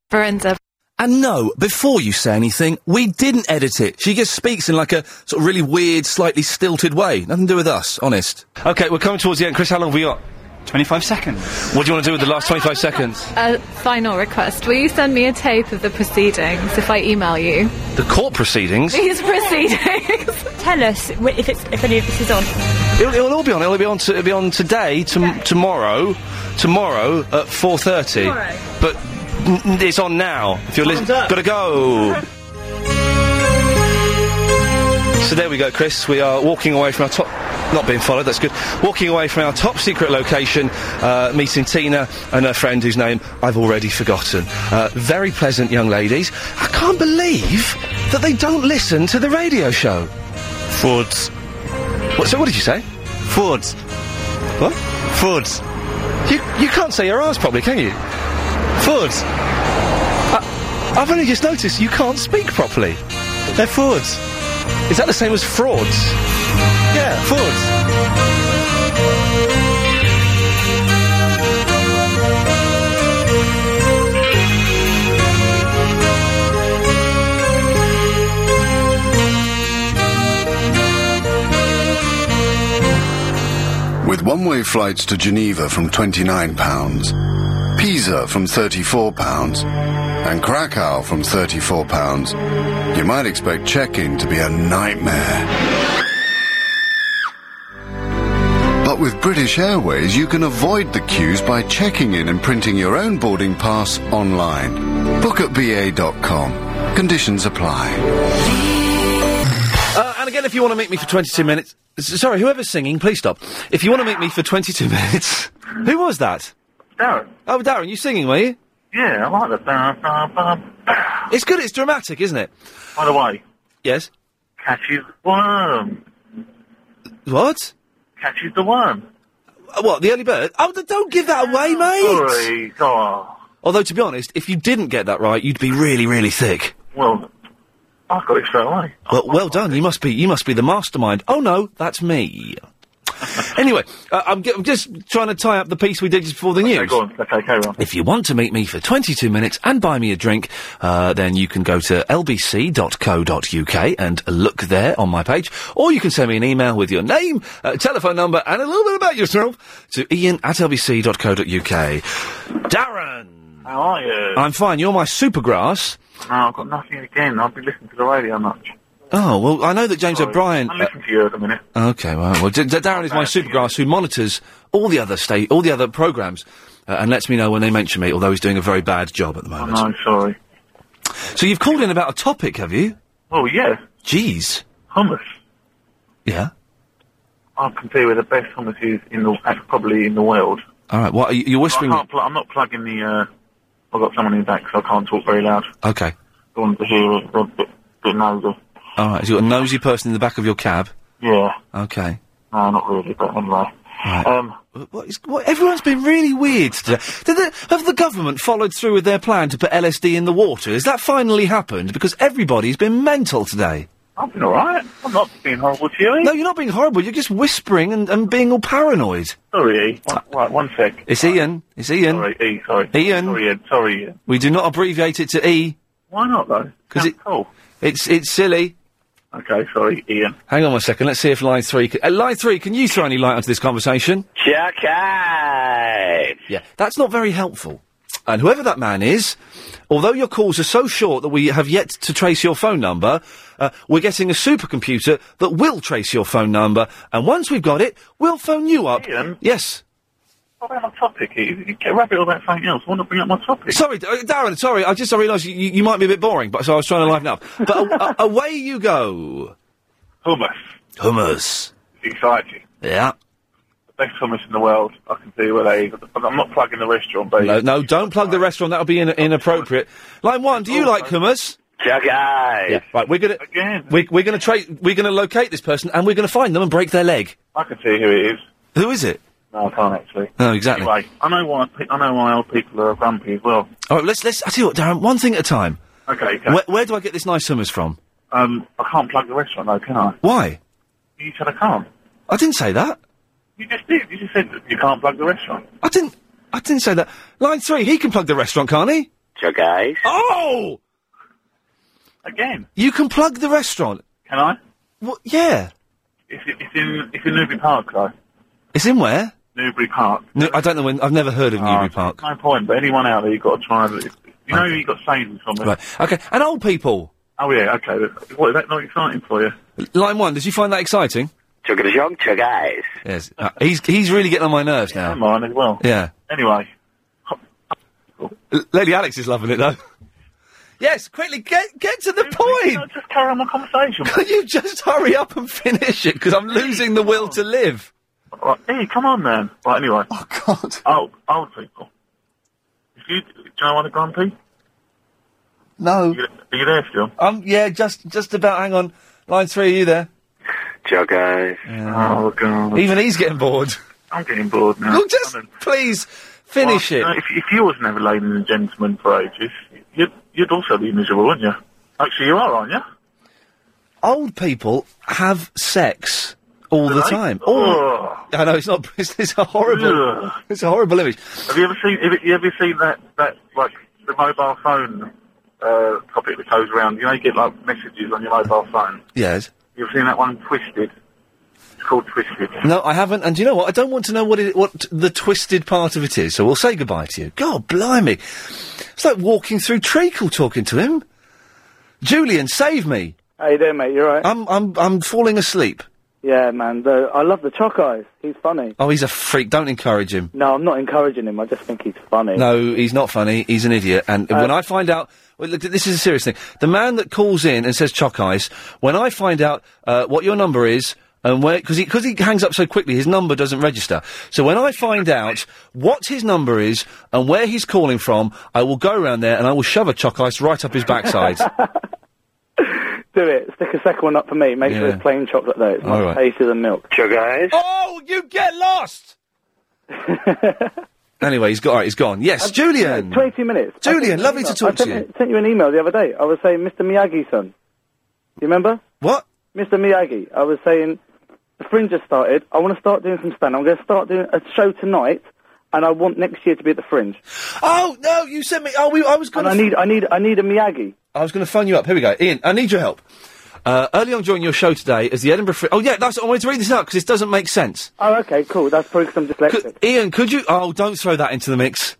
[SPEAKER 24] Verinda.
[SPEAKER 1] And no, before you say anything, we didn't edit it. She just speaks in like a sort of really weird, slightly stilted way. Nothing to do with us, honest. Okay, we're coming towards the end. Chris, how long have we got? 25 seconds. What do you want to do with the last 25 seconds?
[SPEAKER 24] A final request. Will you send me a tape of the proceedings if I email you?
[SPEAKER 1] The court proceedings?
[SPEAKER 24] These proceedings.
[SPEAKER 11] Tell us wh- if it's if any of this is on.
[SPEAKER 1] It'll, it'll all be on. It'll be on. To, it'll be on today, tom- tomorrow, tomorrow at four thirty.
[SPEAKER 11] Tomorrow.
[SPEAKER 1] But n- n- it's on now. If you're listening,
[SPEAKER 11] Time's up.
[SPEAKER 1] gotta go. so there we go, Chris. We are walking away from our top. Not being followed. That's good. Walking away from our top secret location, uh, meeting Tina and her friend, whose name I've already forgotten. Uh, very pleasant young ladies. I can't believe that they don't listen to the radio show. Frauds. What, so what did you say? Frauds. What? Frauds. You, you can't say your R's properly, can you? Frauds. I, I've only just noticed you can't speak properly. They're frauds. Is that the same as frauds? Yeah, frauds.
[SPEAKER 5] With one way flights to Geneva from £29, Pisa from £34, and Krakow from £34, you might expect check in to be a nightmare. But with British Airways, you can avoid the queues by checking in and printing your own boarding pass online. Book at BA.com. Conditions apply.
[SPEAKER 1] Uh, and again, if you want to meet me for 22 minutes. s- Sorry, whoever's singing, please stop. If you want to meet me for 22 minutes. Who was that? Darren. Oh, Darren, you singing, were you? Yeah, I like the ba ba ba. It's good, it's dramatic, isn't it? By the way. Yes? Catches worm. What? Catches the worm. What, the early bird? Oh, th- don't give that away, mate!
[SPEAKER 25] Sorry, oh,
[SPEAKER 1] Although, to be honest, if you didn't get that right, you'd be really, really thick.
[SPEAKER 25] well, I got it straight away.
[SPEAKER 1] Well, well done. You must be. You must be the mastermind. Oh no, that's me. anyway, uh, I'm, g- I'm just trying to tie up the piece we did just before the news.
[SPEAKER 25] Go on, okay, carry on.
[SPEAKER 1] If you want to meet me for 22 minutes and buy me a drink, uh, then you can go to lbc.co.uk and look there on my page, or you can send me an email with your name, uh, telephone number, and a little bit about yourself to ian at lbc.co.uk. Darren!
[SPEAKER 25] How are you?
[SPEAKER 1] I'm fine. You're my supergrass.
[SPEAKER 25] No, I've got nothing again. I've been listening to the radio much.
[SPEAKER 1] Oh, well, I know that James O'Brien.
[SPEAKER 25] I listen to you at the minute.
[SPEAKER 1] Okay, well, well D- D- Darren is my supergrass who monitors all the other state, all the other programs, uh, and lets me know when they mention me. Although he's doing a very bad job at the moment.
[SPEAKER 25] no, sorry.
[SPEAKER 1] So you've called in about a topic, have you?
[SPEAKER 25] Oh, yeah.
[SPEAKER 1] Jeez.
[SPEAKER 25] Hummus.
[SPEAKER 1] Yeah.
[SPEAKER 25] I can tell you where the best hummus is in the, uh, probably in the world.
[SPEAKER 1] All right. What are you, you're whispering?
[SPEAKER 25] I can't pl- I'm not plugging the, uh, I've got someone in the back, so I can't talk very loud.
[SPEAKER 1] Okay.
[SPEAKER 25] Don't want to hear it. They're a bit, bit nosy.
[SPEAKER 1] All right. So you've got a nosy person in the back of your cab.
[SPEAKER 25] Yeah.
[SPEAKER 1] Okay.
[SPEAKER 25] No, not really, but anyway.
[SPEAKER 1] Right.
[SPEAKER 25] Um,
[SPEAKER 1] what is, what, everyone's been really weird today. Did the, have the government followed through with their plan to put LSD in the water? Has that finally happened? Because everybody's been mental today.
[SPEAKER 25] I've been alright. I'm not being horrible to you.
[SPEAKER 1] No, you're not being horrible. You're just whispering and, and being all paranoid.
[SPEAKER 25] Sorry, E. One, right, one sec.
[SPEAKER 1] It's Ian. It's Ian.
[SPEAKER 25] Sorry, E, sorry.
[SPEAKER 1] Ian.
[SPEAKER 25] Sorry, Ian. Sorry, Ian.
[SPEAKER 1] We do not abbreviate it to E
[SPEAKER 25] Why not, though?
[SPEAKER 1] because it, it's it's silly.
[SPEAKER 25] Okay, sorry, Ian.
[SPEAKER 1] Hang on one second. Let's see if line three. Can, uh, line three, can you throw any light onto this conversation?
[SPEAKER 25] Chuck it!
[SPEAKER 1] Yeah, that's not very helpful. And whoever that man is, although your calls are so short that we have yet to trace your phone number, uh, we're getting a supercomputer that will trace your phone number. And once we've got it, we'll phone you up.
[SPEAKER 25] Ian?
[SPEAKER 1] Yes.
[SPEAKER 25] I have a topic here. You get rabbit all about something else. I want to bring up my topic.
[SPEAKER 1] Sorry, D- uh, Darren. Sorry, I just I realised you, you might be a bit boring, but so I was trying to liven up. But a- a- away you go.
[SPEAKER 25] Hummus.
[SPEAKER 1] Hummus.
[SPEAKER 25] Exciting.
[SPEAKER 1] Yeah.
[SPEAKER 25] The best hummus in the world. I can tell you where they is. I'm not plugging the restaurant, but
[SPEAKER 1] No, no, don't plug the restaurant. That'll be in- inappropriate. Line one.
[SPEAKER 25] Oh,
[SPEAKER 1] Do you like hummus?
[SPEAKER 25] Chuck
[SPEAKER 1] Yeah. Right. We're gonna We're, we're gonna tra- We're gonna locate this person, and we're gonna find them and break their leg.
[SPEAKER 25] I can tell you who it is.
[SPEAKER 1] Who is it?
[SPEAKER 25] No, I can't actually.
[SPEAKER 1] No, exactly.
[SPEAKER 25] Anyway, I know why. pe- I know why old people are grumpy as well.
[SPEAKER 1] All right, let's let's. I tell you what, Darren. Um, One thing at a time.
[SPEAKER 25] Okay, okay.
[SPEAKER 1] Where, where do I get this nice hummus from?
[SPEAKER 25] Um, I can't plug the restaurant though, can I?
[SPEAKER 1] Why?
[SPEAKER 25] You said I can't.
[SPEAKER 1] I didn't say that.
[SPEAKER 25] You just did. You just said that you can't plug the restaurant.
[SPEAKER 1] I didn't. I didn't say that. Line three. He can plug the restaurant, can't he?
[SPEAKER 25] Sure, guys.
[SPEAKER 1] Oh!
[SPEAKER 25] Again?
[SPEAKER 1] You can plug the restaurant.
[SPEAKER 25] Can I?
[SPEAKER 1] What? Yeah.
[SPEAKER 25] It's, it's in it's in Newbury Park though.
[SPEAKER 1] It's in where?
[SPEAKER 25] Newbury Park.
[SPEAKER 1] No, I don't know. When I've never heard of
[SPEAKER 25] Ah,
[SPEAKER 1] Newbury Park.
[SPEAKER 25] No point. But anyone out there, you've got to try. and- You know, you've got savings from it.
[SPEAKER 1] Right. Okay. And old people.
[SPEAKER 25] Oh yeah. Okay. but What is that not exciting for you?
[SPEAKER 1] Uh, Line one. Did you find that exciting?
[SPEAKER 25] Chugging a guys.
[SPEAKER 1] Yes. Uh, he's he's really getting on my nerves now.
[SPEAKER 25] Mine as well.
[SPEAKER 1] Yeah.
[SPEAKER 25] Anyway,
[SPEAKER 1] L- Lady Alex is loving it though. Yes, quickly get get to the point.
[SPEAKER 25] just carry on my conversation.
[SPEAKER 1] Can you just hurry up and finish it? Because I'm losing the will to live.
[SPEAKER 25] Right, hey, come on, man. Right, anyway.
[SPEAKER 1] Oh, God.
[SPEAKER 25] Old, old people. If you, do you know what a grumpy?
[SPEAKER 1] No.
[SPEAKER 25] Are you there still?
[SPEAKER 1] Um. Yeah. Just just about. Hang on. Line three. Are you there?
[SPEAKER 25] Joe, guys. Oh, God.
[SPEAKER 1] Even he's getting bored.
[SPEAKER 25] I'm getting bored now.
[SPEAKER 1] Well, just please finish
[SPEAKER 25] Well,
[SPEAKER 1] it.
[SPEAKER 25] no, if, if you wasn't ever ladies and gentlemen for ages, you'd, you'd also be miserable, wouldn't you? Actually, you are, aren't you?
[SPEAKER 1] Old people have sex all the time. Oh, I know it's not. It's, it's a horrible.
[SPEAKER 25] Ugh.
[SPEAKER 1] It's a horrible image.
[SPEAKER 25] Have you ever seen? Have you ever seen that that like the mobile phone uh, topic that goes around? You know, you get like messages on your mobile phone.
[SPEAKER 1] Yes.
[SPEAKER 25] You've seen that one, Twisted. It's called Twisted.
[SPEAKER 1] No, I haven't. And do you know what? I don't want to know what it, what the twisted part of it is. So we'll say goodbye to you. God, blimey! It's like walking through treacle talking to him. Julian, save me!
[SPEAKER 2] How you doing, mate? You alright?
[SPEAKER 1] I'm I'm I'm falling asleep.
[SPEAKER 2] Yeah, man. The, I love the Choc Eyes. He's funny.
[SPEAKER 1] Oh, he's a freak. Don't encourage him.
[SPEAKER 2] No, I'm not encouraging him. I just think he's funny.
[SPEAKER 1] No, he's not funny. He's an idiot.
[SPEAKER 2] Uh,
[SPEAKER 1] And when I find out, well, look, this is a serious thing. The man that calls in and says "chock ice," when I find out uh, what your number is and where, because he because he hangs up so quickly, his number doesn't register. So when I find out what his number is and where he's calling from, I will go around there and I will shove a chock ice right up his backside.
[SPEAKER 2] Do it. Stick a second one up for me. Make sure
[SPEAKER 1] Yeah.
[SPEAKER 2] it's plain chocolate though. It's
[SPEAKER 1] All
[SPEAKER 2] not
[SPEAKER 1] right.
[SPEAKER 2] tasty than milk.
[SPEAKER 1] Choc Eyes?
[SPEAKER 2] Oh,
[SPEAKER 1] you get lost. anyway, he's got all right, he's gone. Yes, Julian.
[SPEAKER 2] Uh, Twenty minutes. I
[SPEAKER 1] Julian,
[SPEAKER 2] sent you an
[SPEAKER 1] lovely to
[SPEAKER 2] email.
[SPEAKER 1] talk
[SPEAKER 2] I sent
[SPEAKER 1] to you.
[SPEAKER 2] I sent you an email the other day. I was saying, Mr. Miyagi, son. Do you remember?
[SPEAKER 1] What?
[SPEAKER 2] Mr. Miyagi. I was saying, the Fringe has started. I want to start doing some stand. I'm going to start doing a show tonight, and I want next year to be at the Fringe.
[SPEAKER 1] Oh no, you sent me. Oh, we, I was going.
[SPEAKER 2] I need, I need, I need a Miyagi.
[SPEAKER 1] I was going to phone you up. Here we go. Ian, I need your help. Uh, early on during your show today, as the Edinburgh Fringe. Oh, yeah, that's. I wanted to read this out because this doesn't make sense.
[SPEAKER 2] Oh, okay, cool. That's probably because I'm dyslexic.
[SPEAKER 1] Ian, could you. Oh, don't throw that into the mix.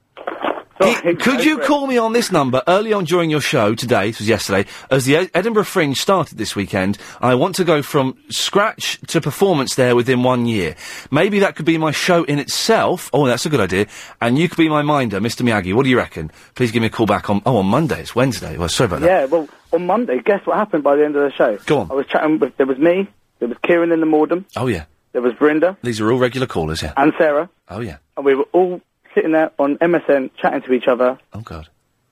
[SPEAKER 1] Ian, could you call me on this number early on during your show today? This was yesterday. As the Ed- Edinburgh Fringe started this weekend, I want to go from scratch to performance there within one year. Maybe that could be my show in itself. Oh, that's a good idea. And you could be my minder, Mr. Miyagi. What do you reckon? Please give me a call back on. Oh, on Monday. It's Wednesday. Well, sorry about that.
[SPEAKER 2] Yeah, well, on Monday, guess what happened by the end of the show?
[SPEAKER 1] Go on.
[SPEAKER 2] I was chatting with, there was me, there was Kieran in the Morden,
[SPEAKER 1] Oh, yeah.
[SPEAKER 2] there was Brenda
[SPEAKER 1] These are all regular callers, yeah.
[SPEAKER 2] and Sarah,
[SPEAKER 1] Oh, yeah.
[SPEAKER 2] and we were all sitting there on MSN chatting to each other.
[SPEAKER 1] Oh, God.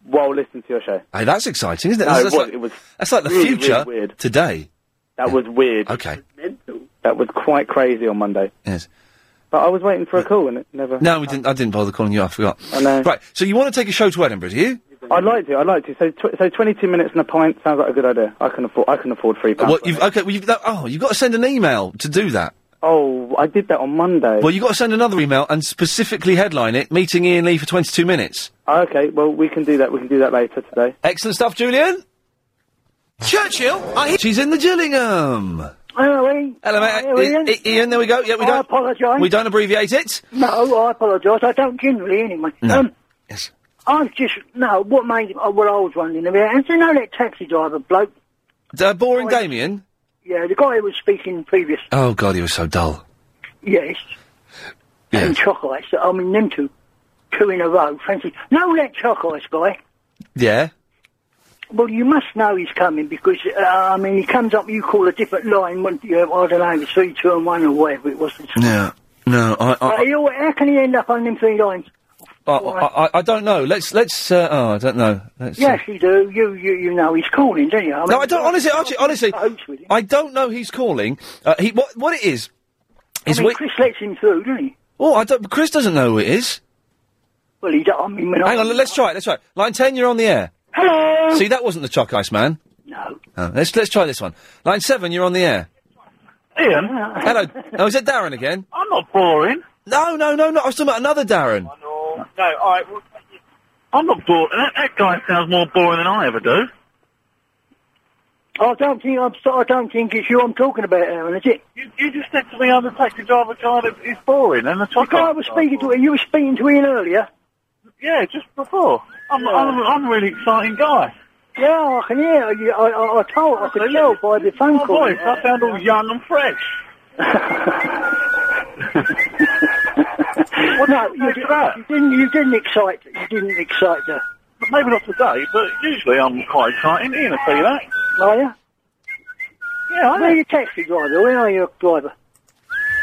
[SPEAKER 2] While listening to your show.
[SPEAKER 1] Hey, that's exciting, isn't it?
[SPEAKER 2] No,
[SPEAKER 1] that's,
[SPEAKER 2] it
[SPEAKER 1] that's
[SPEAKER 2] was-
[SPEAKER 1] like,
[SPEAKER 2] it was
[SPEAKER 1] that's like the
[SPEAKER 2] really, really
[SPEAKER 1] future
[SPEAKER 2] weird.
[SPEAKER 1] today.
[SPEAKER 2] That was weird.
[SPEAKER 1] Okay.
[SPEAKER 2] That was quite crazy on Monday.
[SPEAKER 1] Yes.
[SPEAKER 2] But I was waiting for a call and it never.
[SPEAKER 1] No, we didn't. I didn't bother calling you. I forgot.
[SPEAKER 2] I know.
[SPEAKER 1] Right. So you want to take a show to Edinburgh, do you?
[SPEAKER 2] I'd like to. I'd like to. So, tw- so twenty-two minutes and a pint sounds like a good idea. I can afford. I can afford three pounds.
[SPEAKER 1] Well, you've, okay. Well, you've, that- oh, you've got to send an email to do that.
[SPEAKER 2] Oh, I did that on Monday.
[SPEAKER 1] Well, you've got to send another email and specifically headline it: "Meeting Ian Lee for 22 minutes."
[SPEAKER 2] Oh, okay. Well, we can do that. We can do that later today.
[SPEAKER 1] Excellent stuff, Julian. Churchill, I hear- she's in the Gillingham.
[SPEAKER 26] Hello,
[SPEAKER 1] Hello, mate. I-
[SPEAKER 26] Ian.
[SPEAKER 1] I- Ian, there we go. Yeah, we
[SPEAKER 26] I
[SPEAKER 1] don't-
[SPEAKER 26] apologise.
[SPEAKER 1] We don't abbreviate it.
[SPEAKER 26] No, I apologise. I don't generally, anyway.
[SPEAKER 1] No.
[SPEAKER 26] Um,
[SPEAKER 1] yes.
[SPEAKER 26] I've just no. What made uh, what I was wondering about? And you know that taxi driver bloke?
[SPEAKER 1] Uh, boring Damien.
[SPEAKER 26] Yeah, the guy who was speaking previous.
[SPEAKER 1] Oh God, he was so dull.
[SPEAKER 26] Yes.
[SPEAKER 1] Yeah.
[SPEAKER 26] And chalk ice. I mean, them two, two in a row. Fancy. No, that chalk ice guy.
[SPEAKER 1] Yeah.
[SPEAKER 26] Well, you must know he's coming because uh, I mean, he comes up. You call a different line. When, you know, I don't know, it was three, two, and one, or whatever it was.
[SPEAKER 1] No. No. I. I,
[SPEAKER 26] But he al- how can he end up on them three lines?
[SPEAKER 1] I, I, I, I don't know. Let's let's. Uh, oh, I don't know. Let's, uh,
[SPEAKER 26] Yes, you do. You, you, you know he's calling, don't you? I
[SPEAKER 1] no, I don't. Honestly, Archie, honestly, I don't know. He's calling. Uh, he what? What it is?
[SPEAKER 26] I
[SPEAKER 1] Is
[SPEAKER 26] mean,
[SPEAKER 1] we-
[SPEAKER 26] Chris lets him through, doesn't he?
[SPEAKER 1] Oh, I don't, Chris doesn't know who it is.
[SPEAKER 26] Well, he don't, I mean, when I-
[SPEAKER 1] Hang on, let's try it. Let's try it. Line ten, you're on the air.
[SPEAKER 26] Hello.
[SPEAKER 1] See, that wasn't the Chuck Ice Man.
[SPEAKER 26] No.
[SPEAKER 1] Oh, let's let's try this one. Line seven, you're on the air.
[SPEAKER 26] Ian?
[SPEAKER 1] Hello. Oh, is it Darren again?
[SPEAKER 26] I'm not boring.
[SPEAKER 1] No, no, no, no. I was talking about another Darren.
[SPEAKER 25] No, I. I'm not bored. That, that guy sounds more boring than I ever do.
[SPEAKER 26] I don't think I'm. so- I don't think it's you I'm talking about, Aaron. Is it?
[SPEAKER 25] You, you just said to me I'm a taxi driver car that is boring, and the
[SPEAKER 26] The guy was speaking to you were speaking to Ian earlier.
[SPEAKER 25] Yeah, just before. I'm, I'm, I'm a really exciting guy.
[SPEAKER 26] Yeah, I can hear you. I, I, I told. I could tell by the phone
[SPEAKER 25] My
[SPEAKER 26] call.
[SPEAKER 25] voice, I sound all young and fresh.
[SPEAKER 26] Well, no, you, did, you didn't. You didn't excite. You didn't excite her.
[SPEAKER 25] But maybe not today, but usually I'm quite exciting. Ian, I tell you that.
[SPEAKER 26] Are you?
[SPEAKER 25] Yeah, I
[SPEAKER 26] Where are you taxi driver? Where are you a driver?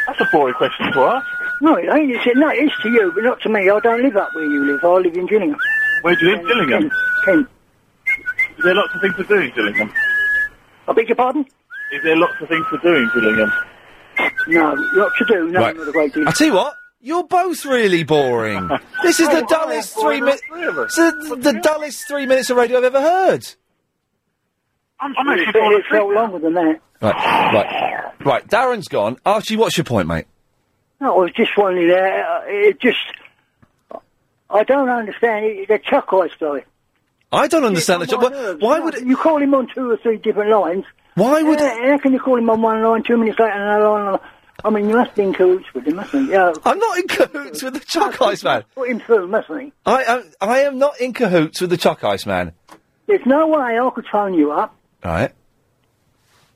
[SPEAKER 25] That's a boring question to ask.
[SPEAKER 26] No, it ain't. It's, no, it's to you, but not to me. I don't live up where you live. I live in Gillingham.
[SPEAKER 25] Where do you live? Gillingham.
[SPEAKER 26] Kent.
[SPEAKER 25] Is there lots of things to do in Gillingham?
[SPEAKER 26] I beg your pardon?
[SPEAKER 25] Is there lots of things to do in Gillingham?
[SPEAKER 26] No, not to do. No,
[SPEAKER 1] Right.
[SPEAKER 26] not a great deal.
[SPEAKER 1] I tell you what, you're both really boring. this is the dullest three minutes. The, the dullest three minutes of radio I've ever heard.
[SPEAKER 25] I'm,
[SPEAKER 26] I'm actually it felt longer than that.
[SPEAKER 1] Right, right, right. Darren's gone. Archie, what's your point, mate?
[SPEAKER 26] No, I was just wondering. Uh, it just, I don't understand. It, the Chuck Ice guy.
[SPEAKER 1] I don't understand the
[SPEAKER 26] It's on
[SPEAKER 1] job.
[SPEAKER 26] my
[SPEAKER 1] Why-
[SPEAKER 26] nerves. No, you call him on two or three different lines?
[SPEAKER 1] Why would?
[SPEAKER 26] How, how can you call him on one line two minutes later another line? I mean, you must be in cahoots with him, mustn't you? Yeah.
[SPEAKER 1] I'm not in cahoots with the Chuck Ice Man.
[SPEAKER 26] Put him through, mustn't he?
[SPEAKER 1] I am. I am not in cahoots with the Chuck Ice Man.
[SPEAKER 26] There's no way I could phone you up,
[SPEAKER 1] Right,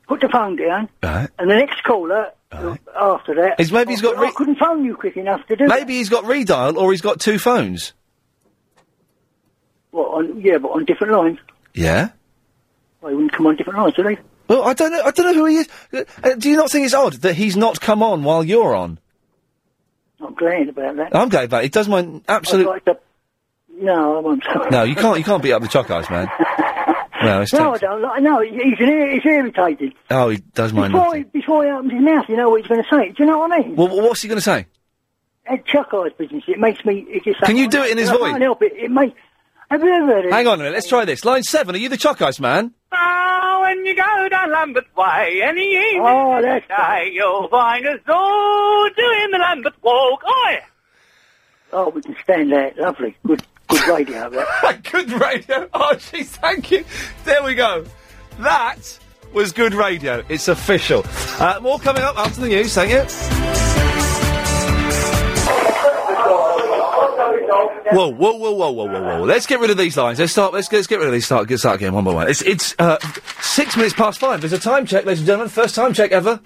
[SPEAKER 26] put the phone down,
[SPEAKER 1] right.
[SPEAKER 26] and the next caller after that.
[SPEAKER 1] It's maybe he's got
[SPEAKER 26] I, I couldn't phone you quick enough to do. that.
[SPEAKER 1] Maybe he's got redial, or he's got two phones.
[SPEAKER 26] Well, on, yeah, but on different lines.
[SPEAKER 1] Yeah.
[SPEAKER 26] Well, he wouldn't come on different lines, would he?
[SPEAKER 1] Well, I don't know. I don't know who he is. Uh, uh, do you not think it's odd that he's not come on while you're on?
[SPEAKER 26] I'm glad about that.
[SPEAKER 1] I'm glad about it. It does my absolute.
[SPEAKER 26] I'd like to- No, I won't.
[SPEAKER 1] No, you can't. You can't beat up the Chuck Ice Man. No, it's.
[SPEAKER 26] No, I
[SPEAKER 1] temp-
[SPEAKER 26] don't. Like, no, he- he's, an, he's irritated.
[SPEAKER 1] oh, he does mind.
[SPEAKER 26] Before he, before he opens his mouth, you know what he's going to say. Do you know what I mean?
[SPEAKER 1] Well, wh- what's he going to say?
[SPEAKER 26] That Chuck Eyes business, it makes me... It just,
[SPEAKER 1] Can you do it in his
[SPEAKER 26] I
[SPEAKER 1] voice?
[SPEAKER 26] can't help it. It makes... Have you ever heard of
[SPEAKER 1] Hang on a minute. Let's try this. Line seven. Are you the Chuck Ice Man?
[SPEAKER 27] Oh, when you go down Lambeth Way, any evening
[SPEAKER 26] oh,
[SPEAKER 27] that's day, you'll find us all doing the Lambeth Walk. Aye.
[SPEAKER 26] Oh, we can stand that. Lovely. Good good radio, that.
[SPEAKER 1] good radio. Archie, thank you. There we go. That was good radio. It's official. Uh, more coming up after the news. Thank you. Whoa, whoa, whoa, whoa, whoa, whoa, whoa! Let's get rid of these lines. Let's start. Let's, let's get rid of these. Start. Get start again one by one. It's it's uh, six minutes past five. There's a time check, ladies and gentlemen. First time check ever,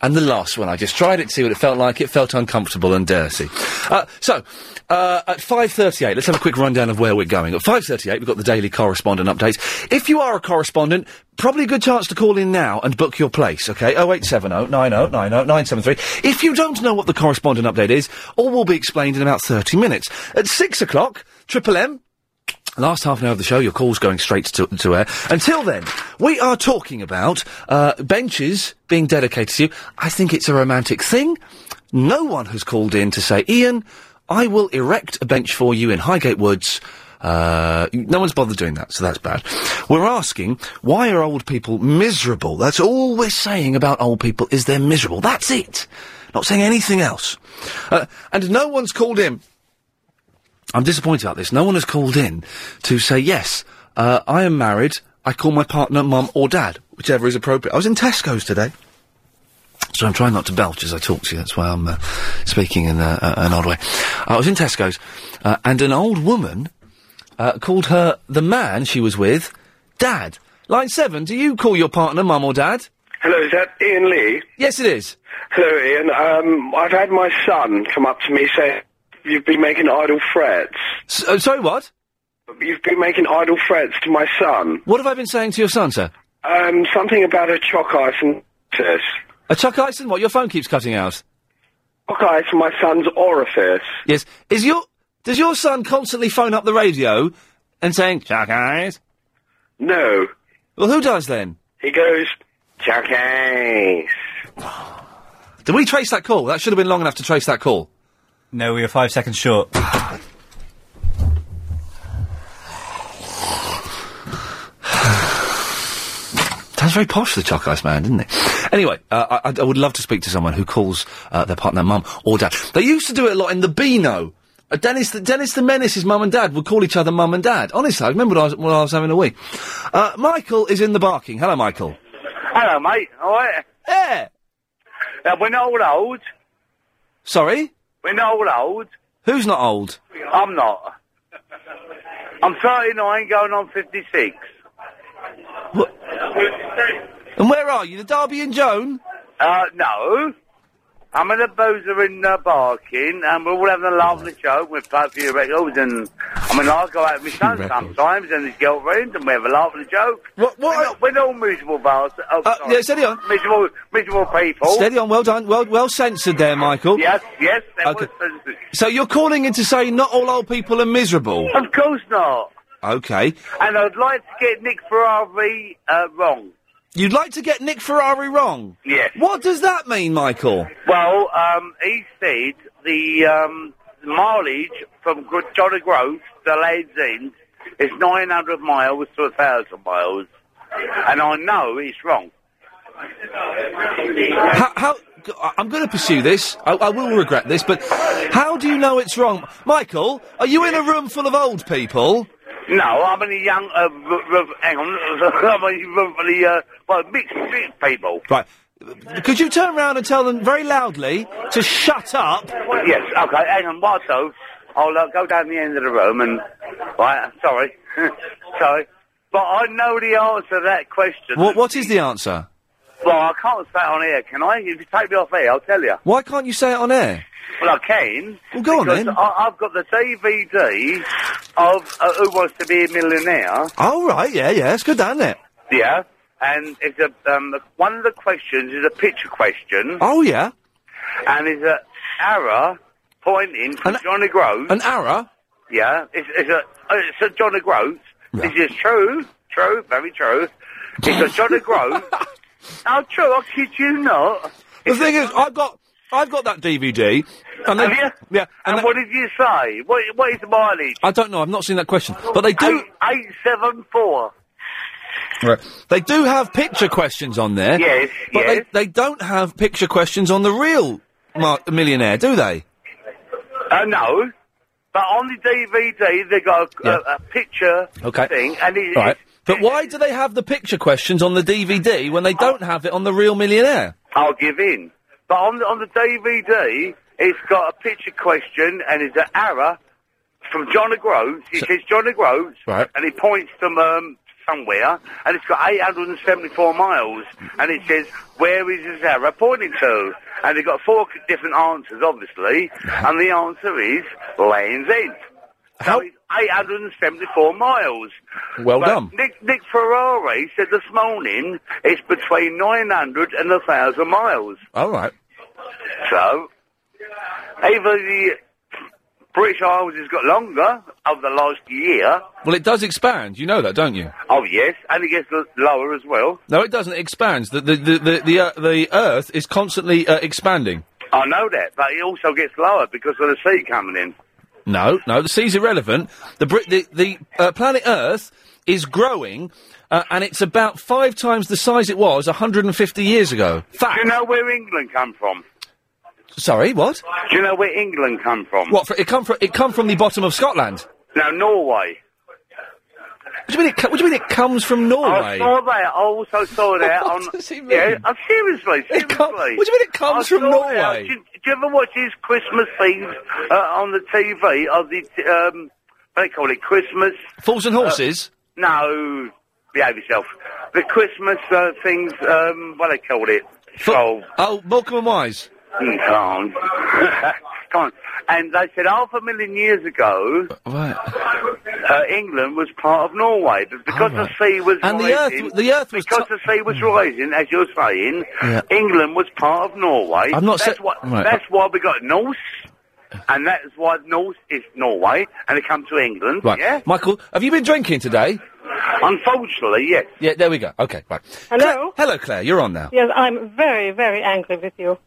[SPEAKER 1] and the last one. I just tried it to see what it felt like. It felt uncomfortable and dirty. Uh, so uh, at five thirty-eight, let's have a quick rundown of where we're going. At five thirty-eight, we've got the daily correspondent updates. If you are a correspondent, probably a good chance to call in now and book your place. Okay, oh eight seven oh nine oh nine oh nine seven three. If you don't know what the correspondent update is, all will be explained in about thirty minutes. At six o'clock, Triple M. Last half an hour of the show, your call's going straight to, to air. Until then, we are talking about uh, benches being dedicated to you. I think it's a romantic thing. No one has called in to say, Ian, I will erect a bench for you in Highgate Woods. Uh, no one's bothered doing that, so that's bad. We're asking, why are old people miserable? That's all we're saying about old people is they're miserable. That's it. Not saying anything else. Uh, and no one's called in I'm disappointed about this. No one has called in to say, yes, uh, I am married. I call my partner mum or dad, whichever is appropriate. I was in Tesco's today. So I'm trying not to belch as I talk to you. That's why I'm uh, speaking in uh, uh, an odd way. I was in Tesco's, uh, and an old woman uh, called her the man she was with, Dad. Line seven. Do you call your partner mum or dad?
[SPEAKER 14] Hello, is that Ian Lee?
[SPEAKER 1] Yes, it is.
[SPEAKER 14] Hello, Ian. Um, I've had my son come up to me saying, You've been making idle threats.
[SPEAKER 1] uh, sorry, what?
[SPEAKER 14] You've been making idle threats to my son.
[SPEAKER 1] What have I been saying to your son, sir?
[SPEAKER 14] Um, something about a chalk ice and orifice.
[SPEAKER 1] A Chuck Ison? What? Your phone keeps cutting out.
[SPEAKER 14] Chalk ice for my son's orifice.
[SPEAKER 1] Yes. Is your does your son constantly phone up the radio and saying Chuck Eyes?
[SPEAKER 14] No.
[SPEAKER 1] Well, who does then?
[SPEAKER 14] He goes, Chuck Eyes.
[SPEAKER 1] Did we trace that call? That should have been long enough to trace that call.
[SPEAKER 4] No, we were five seconds short.
[SPEAKER 1] Sounds very posh, the Chalk Ice Man, didn't it? Anyway, uh, I, I would love to speak to someone who calls uh, their partner mum or dad. They used to do it a lot in the Beano. Uh, Dennis, the, Dennis the Menace's mum and dad would call each other mum and dad. Honestly, I remember when I was, when I was having a wee. Uh, Michael is in the barking. Hello, Michael.
[SPEAKER 27] Hello, mate. All right.
[SPEAKER 1] Yeah.
[SPEAKER 27] Uh, we're not all old.
[SPEAKER 1] Sorry?
[SPEAKER 27] We're not all old.
[SPEAKER 1] Who's not old?
[SPEAKER 27] I'm not. I'm 39, going on 56.
[SPEAKER 1] And where are you? The Derby and Joan?
[SPEAKER 27] Uh, no. I'm at a boozer in uh, Barking, and we're all having a lovely joke with both few records. And I mean, I go out with my son sometimes and his girlfriend, and we have a lovely joke.
[SPEAKER 1] What? what Uh,
[SPEAKER 27] we're, not, we're not all miserable bastards. Oh, sorry.
[SPEAKER 1] yeah, steady on.
[SPEAKER 27] Miserable, miserable people.
[SPEAKER 1] Steady on. Well done. Well, well censored there, Michael.
[SPEAKER 27] Oh. Yes, yes. There
[SPEAKER 1] Okay.
[SPEAKER 27] was censored.
[SPEAKER 1] So you're calling in to say not all old people are miserable?
[SPEAKER 27] Of course not.
[SPEAKER 1] Okay.
[SPEAKER 27] And I'd like to get Nick Ferrari uh, wrong.
[SPEAKER 1] You'd like to get Nick Ferrari wrong?
[SPEAKER 27] Yes.
[SPEAKER 1] What does that mean, Michael?
[SPEAKER 27] Well, um, he said the um, mileage from Gr- Johnny Grove to Land's End is 900 miles to 1,000 miles. And I know it's wrong.
[SPEAKER 1] How, how g- I- I'm going to pursue this. I, I will regret this, but how do you know it's wrong, Michael? Are you in a room full of old people?
[SPEAKER 27] No, I'm in a young, uh, r- r- hang on, I'm in a room for the, uh, well, mixed, mixed people.
[SPEAKER 1] Right. Could you turn around and tell them very loudly to shut up?
[SPEAKER 27] Yes, okay, hang on, what so? I'll uh, go down the end of the room and, right, sorry, sorry. But I know the answer to that question.
[SPEAKER 1] What, what is the answer?
[SPEAKER 27] Well, I can't say it on air, can I? If you take me off air, I'll tell you.
[SPEAKER 1] Why can't you say it on air?
[SPEAKER 27] Well, I can.
[SPEAKER 1] Well, go on
[SPEAKER 27] because
[SPEAKER 1] then.
[SPEAKER 27] I, I've got the DVD of uh, Who Wants to Be a Millionaire.
[SPEAKER 1] All Oh, right, yeah, yeah, it's good, isn't it?
[SPEAKER 27] Yeah, and it's a um, one of the questions is a picture question,
[SPEAKER 1] Oh, yeah.
[SPEAKER 27] and it's a arrow pointing to Johnny Groats.
[SPEAKER 1] An arrow.
[SPEAKER 27] Yeah, it's, it's a uh, it's a Johnny Groats. This is true, true, very true. It's a Johnny Groats. How true? I kid you not.
[SPEAKER 1] The thing is, I've got I've got that DVD. And they,
[SPEAKER 27] Have you?
[SPEAKER 1] Yeah.
[SPEAKER 27] And, what did you say? What what is the mileage?
[SPEAKER 1] I don't know. I've not seen that question, but they do.
[SPEAKER 27] Eight, eight seven four.
[SPEAKER 1] They do have picture questions on there.
[SPEAKER 27] Yes,
[SPEAKER 1] But They, they don't have picture questions on the real Mar- millionaire, do they?
[SPEAKER 27] Uh, no, but on the DVD they got a, a, a picture
[SPEAKER 1] Okay.
[SPEAKER 27] thing, and it,
[SPEAKER 1] All right. But why do they have the picture questions on the DVD when they don't have it on the real millionaire?
[SPEAKER 27] I'll give in. But on the, on the DVD, it's got a picture question, and it's an arrow from John O'Groats. It says John O'Groats,
[SPEAKER 1] Right.
[SPEAKER 27] and he points them um, somewhere, and it's got 874 miles, and it says, where is this arrow pointing to? And they've got four c- different answers, obviously, and the answer is Land's End. So it's 874 miles.
[SPEAKER 1] Well
[SPEAKER 27] But
[SPEAKER 1] done.
[SPEAKER 27] Nick, Nick Ferrari said this morning it's between 900 and 1,000 miles.
[SPEAKER 1] All right.
[SPEAKER 27] So, either the British Isles has got longer over the last year.
[SPEAKER 1] Well, it does expand. You know that, don't you?
[SPEAKER 27] Oh, yes, and it gets l- lower as well.
[SPEAKER 1] No, it doesn't. It expands. The the the the, the, uh, the Earth is constantly uh, expanding.
[SPEAKER 27] I know that, but it also gets lower because of the sea coming in.
[SPEAKER 1] No, no, the sea's irrelevant. The Brit- the, the uh, planet Earth is growing, uh, and it's about five times the size it was 150 years ago. Fact.
[SPEAKER 27] Do you know where England come from?
[SPEAKER 1] Sorry, what?
[SPEAKER 27] Do you know where England come from?
[SPEAKER 1] What? fr it come from? It come from the bottom of Scotland.
[SPEAKER 27] Now, Norway.
[SPEAKER 1] What do you mean? It, co- what do you mean? It comes from
[SPEAKER 27] I
[SPEAKER 1] Norway?
[SPEAKER 27] saw that. I also saw that on. Yeah, uh, seriously, seriously.
[SPEAKER 1] what do you mean it comes
[SPEAKER 27] I
[SPEAKER 1] from
[SPEAKER 27] saw that.
[SPEAKER 1] Norway?
[SPEAKER 27] Do, you- do you ever watch these Christmas things uh, on the TV of the t- um, what do they call it Christmas
[SPEAKER 1] Fools and
[SPEAKER 27] uh,
[SPEAKER 1] horses.
[SPEAKER 27] no, behave yourself. The Christmas uh, things. Um, what do they call it? Mm, So,
[SPEAKER 1] oh, Malcolm and Wise.
[SPEAKER 27] Can't. Can't. And they said half a million years ago,
[SPEAKER 1] Right.
[SPEAKER 27] uh, England was part of Norway, but because
[SPEAKER 1] Alright.
[SPEAKER 27] the sea was
[SPEAKER 1] And the Earth-
[SPEAKER 27] rising,
[SPEAKER 1] the Earth was Mm.
[SPEAKER 27] because the sea was rising, as you're saying,
[SPEAKER 1] Yeah.
[SPEAKER 27] England was part of Norway.
[SPEAKER 1] I'm not
[SPEAKER 27] that's
[SPEAKER 1] sa-
[SPEAKER 27] why,
[SPEAKER 1] Right.
[SPEAKER 27] that's why we got Norse, and that's why Norse is Norway, and it comes to England.
[SPEAKER 1] Right.
[SPEAKER 27] Yeah.
[SPEAKER 1] Michael, have you been drinking today?
[SPEAKER 27] Unfortunately, yes.
[SPEAKER 1] Yeah. There we go. Okay. Right.
[SPEAKER 15] Hello?
[SPEAKER 1] Hello, Claire. You're on now.
[SPEAKER 15] Yes, I'm very, very angry with you.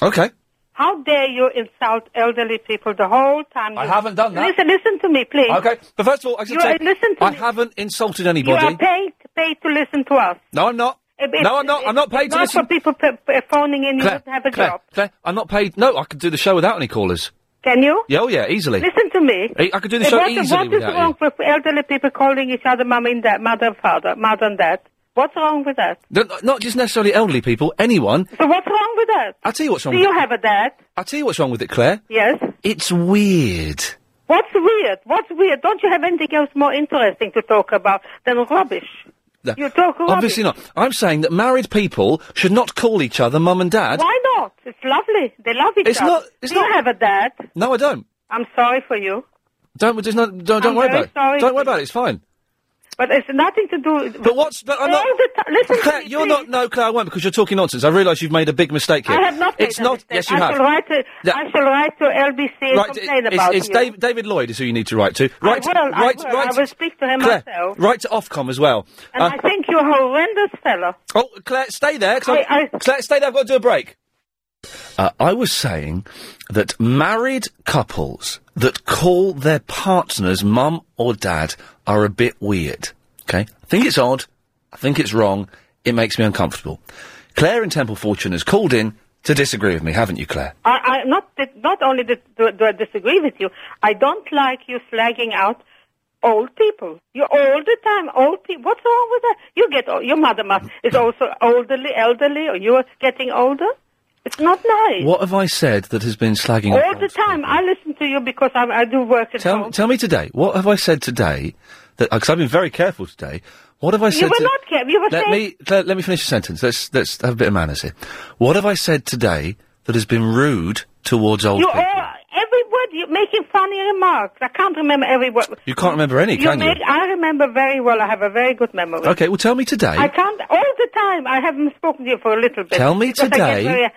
[SPEAKER 1] Okay.
[SPEAKER 15] How dare you insult elderly people the whole time?
[SPEAKER 1] I
[SPEAKER 15] you-
[SPEAKER 1] haven't done that.
[SPEAKER 15] Listen, listen to me, please.
[SPEAKER 1] Okay, but first of all, I should
[SPEAKER 15] You
[SPEAKER 1] say,
[SPEAKER 15] are- listen to
[SPEAKER 1] I
[SPEAKER 15] me.
[SPEAKER 1] haven't insulted
[SPEAKER 15] You
[SPEAKER 1] anybody.
[SPEAKER 15] are paid, paid to listen to us.
[SPEAKER 1] No, I'm not.
[SPEAKER 15] If- if-
[SPEAKER 1] no, I'm not. I'm not paid
[SPEAKER 15] if
[SPEAKER 1] to
[SPEAKER 15] not
[SPEAKER 1] listen.
[SPEAKER 15] for people p- p- phoning in, you
[SPEAKER 1] Claire,
[SPEAKER 15] don't have a
[SPEAKER 1] Claire,
[SPEAKER 15] job.
[SPEAKER 1] Claire, I'm not paid. No, I could do the show without any callers.
[SPEAKER 15] Can you?
[SPEAKER 1] Yeah, oh yeah, easily.
[SPEAKER 15] Listen to me.
[SPEAKER 1] I- I could do the
[SPEAKER 15] If
[SPEAKER 1] show
[SPEAKER 15] what,
[SPEAKER 1] easily
[SPEAKER 15] What is
[SPEAKER 1] without
[SPEAKER 15] wrong with elderly people calling each other mum and dad, mother and father, mother and dad? What's wrong with that?
[SPEAKER 1] No, no, Not just necessarily elderly people. Anyone.
[SPEAKER 15] So what's wrong with that?
[SPEAKER 1] I'll tell you what's wrong.
[SPEAKER 15] Do
[SPEAKER 1] with
[SPEAKER 15] you
[SPEAKER 1] it.
[SPEAKER 15] have a dad?
[SPEAKER 1] I'll tell you what's wrong with it, Claire.
[SPEAKER 15] Yes.
[SPEAKER 1] It's weird.
[SPEAKER 15] What's weird? What's weird? Don't you have anything else more interesting to talk about than rubbish?
[SPEAKER 1] No,
[SPEAKER 15] You talk rubbish.
[SPEAKER 1] Obviously not. I'm saying that married people should not call each other mum and dad.
[SPEAKER 15] Why not? It's lovely. They love each
[SPEAKER 1] It's
[SPEAKER 15] other.
[SPEAKER 1] not- it's
[SPEAKER 15] Do
[SPEAKER 1] not-
[SPEAKER 15] you have a dad?
[SPEAKER 1] No, I don't.
[SPEAKER 15] I'm sorry for you,
[SPEAKER 1] Don't there's no, don't, don't
[SPEAKER 15] I'm
[SPEAKER 1] worry
[SPEAKER 15] very
[SPEAKER 1] about it.
[SPEAKER 15] sorry.
[SPEAKER 1] Don't worry about it. It's fine.
[SPEAKER 15] but it's nothing to do.
[SPEAKER 1] But what's? But I'm not.
[SPEAKER 15] listen,
[SPEAKER 1] Claire,
[SPEAKER 15] to me,
[SPEAKER 1] you're not. No, Claire, I won't because you're talking nonsense. I realise you've made a big mistake here.
[SPEAKER 15] I have not.
[SPEAKER 1] It's
[SPEAKER 15] made a
[SPEAKER 1] not.
[SPEAKER 15] mistake.
[SPEAKER 1] Yes, you
[SPEAKER 15] I
[SPEAKER 1] have.
[SPEAKER 15] Shall write to, I shall write to LBC and
[SPEAKER 1] Right,
[SPEAKER 15] complain
[SPEAKER 1] it's,
[SPEAKER 15] about
[SPEAKER 1] it's
[SPEAKER 15] you.
[SPEAKER 1] David, David Lloyd is who you need to write to. Write,
[SPEAKER 15] I will.
[SPEAKER 1] write,
[SPEAKER 15] I will.
[SPEAKER 1] write,
[SPEAKER 15] I will speak to him
[SPEAKER 1] Claire,
[SPEAKER 15] myself.
[SPEAKER 1] write to Ofcom as well.
[SPEAKER 15] And
[SPEAKER 1] Uh,
[SPEAKER 15] I think you're a horrendous fellow.
[SPEAKER 1] Oh, Claire, stay there. 'cause I'm- Claire, stay there. I've got to do a break. Uh, I was saying that married couples that call their partners mum or dad are a bit weird. Okay? I think it's odd. I think it's wrong. It makes me uncomfortable. Claire in Temple Fortune has called in to disagree with me, haven't you, Claire?
[SPEAKER 15] I, I not that- not only do, do, do I disagree with you, I don't like you slagging out old people. You're all the time old people. What's wrong with that? You get old, your mother must is also elderly, elderly, or you're getting older. It's not nice.
[SPEAKER 1] What have I said that has been slagging off
[SPEAKER 15] all the time, I listen to you because I'm, I do work at
[SPEAKER 1] Tell,
[SPEAKER 15] home.
[SPEAKER 1] tell me today, what have I said today that, because I've been very careful today, what have I said
[SPEAKER 15] you were
[SPEAKER 1] to-
[SPEAKER 15] not careful. You were
[SPEAKER 1] let
[SPEAKER 15] saying
[SPEAKER 1] me let, let me finish the sentence. Let's let's have a bit of manners here. What have I said today that has been rude towards old
[SPEAKER 15] you
[SPEAKER 1] people?
[SPEAKER 15] all every word you're making funny remarks. I can't remember every word.
[SPEAKER 1] You can't remember any,
[SPEAKER 15] You
[SPEAKER 1] can you?
[SPEAKER 15] make- I remember very well. I have a very good memory.
[SPEAKER 1] Okay, well tell me today.
[SPEAKER 15] I can't all the time. I haven't spoken to you for a little bit.
[SPEAKER 1] Tell me
[SPEAKER 15] because I get
[SPEAKER 1] today.
[SPEAKER 15] very-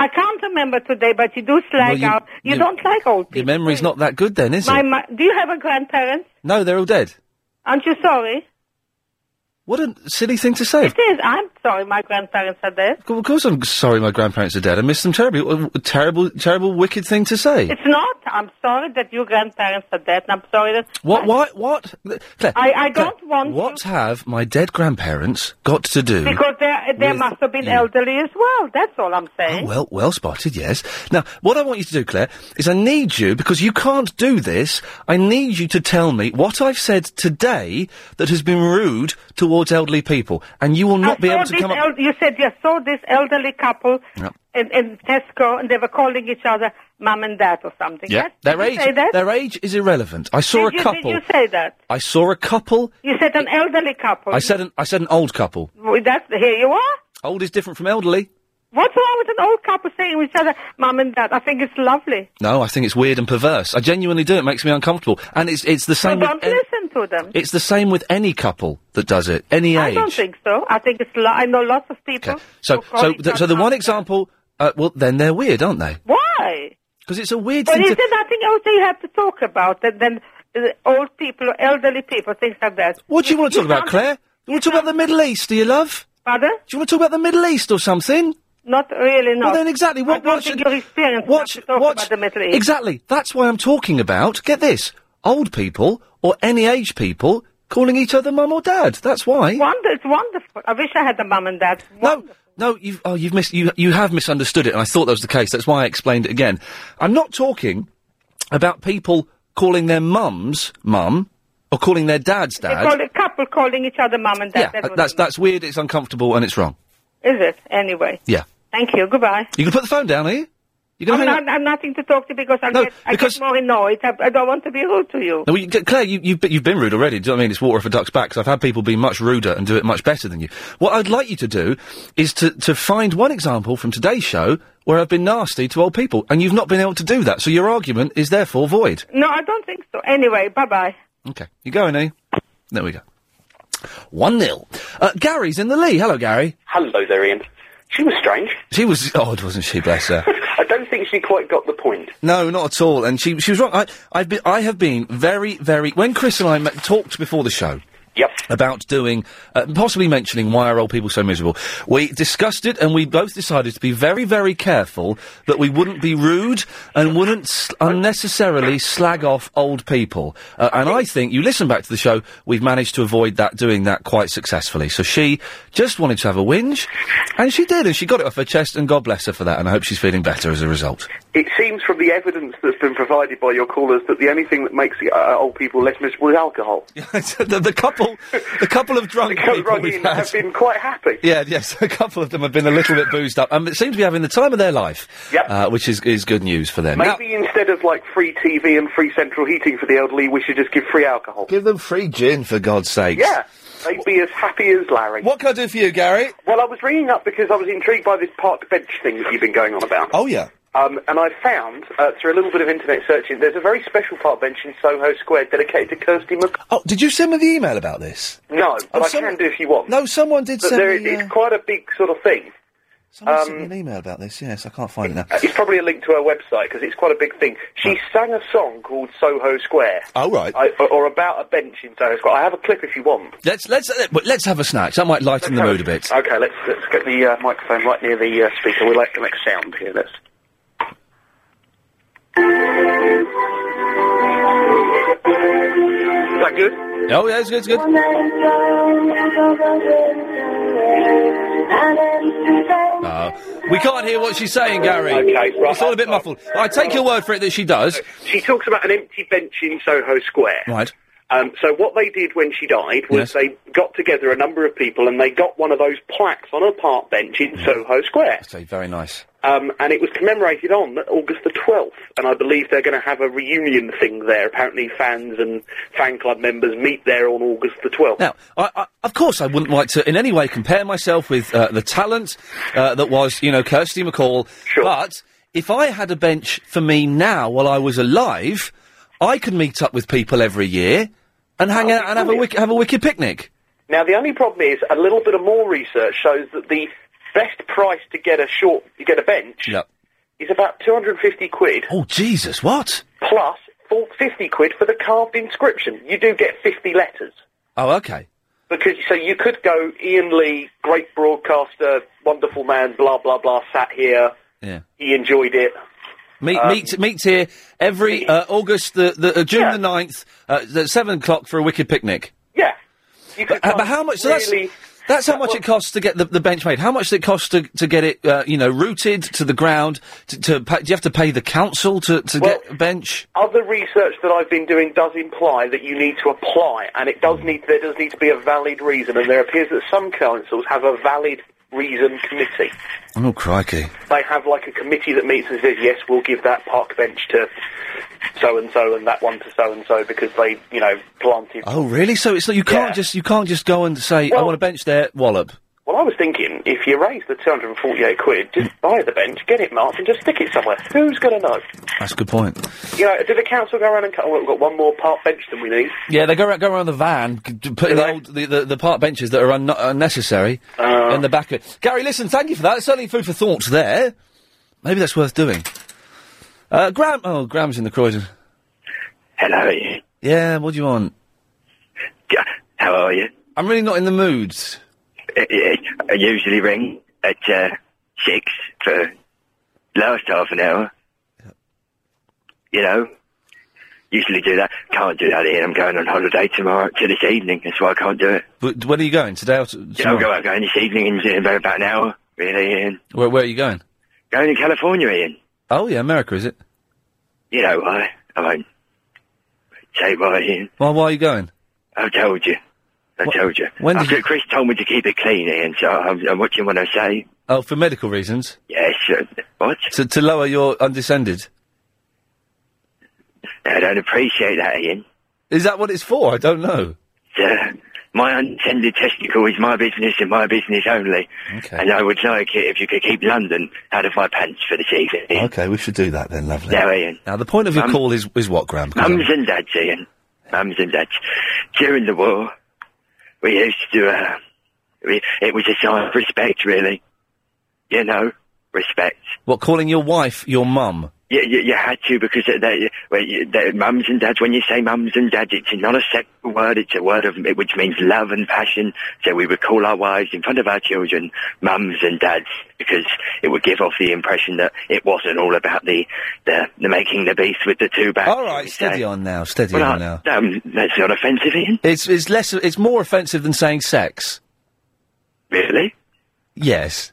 [SPEAKER 15] I can't remember today, but you do slag
[SPEAKER 1] Well, you-
[SPEAKER 15] out. You,
[SPEAKER 1] you-
[SPEAKER 15] don't like old
[SPEAKER 1] Your memory's not that good then, is
[SPEAKER 15] my,
[SPEAKER 1] it?
[SPEAKER 15] my, Do you have a grandparent?
[SPEAKER 1] No, they're all dead.
[SPEAKER 15] Aren't you sorry?
[SPEAKER 1] What a silly thing to say.
[SPEAKER 15] It is. I'm sorry. My grandparents are dead.
[SPEAKER 1] Of course, I'm sorry my grandparents are dead. I miss them terribly. What a terrible, terrible, wicked thing to say.
[SPEAKER 15] It's not. I'm sorry that your grandparents are dead, and I'm sorry that
[SPEAKER 1] What? Why? What? Claire,
[SPEAKER 15] I, I
[SPEAKER 1] Claire,
[SPEAKER 15] don't want
[SPEAKER 1] What have my dead grandparents got to do?
[SPEAKER 15] because there there
[SPEAKER 1] with
[SPEAKER 15] must have been
[SPEAKER 1] you.
[SPEAKER 15] elderly as well. That's all I'm saying.
[SPEAKER 1] Well, well spotted, yes. Now, what I want you to do, Claire, is I need you, because you can't do this, I need you to tell me what I've said today that has been rude towards elderly people. And you will not be
[SPEAKER 15] saw
[SPEAKER 1] able to
[SPEAKER 15] this
[SPEAKER 1] come up.
[SPEAKER 15] el- you said you saw this elderly couple
[SPEAKER 1] Yep.
[SPEAKER 15] in, in Tesco, and they were calling each other mum and dad or something.
[SPEAKER 1] Yeah,
[SPEAKER 15] Yes?
[SPEAKER 1] their
[SPEAKER 15] Did
[SPEAKER 1] age,
[SPEAKER 15] you say that?
[SPEAKER 1] their age is irrelevant. I saw a
[SPEAKER 15] did you,
[SPEAKER 1] couple.
[SPEAKER 15] Did you say that?
[SPEAKER 1] I saw a couple.
[SPEAKER 15] You said an elderly couple.
[SPEAKER 1] I said an, I said an old couple.
[SPEAKER 15] Well, That's, here you are.
[SPEAKER 1] Old is different from elderly.
[SPEAKER 15] What's wrong with an old couple saying to each other, mum and dad? I think it's lovely.
[SPEAKER 1] No, I think it's weird and perverse. I genuinely do. It makes me uncomfortable, and E it's it's the
[SPEAKER 15] So
[SPEAKER 1] same. with
[SPEAKER 15] don't
[SPEAKER 1] an-
[SPEAKER 15] listen to them.
[SPEAKER 1] it's the same with any couple that does it, any
[SPEAKER 15] I
[SPEAKER 1] age.
[SPEAKER 15] don't think so. I think it's. Lo- I know lots of people.
[SPEAKER 1] So,
[SPEAKER 15] who call
[SPEAKER 1] so,
[SPEAKER 15] each
[SPEAKER 1] th- so
[SPEAKER 15] other
[SPEAKER 1] the
[SPEAKER 15] mum
[SPEAKER 1] one
[SPEAKER 15] and dad.
[SPEAKER 1] example. Uh, well, then they're weird, aren't they?
[SPEAKER 15] Why?
[SPEAKER 1] Because it's a weird
[SPEAKER 15] But
[SPEAKER 1] thing.
[SPEAKER 15] is
[SPEAKER 1] to-
[SPEAKER 15] there nothing else that you have to talk about than, than uh, old people, or elderly people, things like that?
[SPEAKER 1] What do you want to talk about, Claire? You want to talk about the Middle East, do you, love?
[SPEAKER 15] Pardon?
[SPEAKER 1] Do you want to talk about the Middle East or something?
[SPEAKER 15] Not really, no.
[SPEAKER 1] Well, then exactly. What, what should
[SPEAKER 15] your experience
[SPEAKER 1] what should-
[SPEAKER 15] talk
[SPEAKER 1] what
[SPEAKER 15] about
[SPEAKER 1] should-
[SPEAKER 15] the Middle East.
[SPEAKER 1] Exactly. That's why I'm talking about. Get this: old people or any age people calling each other mum or dad. That's why.
[SPEAKER 15] Wonder, it's wonderful. I wish I had a mum and dad.
[SPEAKER 1] No, no, you've oh, you've mis- you you have misunderstood it, and I thought that was the case. That's why I explained it again. I'm not talking about people calling their mums mum or calling their dads
[SPEAKER 15] They
[SPEAKER 1] dad.
[SPEAKER 15] call a couple calling each other mum and dad.
[SPEAKER 1] yeah,
[SPEAKER 15] That was-
[SPEAKER 1] that's that's weird. It's uncomfortable and it's wrong.
[SPEAKER 15] Is it? Anyway.
[SPEAKER 1] Yeah,
[SPEAKER 15] Thank you. Goodbye.
[SPEAKER 1] you can put the phone down, are you? You're
[SPEAKER 15] I'm,
[SPEAKER 1] gonna hang
[SPEAKER 15] not, I'm nothing to talk to because I'll
[SPEAKER 1] No,
[SPEAKER 15] get,
[SPEAKER 1] because-
[SPEAKER 15] I get more annoyed. I, I don't want to be rude to you.
[SPEAKER 1] No, well, you, Claire, you, you've, be- you've been rude already. Do you know what I mean? It's water off a duck's back. 'cause I've had people be much ruder and do it much better than you. What I'd like you to do is to, to find one example from today's show where I've been nasty to old people, and you've not been able to do that. So your argument is therefore void.
[SPEAKER 15] No, I don't think so. Anyway, bye bye.
[SPEAKER 1] Okay, you going, eh? There we go. One 0 uh, Gary's in the Lee. Hello, Gary.
[SPEAKER 13] Hello there, Ian. She was strange.
[SPEAKER 1] She was odd, wasn't she? Bless her.
[SPEAKER 13] I don't think she quite got the point.
[SPEAKER 1] No, not at all. And she she was wrong. I I've been I have been very very. When Chris and I met, talked before the show, Yep. About doing, uh, possibly mentioning why are old people so miserable. We discussed it and we both decided to be very, very careful that we wouldn't be rude and wouldn't s- unnecessarily slag off old people. Uh, and I think, you listen back to the show, we've managed to avoid that, doing that quite successfully. So she just wanted to have a whinge and she did and she got it off her chest and God bless her for that and I hope she's feeling better as a result.
[SPEAKER 8] It seems from the evidence that's been provided by your callers that the only thing that makes uh, old people less miserable is alcohol.
[SPEAKER 1] the, the couple, the couple of drunk
[SPEAKER 8] couple
[SPEAKER 1] people
[SPEAKER 8] of
[SPEAKER 1] we've
[SPEAKER 8] drunk
[SPEAKER 1] had.
[SPEAKER 8] have been quite happy.
[SPEAKER 1] Yeah, yes, a couple of them have been a little bit boozed up, and it seems to be having the time of their life.
[SPEAKER 8] Yep.
[SPEAKER 1] uh, which is is good news for them. Now,
[SPEAKER 8] Maybe instead of like free TV and free central heating for the elderly, we should just give free alcohol.
[SPEAKER 1] give them free gin for God's sake.
[SPEAKER 8] Yeah, they'd be as happy as Larry.
[SPEAKER 1] What can I do for you, Gary?
[SPEAKER 8] Well, I was ringing up because I was intrigued by this park bench thing that you've been going on about.
[SPEAKER 1] Oh yeah.
[SPEAKER 8] Um, and I found, uh, through a little bit of internet searching, there's a very special park bench in Soho Square dedicated to Kirsty Mc...
[SPEAKER 1] Oh, did you send me the email about this?
[SPEAKER 8] No,
[SPEAKER 1] Oh,
[SPEAKER 8] but I
[SPEAKER 1] some-
[SPEAKER 8] can do if you want.
[SPEAKER 1] No, someone did
[SPEAKER 8] But
[SPEAKER 1] send
[SPEAKER 8] there,
[SPEAKER 1] me,
[SPEAKER 8] It's
[SPEAKER 1] uh,
[SPEAKER 8] quite a big sort of thing.
[SPEAKER 1] Someone
[SPEAKER 8] Um,
[SPEAKER 1] sent me an email about this. Yes, I can't find it now.
[SPEAKER 8] Uh, It's probably a link to her website because it's quite a big thing. She sang a song called Soho Square.
[SPEAKER 1] Oh, right.
[SPEAKER 8] I, or- or about a bench in Soho Square. I have a clip if you want.
[SPEAKER 1] Let's let's uh, but let's have a snack. That might lighten the mood a bit.
[SPEAKER 8] Okay, let's let's get the uh, microphone right near the uh, speaker. We like to make sound here. Let's. Is that good?
[SPEAKER 1] Oh yeah, it's good. It's good. Uh, we can't hear what she's saying, Gary. Okay, It's all a bit muffled. I take your word for it that she does.
[SPEAKER 8] She talks about an empty bench in Soho Square.
[SPEAKER 1] Right.
[SPEAKER 8] Um, so what they did when she died was
[SPEAKER 1] Yes.
[SPEAKER 8] they got together a number of people and they got one of those plaques on a park bench in Soho Square.
[SPEAKER 1] So very nice.
[SPEAKER 8] Um, and it was commemorated on August the 12th, and I believe they're going to have a reunion thing there. Apparently, fans and fan club members meet there on August the 12th.
[SPEAKER 1] Now, I, I, of course, I wouldn't like to in any way compare myself with uh, the talent uh, that was, you know, Kirsty McCall. Sure. But if I had a bench for me now while I was alive, I could meet up with people every year and hang out and have a, wick- have a wicked picnic.
[SPEAKER 8] Now, the only problem is a little bit of more research shows that the best price to get a short to get a bench
[SPEAKER 1] Yep.
[SPEAKER 8] is about 250 quid
[SPEAKER 1] Oh, Jesus, what?
[SPEAKER 8] plus full 50 quid for the carved inscription. You do get 50 letters.
[SPEAKER 1] Oh, okay.
[SPEAKER 8] Because so you could go Ian Lee, great broadcaster, wonderful man, blah blah blah, sat here.
[SPEAKER 1] Yeah.
[SPEAKER 8] He enjoyed it.
[SPEAKER 1] Meet,
[SPEAKER 8] Um,
[SPEAKER 1] meet, meet here every uh, August, the, the uh, June the 9th, uh, at 7 o'clock for a wicked picnic.
[SPEAKER 8] Yeah.
[SPEAKER 1] But, uh, but how much? So that's, that's how much it costs to get the, the bench made. How much did it cost to, to get it, uh, you know, rooted to the ground? To, to pa- do you have to pay the council to, to get a bench?
[SPEAKER 8] Other research that I've been doing does imply that you need to apply, and it does need there does need to be a valid reason, and there appears that some councils have a valid reason committee.
[SPEAKER 1] Oh crikey!
[SPEAKER 8] They have like a committee that meets and says, yes, we'll give that park bench to so and so, and that one to so and so because they, you know, planted.
[SPEAKER 1] Oh really? So it's like you can't just you can't just go and say I want a bench there, wallop.
[SPEAKER 8] Well, I was thinking, if you raise the 248 quid, just buy the bench, get it marked, and just stick it somewhere. Who's going to know?
[SPEAKER 1] That's a good point.
[SPEAKER 8] You know, did the council go around and cut? Oh, we've got one more park bench than we need.
[SPEAKER 1] Yeah, they go around, go around the van, g- d- put the, old, the, the the park benches that are un- unnecessary in the back of it. Gary, listen, thank you for that. It's certainly food for thought there. Maybe that's worth doing. Uh, Graham, oh, Graham's in the Croydon.
[SPEAKER 28] Hello.
[SPEAKER 1] Yeah, what do you want?
[SPEAKER 28] How are you?
[SPEAKER 1] I'm really not in the mood.
[SPEAKER 28] I, I- I usually ring at uh, six for last half an hour. You know, usually do that. Can't do that here. I'm going on holiday tomorrow to this evening. That's why I can't do it.
[SPEAKER 1] But when are you going? Today or t-
[SPEAKER 28] Yeah, I'll
[SPEAKER 1] tomorrow?
[SPEAKER 28] go out going this evening in in about about an hour. Really, Ian.
[SPEAKER 1] Where, where are you going?
[SPEAKER 28] Going to California, Ian.
[SPEAKER 1] Oh, yeah, America, is it?
[SPEAKER 28] You know why? I won't say why, Ian.
[SPEAKER 1] Well, why are you going?
[SPEAKER 28] I told you. I told you.
[SPEAKER 1] when did
[SPEAKER 28] After Chris told me to keep it clean, Ian, so I'm, I'm watching what I say.
[SPEAKER 1] Oh, for medical reasons?
[SPEAKER 28] Yes. uh, What?
[SPEAKER 1] To, to lower your undescended?
[SPEAKER 28] I don't appreciate that, Ian.
[SPEAKER 1] Is that what it's for? I don't know.
[SPEAKER 28] Uh, my untended testicle is my business and my business only.
[SPEAKER 1] Okay.
[SPEAKER 28] And I would like it if you could keep London out of my pants for this evening.
[SPEAKER 1] Okay, we should do that then, lovely.
[SPEAKER 28] Now, Ian.
[SPEAKER 1] Now, the point of your
[SPEAKER 28] Um,
[SPEAKER 1] call is, is what, Graham?
[SPEAKER 28] Mums and dads, Ian. Mums and dads. During the war, we used to, uh, we, it was a sign of respect, really. You know, respect.
[SPEAKER 1] What, calling your wife your mum?
[SPEAKER 28] You, you, you had to because they, well, you- they, mums and dads. When you say mums and dads, it's not a sexual word. It's a word of which means love and passion. So we would call our wives in front of our children mums and dads because it would give off the impression that it wasn't all about the the, the making the beast with the two backs.
[SPEAKER 1] All right, steady on now, steady
[SPEAKER 28] Well,
[SPEAKER 1] on
[SPEAKER 28] I-
[SPEAKER 1] now.
[SPEAKER 28] Um, that's not offensive, Ian.
[SPEAKER 1] It's it's less it's more offensive than saying sex.
[SPEAKER 28] Really?
[SPEAKER 1] Yes.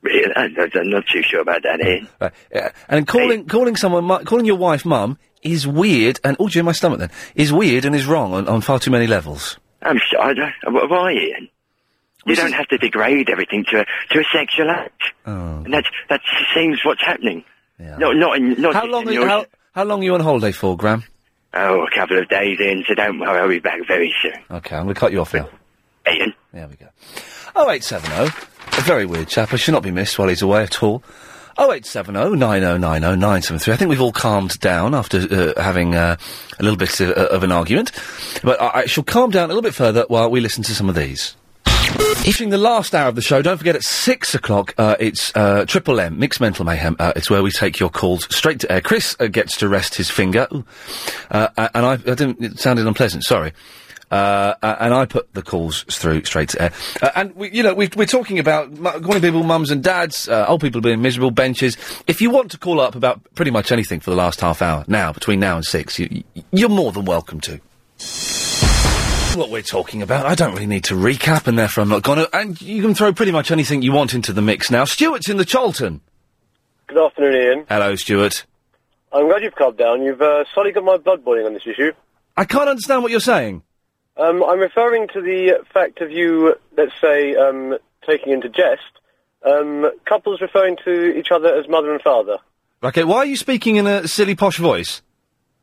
[SPEAKER 28] Really? I'm not, I'm not too sure about that, Ian.
[SPEAKER 1] Right. yeah. Uh, And calling calling someone mu- calling your wife mum is weird and oh, gee, my stomach then is weird and is wrong on, on far too many levels.
[SPEAKER 28] I'm sorry. I don't- wh- Why, Ian? You don't have to degrade everything to a, to a sexual act.
[SPEAKER 1] Oh.
[SPEAKER 28] And that's, that seems what's happening. No, not in, not
[SPEAKER 1] how
[SPEAKER 28] just
[SPEAKER 1] long
[SPEAKER 28] in
[SPEAKER 1] are, you-
[SPEAKER 28] yours.
[SPEAKER 1] how, how long are you on holiday for, Graham?
[SPEAKER 28] Oh, a couple of days in, so don't worry, I'll be back very soon.
[SPEAKER 1] Okay, I'm going to cut you off now.
[SPEAKER 28] Ian?
[SPEAKER 1] There we go. 0870. A very weird chap. I should not be missed while he's away at all. 0870 9090 973. I think we've all calmed down after uh, having uh, a little bit of, of an argument. But I, I shall calm down a little bit further while we listen to some of these. During the last hour of the show, don't forget at six o'clock, uh, it's uh, Triple M, Mixed Mental Mayhem. Uh, it's where we take your calls straight to air. Chris uh, gets to rest his finger. Ooh. Uh, a- and I, I didn't, it sounded unpleasant, sorry. Uh, a- and I put the calls through straight to air. Uh, and we, you know, we, we're talking about mu- calling people mums and dads, uh, old people being miserable, benches. If you want to call up about pretty much anything for the last half hour now, between now and six, you, you- you're more than welcome to what we're talking about. I don't really need to recap, and therefore I'm not going to. And you can throw pretty much anything you want into the mix now. Stuart's in the Cholton.
[SPEAKER 6] Good afternoon, Ian.
[SPEAKER 1] Hello, Stuart.
[SPEAKER 6] I'm glad you've calmed down. You've uh, solely got my blood boiling on this issue.
[SPEAKER 1] I can't understand what you're saying.
[SPEAKER 6] Um, I'm referring to the fact of you, let's say, um, taking into jest um, couples referring to each other as mother and father.
[SPEAKER 1] Okay, why are you speaking in a silly posh voice?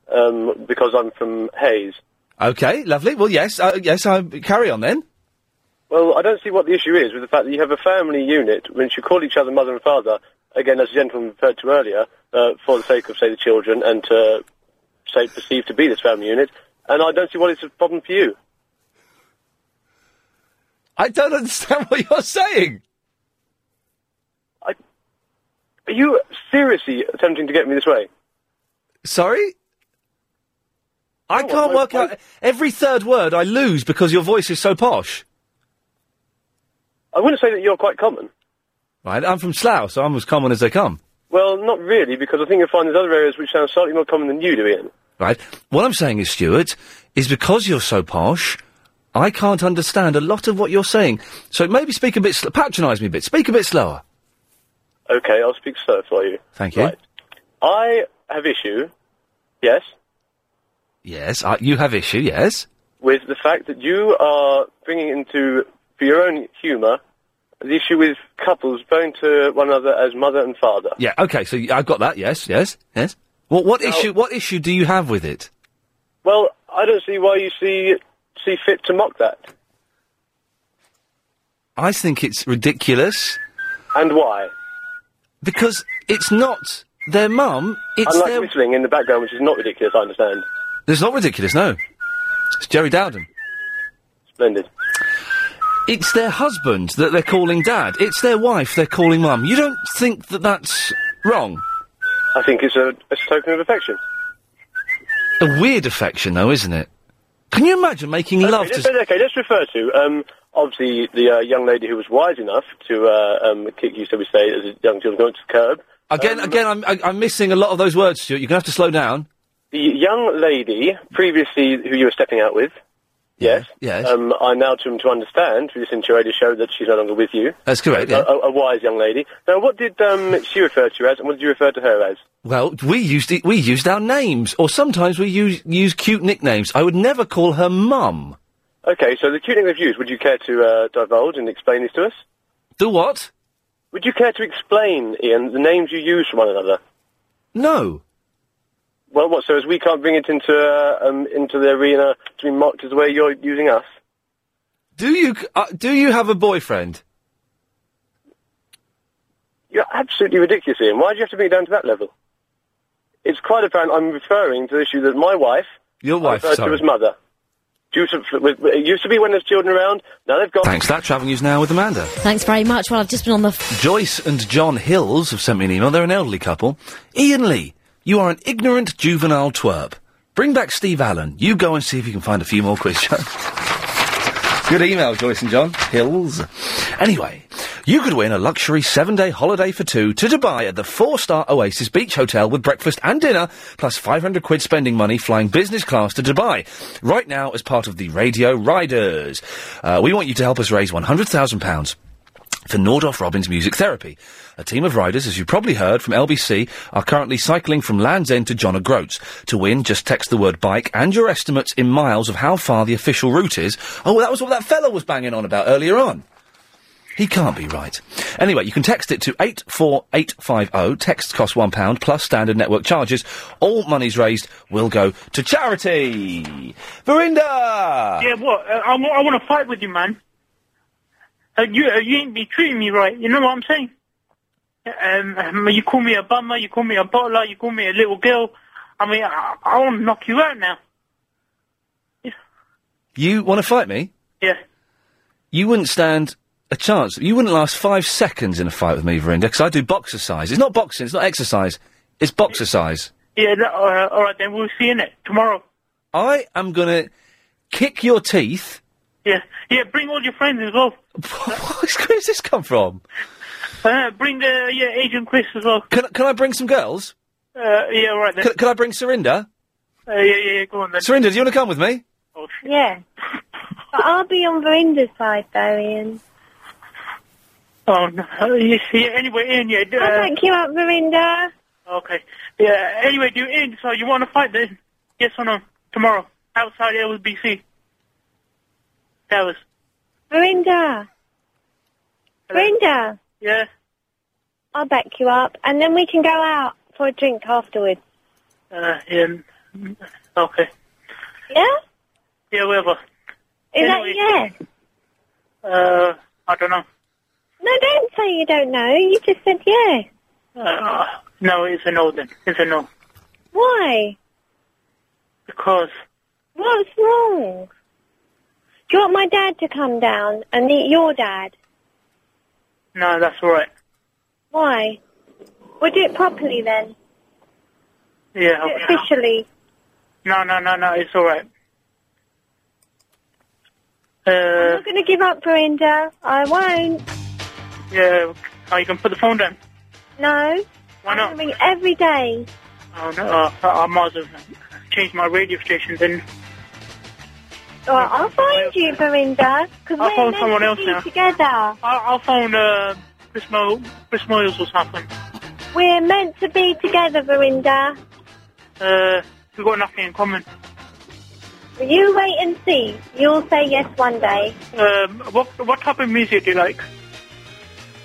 [SPEAKER 6] Um, because I'm from Hayes.
[SPEAKER 1] Okay, lovely. Well, yes, uh, yes. I carry on then.
[SPEAKER 6] Well, I don't see what the issue is with the fact that you have a family unit which you call each other mother and father. Again, as the gentleman referred to earlier, uh, for the sake of say the children and to say perceived to be this family unit. And I don't see what it's a problem for you.
[SPEAKER 1] I don't understand what you're saying.
[SPEAKER 6] Are you seriously attempting to get me this way?
[SPEAKER 1] Sorry. I
[SPEAKER 6] Oh,
[SPEAKER 1] can't work out every third word I lose because your voice is so posh.
[SPEAKER 6] I wouldn't say that you're quite common.
[SPEAKER 1] Right, I'm from Slough, so I'm as common as they come.
[SPEAKER 6] Well, not really, because I think you'll find there's other areas which sound slightly more common than you do, Ian.
[SPEAKER 1] Right. What I'm saying is, Stuart, is because you're so posh, I can't understand a lot of what you're saying. So maybe speak a bit, sl- patronise me a bit. Speak a bit slower.
[SPEAKER 6] Okay, I'll speak slow for you.
[SPEAKER 1] Thank you.
[SPEAKER 6] I have issue, yes,
[SPEAKER 1] Yes, I, you have issue. Yes.
[SPEAKER 6] with the fact that you are bringing into, for your own humour, the issue with couples referring to one another as mother and father.
[SPEAKER 1] Yeah. Okay. So y- I've got that. Yes. Yes. Yes. Well, what
[SPEAKER 6] Now-
[SPEAKER 1] issue? What issue do you have with it?
[SPEAKER 6] Well, I don't see why you see see fit to mock that.
[SPEAKER 1] I think it's ridiculous
[SPEAKER 6] And why?
[SPEAKER 1] because it's not their mum. It's
[SPEAKER 6] Unlike
[SPEAKER 1] their.
[SPEAKER 6] whistling in the background, which is not ridiculous, I understand.
[SPEAKER 1] It's not ridiculous. No. It's Jerry Dowden.
[SPEAKER 6] Splendid.
[SPEAKER 1] It's their husband that they're calling dad. It's their wife they're calling mum. You don't think that that's wrong?
[SPEAKER 6] I think it's a, it's a token of affection.
[SPEAKER 1] A weird affection, though, isn't it? Can you imagine making love
[SPEAKER 6] Okay,
[SPEAKER 1] to?
[SPEAKER 6] let's, okay, let's refer to um, obviously the uh, young lady who was wise enough to uh, um, kick you, so we say, as young children going to the curb.
[SPEAKER 1] Again,
[SPEAKER 6] Um,
[SPEAKER 1] again, I'm I, I'm missing a lot of those words, Stuart. You're gonna have to slow down.
[SPEAKER 6] The young lady previously who you were stepping out with, yes,
[SPEAKER 1] yes.
[SPEAKER 6] um, I now to to understand through this interradio show that she's no longer with you.
[SPEAKER 1] That's correct.
[SPEAKER 6] A,
[SPEAKER 1] Yeah.
[SPEAKER 6] a, a wise young lady. Now, what did um, she refer to you as, and what did you refer to her as?
[SPEAKER 1] Well, we used it, we used our names, or sometimes we use use cute nicknames. I would never call her mum.
[SPEAKER 6] Okay, so the cute thing they've used. Would you care to uh, divulge and explain this to us?
[SPEAKER 1] Do what?
[SPEAKER 6] Would you care to explain, Ian, the names you use for one another?
[SPEAKER 1] No.
[SPEAKER 6] Well, what? So as we can't bring it into uh, um, into the arena to be mocked as the way you're using us.
[SPEAKER 1] Do you c- uh, do you have a boyfriend?
[SPEAKER 6] You're absolutely ridiculous, Ian. Why do you have to bring it down to that level? It's quite apparent I'm referring to the issue that my wife,
[SPEAKER 1] Your
[SPEAKER 6] I
[SPEAKER 1] wife,
[SPEAKER 6] referred
[SPEAKER 1] sorry.
[SPEAKER 6] to as mother. Due to, it used to be when there's children around. Now they've got.
[SPEAKER 1] Thanks for that. Travelling news now with Amanda.
[SPEAKER 18] Thanks very much. Well, I've just been on the. F-
[SPEAKER 1] Joyce and John Hills have sent me an email. They're an elderly couple. Ian Lee, you are an ignorant juvenile twerp. Bring back Steve Allen. You go and see if you can find a few more quiz shows. Good email, Joyce and John Hills. Anyway, you could win a luxury seven-day holiday for two to Dubai at the four-star Oasis Beach Hotel with breakfast and dinner, plus 500 quid spending money flying business class to Dubai. Right now, as part of the Radio Riders, uh, we want you to help us raise 100,000 pounds for Nordoff Robbins Music Therapy. A team of riders, as you probably heard from LBC, are currently cycling from Land's End to John O'Groats. To win, just text the word bike and your estimates in miles of how far the official route is. Oh, well, that was what that fella was banging on about earlier on. He can't be right. Anyway, you can text it to 84850. oh. Texts cost £1 plus standard network charges. All monies raised will go to charity. Verinda!
[SPEAKER 17] Yeah, what? Uh, I, wa- I want to fight with you, man. Uh, you, uh, you ain't be treating me right. You know what I'm saying? Um, um, you call me a bummer, you call me a bottler, you call me a little girl. I mean, I, I want to knock you out now.
[SPEAKER 1] You want to fight me?
[SPEAKER 17] Yeah.
[SPEAKER 1] You wouldn't stand a chance. You wouldn't last five seconds in a fight with me, Verinda, because I do boxer size. It's not boxing, it's not exercise, it's boxer size.
[SPEAKER 17] Yeah, that, uh, all right, then we'll see in it tomorrow.
[SPEAKER 1] I am going to kick your teeth.
[SPEAKER 17] Yeah, yeah, bring all your friends as well.
[SPEAKER 1] Where's this come from?
[SPEAKER 17] Uh, bring the, yeah, Agent Chris as well.
[SPEAKER 1] Can, can I bring some girls?
[SPEAKER 17] Uh, yeah, all right then.
[SPEAKER 1] Can, can I bring Surinder?
[SPEAKER 17] Uh, yeah, yeah, yeah, go on then.
[SPEAKER 1] Surinder, do you want to come with me?
[SPEAKER 29] Yeah. but I'll be on Verinda's side, though, Ian.
[SPEAKER 17] Oh, no. uh, Yes, yeah, anyway, Ian, yeah. do-
[SPEAKER 29] I'll
[SPEAKER 17] Uh,
[SPEAKER 29] back Oh, you up, Verinda.
[SPEAKER 17] okay. Yeah, anyway, do Ian, so you want to fight then? Yes or no? Tomorrow. Outside LBC. That was.
[SPEAKER 29] Verinda. Verinda.
[SPEAKER 17] Yeah.
[SPEAKER 29] I'll back you up, and then we can go out for a drink afterwards.
[SPEAKER 17] Uh, yeah. mm, Okay.
[SPEAKER 29] Yeah?
[SPEAKER 17] Yeah, whatever.
[SPEAKER 29] Is
[SPEAKER 17] Anyway.
[SPEAKER 29] that yeah?
[SPEAKER 17] Uh, I don't know.
[SPEAKER 29] No, don't say you don't know. You just said yeah.
[SPEAKER 17] Uh, no, it's a no then. It's a no.
[SPEAKER 29] Why?
[SPEAKER 17] Because,
[SPEAKER 29] What's wrong? Do you want my dad to come down and meet your dad?
[SPEAKER 17] no, that's alright.
[SPEAKER 29] Why? We'll do it properly then.
[SPEAKER 17] Yeah,
[SPEAKER 29] Do it
[SPEAKER 17] okay.
[SPEAKER 29] officially.
[SPEAKER 17] No, no, no, no, it's alright. Uh,
[SPEAKER 29] I'm not going to give up, Verinda. I won't.
[SPEAKER 17] yeah, oh, you can put the phone down.
[SPEAKER 29] No.
[SPEAKER 17] Why not?
[SPEAKER 29] I'm coming every day.
[SPEAKER 17] Oh, no, uh, I I might as well change my radio station then.
[SPEAKER 29] All right, Oh, I'll find you, Verinda. Because
[SPEAKER 17] I'll
[SPEAKER 29] we're
[SPEAKER 17] phone
[SPEAKER 29] meant
[SPEAKER 17] someone
[SPEAKER 29] to
[SPEAKER 17] else
[SPEAKER 29] be
[SPEAKER 17] now.
[SPEAKER 29] together.
[SPEAKER 17] I'll, I'll phone uh, Chris, Mo- Chris Moyles or something.
[SPEAKER 29] We're meant to be together, Verinda.
[SPEAKER 17] Uh, we've got nothing in common.
[SPEAKER 29] You wait and see. You'll say yes one day.
[SPEAKER 17] Um, what, what type of music do you like?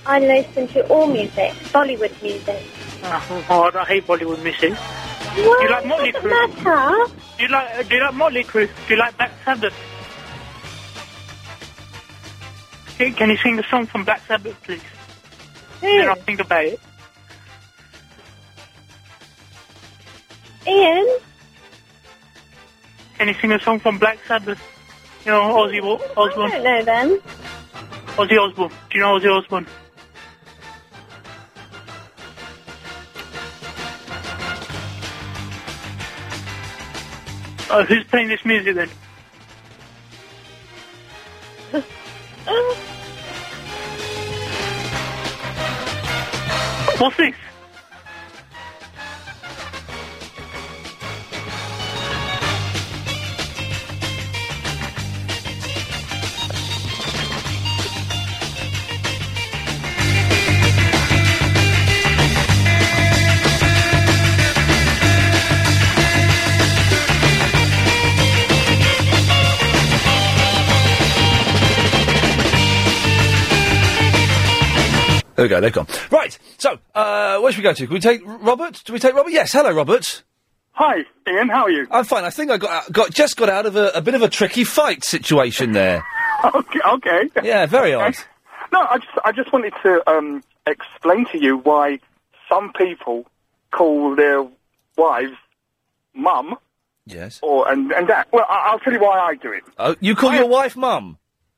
[SPEAKER 29] I listen to all music, Bollywood music.
[SPEAKER 17] Uh, oh, I hate Bollywood music.
[SPEAKER 29] Well,
[SPEAKER 17] do you like Motley
[SPEAKER 29] doesn't
[SPEAKER 17] Crue?
[SPEAKER 29] matter.
[SPEAKER 17] Do you like, uh, do you like Motley Crue? Do you like Black Sabbath? Can can you sing a song from Black Sabbath, please? Then I'll think about it.
[SPEAKER 29] Ian,
[SPEAKER 17] Can you sing a song from Black Sabbath? You know, Ozzy Wa- Osbourne.
[SPEAKER 29] I don't know them.
[SPEAKER 17] Ozzy Osbourne. Do you know Ozzy Osbourne? Uh, who's playing this music then?
[SPEAKER 8] Um,
[SPEAKER 17] What's this?
[SPEAKER 1] There we go, they've gone. Right, so, uh, where should we go to? Can we take R- Robert? Do we take Robert? Yes, hello, Robert.
[SPEAKER 8] Hi, Ian, how are you?
[SPEAKER 1] I'm fine. I think I got, uh, got just got out of a, a bit of a tricky fight situation there.
[SPEAKER 8] okay, okay.
[SPEAKER 1] Yeah, very odd.
[SPEAKER 8] No, I just I just wanted to um, explain to you why some people call their wives mum
[SPEAKER 1] Yes.
[SPEAKER 3] Or and and that. Well, I, I'll tell you why I do it.
[SPEAKER 1] Oh, you call your wife mum?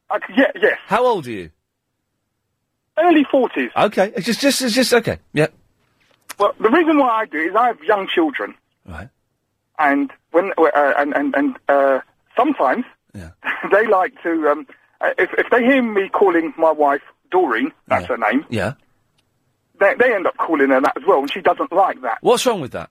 [SPEAKER 3] I, yeah, yes.
[SPEAKER 1] How old are you?
[SPEAKER 3] Early forties.
[SPEAKER 1] Okay, it's just, just, it's just okay. Yep.
[SPEAKER 3] Well, the reason why I do it is I have young children.
[SPEAKER 1] Right.
[SPEAKER 3] And when uh, and and and uh, sometimes they like to um, uh, if if they hear me calling my wife Doreen, that's her name.
[SPEAKER 1] Yeah.
[SPEAKER 3] They they end up calling her that as well, and she doesn't like that.
[SPEAKER 1] What's wrong with that?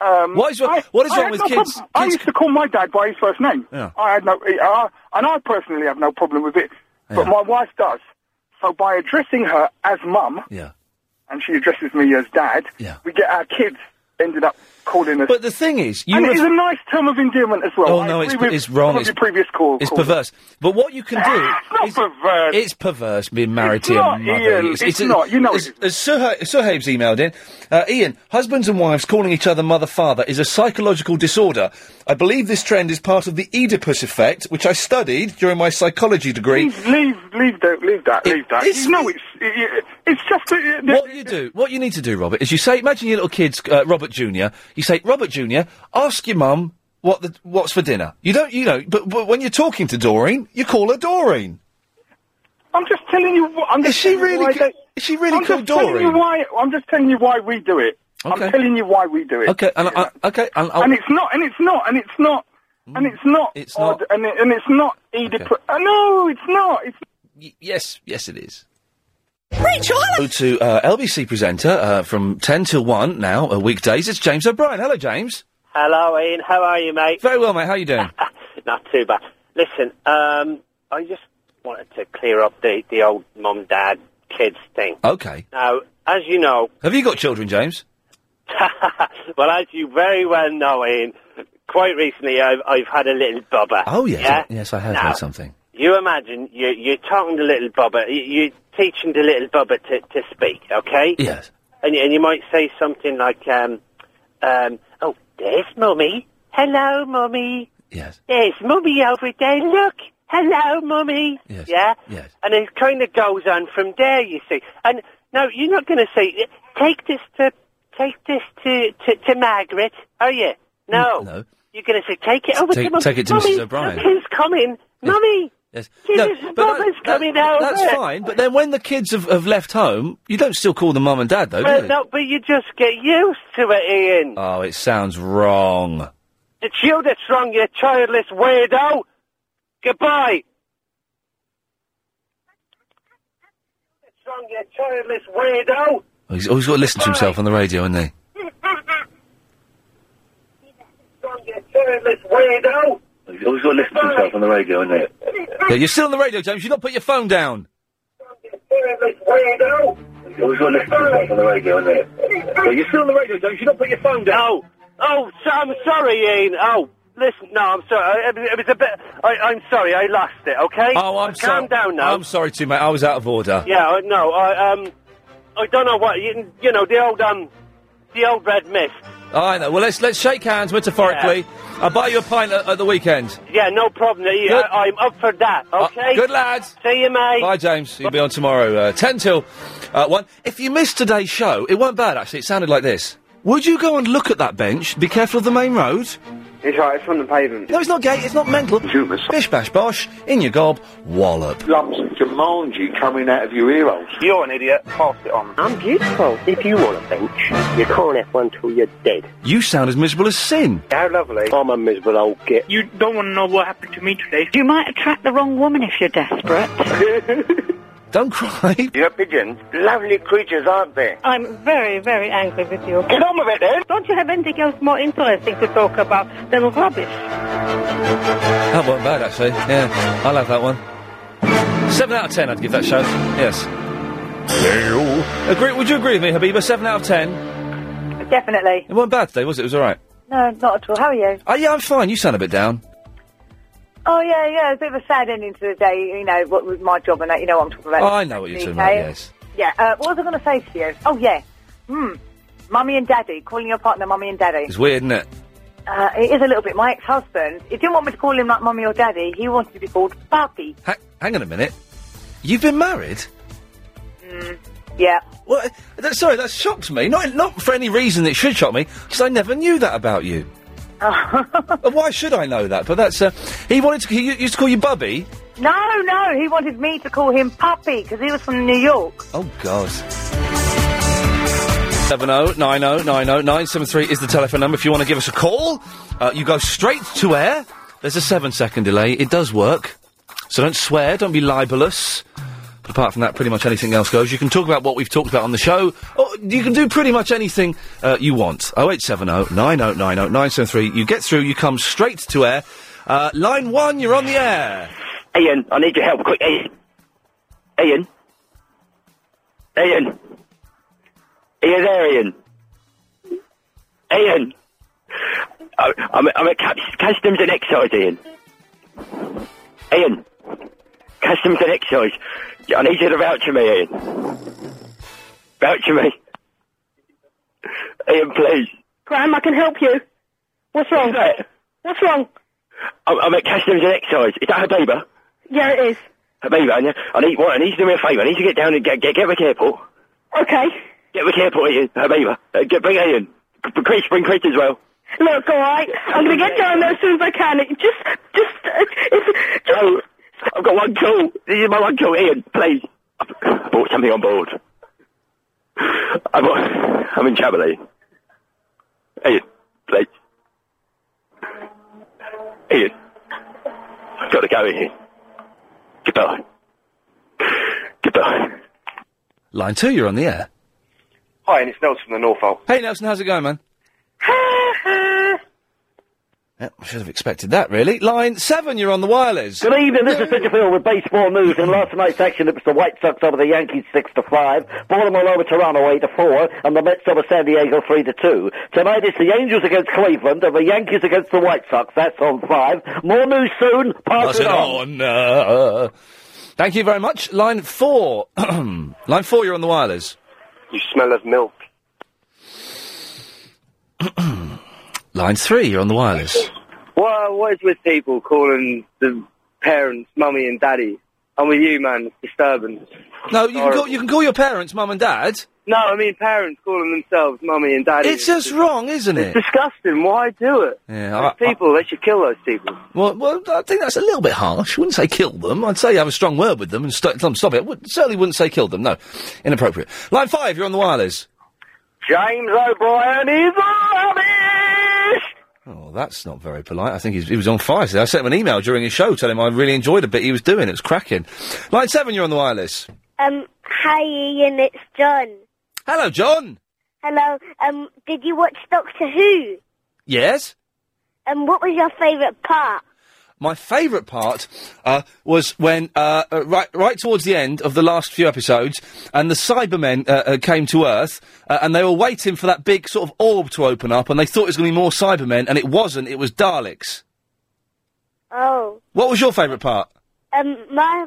[SPEAKER 3] Um,
[SPEAKER 1] What is wrong-
[SPEAKER 3] I-
[SPEAKER 1] what is
[SPEAKER 3] I
[SPEAKER 1] wrong
[SPEAKER 3] had
[SPEAKER 1] with
[SPEAKER 3] no
[SPEAKER 1] kids-
[SPEAKER 3] problem. I used to call my dad by his first name.
[SPEAKER 1] Yeah.
[SPEAKER 3] I had no, uh, and I personally have no problem with it, but my wife does. So by addressing her as mum,
[SPEAKER 1] Yeah.
[SPEAKER 3] and she addresses me as dad,
[SPEAKER 1] Yeah.
[SPEAKER 3] we get our kids ended up calling us.
[SPEAKER 1] But the thing is, you
[SPEAKER 3] and
[SPEAKER 1] ref-
[SPEAKER 3] it is a nice term of endearment as well.
[SPEAKER 1] Oh,
[SPEAKER 3] I
[SPEAKER 1] no,
[SPEAKER 3] agree
[SPEAKER 1] it's-
[SPEAKER 3] with
[SPEAKER 1] it's wrong.
[SPEAKER 3] some of your
[SPEAKER 1] It's-
[SPEAKER 3] previous call.
[SPEAKER 1] It's perverse. But what you can do. it's not perverse. It's perverse being married
[SPEAKER 3] It's
[SPEAKER 1] to your
[SPEAKER 3] not,
[SPEAKER 1] mother.
[SPEAKER 3] Ian. It's not. You know
[SPEAKER 1] As, as Suha- Suhaib's emailed in, uh, Ian, husbands and wives calling each other mother father is a psychological disorder. I believe this trend is part of the Oedipus effect, which I studied during my psychology degree.
[SPEAKER 3] Leave, leave, leave that. Leave that. leave that.
[SPEAKER 1] it's-
[SPEAKER 3] you know, it's it, it's just uh, a,
[SPEAKER 1] What you do, what you need to do, Robert, is you say, imagine your little kids, uh, Robert Junior. You say, Robert Junior, ask your mum what the what's for dinner. You don't, you know, but, but when you're talking to Doreen, you call her Doreen.
[SPEAKER 3] I'm just telling you. wh- I'm just
[SPEAKER 1] Is she
[SPEAKER 3] telling you
[SPEAKER 1] really
[SPEAKER 3] why
[SPEAKER 1] co-
[SPEAKER 3] they-
[SPEAKER 1] is she really
[SPEAKER 3] I'm just
[SPEAKER 1] called
[SPEAKER 3] telling you
[SPEAKER 1] Doreen?
[SPEAKER 3] why. I'm just telling you why we do it.
[SPEAKER 1] Okay.
[SPEAKER 3] I'm telling you why we do it.
[SPEAKER 1] Okay, and I, okay, and, I'll-
[SPEAKER 3] and it's not. And it's not. And it's not. And it's not. It's odd, not. And, it, and it's not. Oedipus. Uh, no, it's not. It's
[SPEAKER 1] yes, yes, it is.
[SPEAKER 3] Rachel.
[SPEAKER 1] Go to uh, LBC presenter uh, from ten till one now, uh, weekdays. It's James O'Brien. Hello, James.
[SPEAKER 8] Hello, Ian. How are you, mate?
[SPEAKER 1] Very well, mate. How you doing?
[SPEAKER 8] Not too bad. Listen, um, I just wanted to clear up the, the old mum, dad, kids thing.
[SPEAKER 1] okay.
[SPEAKER 8] Now, as you know,
[SPEAKER 1] Have you got children, James?
[SPEAKER 8] well, as you very well know, Ian, quite recently I've, I've had a little bubba.
[SPEAKER 1] Oh yes,
[SPEAKER 8] Yeah?
[SPEAKER 1] I- yes, I have
[SPEAKER 8] Now,
[SPEAKER 1] heard something.
[SPEAKER 8] You imagine you, you're talking to little bubba, you, you're teaching the little bubba to, to speak, okay?
[SPEAKER 1] Yes.
[SPEAKER 8] And, you- and you might say something like, um, um, oh, there's mummy. Hello, mummy.
[SPEAKER 1] Yes.
[SPEAKER 8] There's mummy over there. Look. Hello, mummy.
[SPEAKER 1] Yes.
[SPEAKER 8] Yeah?
[SPEAKER 1] Yes.
[SPEAKER 8] And it kind of goes on from there, you see. And no, you're not going to say, take this to, take this to, to, to Margaret, are you? No.
[SPEAKER 1] Mm, No.
[SPEAKER 8] You're going to say, take it over
[SPEAKER 1] Take-
[SPEAKER 8] to mum.
[SPEAKER 1] take it to
[SPEAKER 8] Mummy,
[SPEAKER 1] Mrs. O'Brien."
[SPEAKER 8] Look who's coming. Mummy.
[SPEAKER 1] Yes.
[SPEAKER 8] Jesus,
[SPEAKER 1] but
[SPEAKER 8] mum's coming over.
[SPEAKER 1] that's fine. But then when the kids have, have left home, you don't still call them mum and dad, though, do
[SPEAKER 8] Well,
[SPEAKER 1] you?
[SPEAKER 8] Uh, no, but you just get used to it, Ian.
[SPEAKER 1] Oh, it sounds wrong.
[SPEAKER 8] It's you that's wrong, you childless weirdo. Goodbye. It's wrong, you childless weirdo.
[SPEAKER 1] Oh, He's always got to listen to himself on the radio, isn't he?
[SPEAKER 8] Childless weirdo.
[SPEAKER 1] He's always got to listen to himself on the radio, isn't he? Yeah, you're still on the radio, James. You've not put your phone down.
[SPEAKER 8] Childless weirdo.
[SPEAKER 1] He's always got to listen to himself on the radio, isn't he?
[SPEAKER 8] Yeah, you're still on the radio, don't you? Not put your phone down. Oh, oh, so, I'm sorry, Ian. Oh, listen, no, I'm sorry. I, it, was- it was a bit. I, I'm sorry, I lost it. Okay.
[SPEAKER 1] Oh,
[SPEAKER 8] Calm
[SPEAKER 1] I'm sorry.
[SPEAKER 8] down now.
[SPEAKER 1] I'm sorry too, mate. I was out of order.
[SPEAKER 8] Yeah, I- no, I um, I don't know what you, you know the old um, the old red mist.
[SPEAKER 1] I know. Well, let's let's shake hands metaphorically. I'll buy you a pint at, at the weekend.
[SPEAKER 8] Yeah, no problem. I,
[SPEAKER 1] Good. Uh,
[SPEAKER 8] I, I'm up for that. Okay.
[SPEAKER 1] good lads.
[SPEAKER 8] See you, mate.
[SPEAKER 1] Bye, James. You'll be on tomorrow, uh, ten till uh, one. If you missed today's show, it weren't bad actually. It sounded like this. Would you go and look at that bench? Be careful of the main road.
[SPEAKER 3] It's right. It's on the pavement.
[SPEAKER 1] No, it's not gay. It's not mental. Bish bash bosh. In your gob. Wallop.
[SPEAKER 3] Lumps of Jumanji coming out of your ear holes.
[SPEAKER 8] You're an idiot. Pass it on. I'm beautiful. If you want a bench, you call F1 till you're dead.
[SPEAKER 1] You sound as miserable as sin.
[SPEAKER 8] How lovely. I'm a miserable old git.
[SPEAKER 30] You don't want to know what happened to me today.
[SPEAKER 31] You might attract the wrong woman if you're desperate.
[SPEAKER 1] Don't cry.
[SPEAKER 8] You're pigeons. Lovely creatures, aren't they?
[SPEAKER 15] I'm very, very angry with you. Get on with it, then. Don't you have anything else more interesting to talk about than rubbish?
[SPEAKER 1] That wasn't bad, actually. Yeah, I like that one. Seven out of ten, I'd give that show. Yes. Hello. Agree? Would you agree with me, Habiba? Seven out of ten.
[SPEAKER 32] Definitely.
[SPEAKER 1] It wasn't bad today, was it? It was all right.
[SPEAKER 32] No, not at all. How are you?
[SPEAKER 1] Oh yeah, I'm fine. You sound a bit down.
[SPEAKER 32] Oh, yeah, yeah. A bit of a sad ending to the day, you know, what with my job and that. You know what I'm talking about.
[SPEAKER 1] Oh, I know what you're talking about.
[SPEAKER 32] Okay.
[SPEAKER 1] Yes.
[SPEAKER 32] Yeah. Uh, what was I going to say to you? Oh, yeah. Hmm. Mummy and daddy. Calling your partner mummy and daddy.
[SPEAKER 1] It's weird, isn't it?
[SPEAKER 32] Uh, it is a little bit. My ex-husband, he didn't want me to call him like mummy or daddy. He wanted to be called papi.
[SPEAKER 1] Ha- hang on a minute. You've been married?
[SPEAKER 32] Mm. Yeah.
[SPEAKER 1] What? That, sorry, that shocked me. Not not for any reason it should shock me, because I never knew that about you. Uh, Why should I know that? But that's uh, he wanted to. He u- used to call you Bubby.
[SPEAKER 32] No, no, he wanted me to call him Puppy because he was from New York.
[SPEAKER 1] Oh God. Seven zero nine zero nine zero nine seven three is the telephone number. If you want to give us a call, uh, you go straight to air. There's a seven second delay. It does work, so don't swear. Don't be libelous. But apart from that, pretty much anything else goes. You can talk about what we've talked about on the show, or you can do pretty much anything uh, you want. 0870 9090 973. You get through, you come straight to air. Uh, line one, you're on the air.
[SPEAKER 28] Ian, I need your help. Quick, Ian. Ian. Ian. Are you there, Ian? Ian. I- I'm, I'm at Cus- Customs and Excise, Ian. Ian. Customs and Excise. I need you to voucher me, Ian. Voucher me. Ian, please.
[SPEAKER 8] Graham, I can help you. What's wrong? What's wrong?
[SPEAKER 28] I'm, I'm at Customs and Excise. Is that Habiba?
[SPEAKER 8] Yeah, it is.
[SPEAKER 28] Habiba, I need, I need, what, I need you to do me a favour. I need you to get down and get, get, get Rick Airport.
[SPEAKER 8] Okay.
[SPEAKER 28] Get Rick Airport, Ian. Habiba. Uh, get, bring her in. B- Chris, bring Chris as well.
[SPEAKER 8] Look, all right. I'm going to get down there as soon as I can. It Just, just, uh, it's,
[SPEAKER 28] Oh, I've got one call. This is my one call, Ian. Please. I brought something on board. I bought, I'm in trouble, Ian. Ian, please. Ian, I've got to go, Ian. Goodbye. Goodbye.
[SPEAKER 1] Line two, you're on the air.
[SPEAKER 33] Hi, and it's Nelson from the Norfolk.
[SPEAKER 1] Hey, Nelson, how's it going, man? Yep, I should have expected that, really. Line seven, you're on the wireless.
[SPEAKER 21] Good evening. This is Pitcherfield with baseball news. In last night's action, it was the White Sox over the Yankees six to five, Baltimore over Toronto eight to four, and the Mets over San Diego three to two. Tonight it's the Angels against Cleveland and the Yankees against the White Sox. That's on five. More news soon. Pass
[SPEAKER 1] Pass
[SPEAKER 21] it
[SPEAKER 1] it
[SPEAKER 21] on.
[SPEAKER 1] on. uh, Thank you very much. Line four. Line four, you're on the wireless.
[SPEAKER 33] You smell of milk.
[SPEAKER 1] Line three, you're on the wireless.
[SPEAKER 18] Well, what is with people calling the parents mummy and daddy? I'm with you, man. It's disturbing.
[SPEAKER 1] No, you can call, you can call your parents mum and dad.
[SPEAKER 18] No, I mean parents calling themselves mummy and daddy.
[SPEAKER 1] It's just wrong, isn't
[SPEAKER 18] It's
[SPEAKER 1] it? Uh,
[SPEAKER 18] disgusting. Why do it?
[SPEAKER 1] Yeah, I,
[SPEAKER 18] Those people, they should kill those people.
[SPEAKER 1] well, well, I think that's a little bit harsh. Wouldn't say kill them. I'd say have a strong word with them and st- tell them stop it. Would, certainly wouldn't say kill them. No, inappropriate. Line five, you're on the wireless.
[SPEAKER 18] James O'Brien is
[SPEAKER 1] Oh, that's not very polite. I think he's, he was on fire today. I sent him an email during his show telling him I really enjoyed a bit he was doing. It was cracking. Line seven, you're on the wireless.
[SPEAKER 12] Um, hi Ian, it's John.
[SPEAKER 1] Hello, John.
[SPEAKER 12] Hello. Um, did you watch Doctor Who?
[SPEAKER 1] Yes.
[SPEAKER 12] And what was your favourite part?
[SPEAKER 1] My favourite part uh, was when, uh, uh, right, right towards the end of the last few episodes, and the Cybermen uh, uh, came to Earth, uh, and they were waiting for that big sort of orb to open up, and they thought it was going to be more Cybermen, and it wasn't. It was Daleks.
[SPEAKER 12] Oh,
[SPEAKER 1] What was your favourite part?
[SPEAKER 12] um, my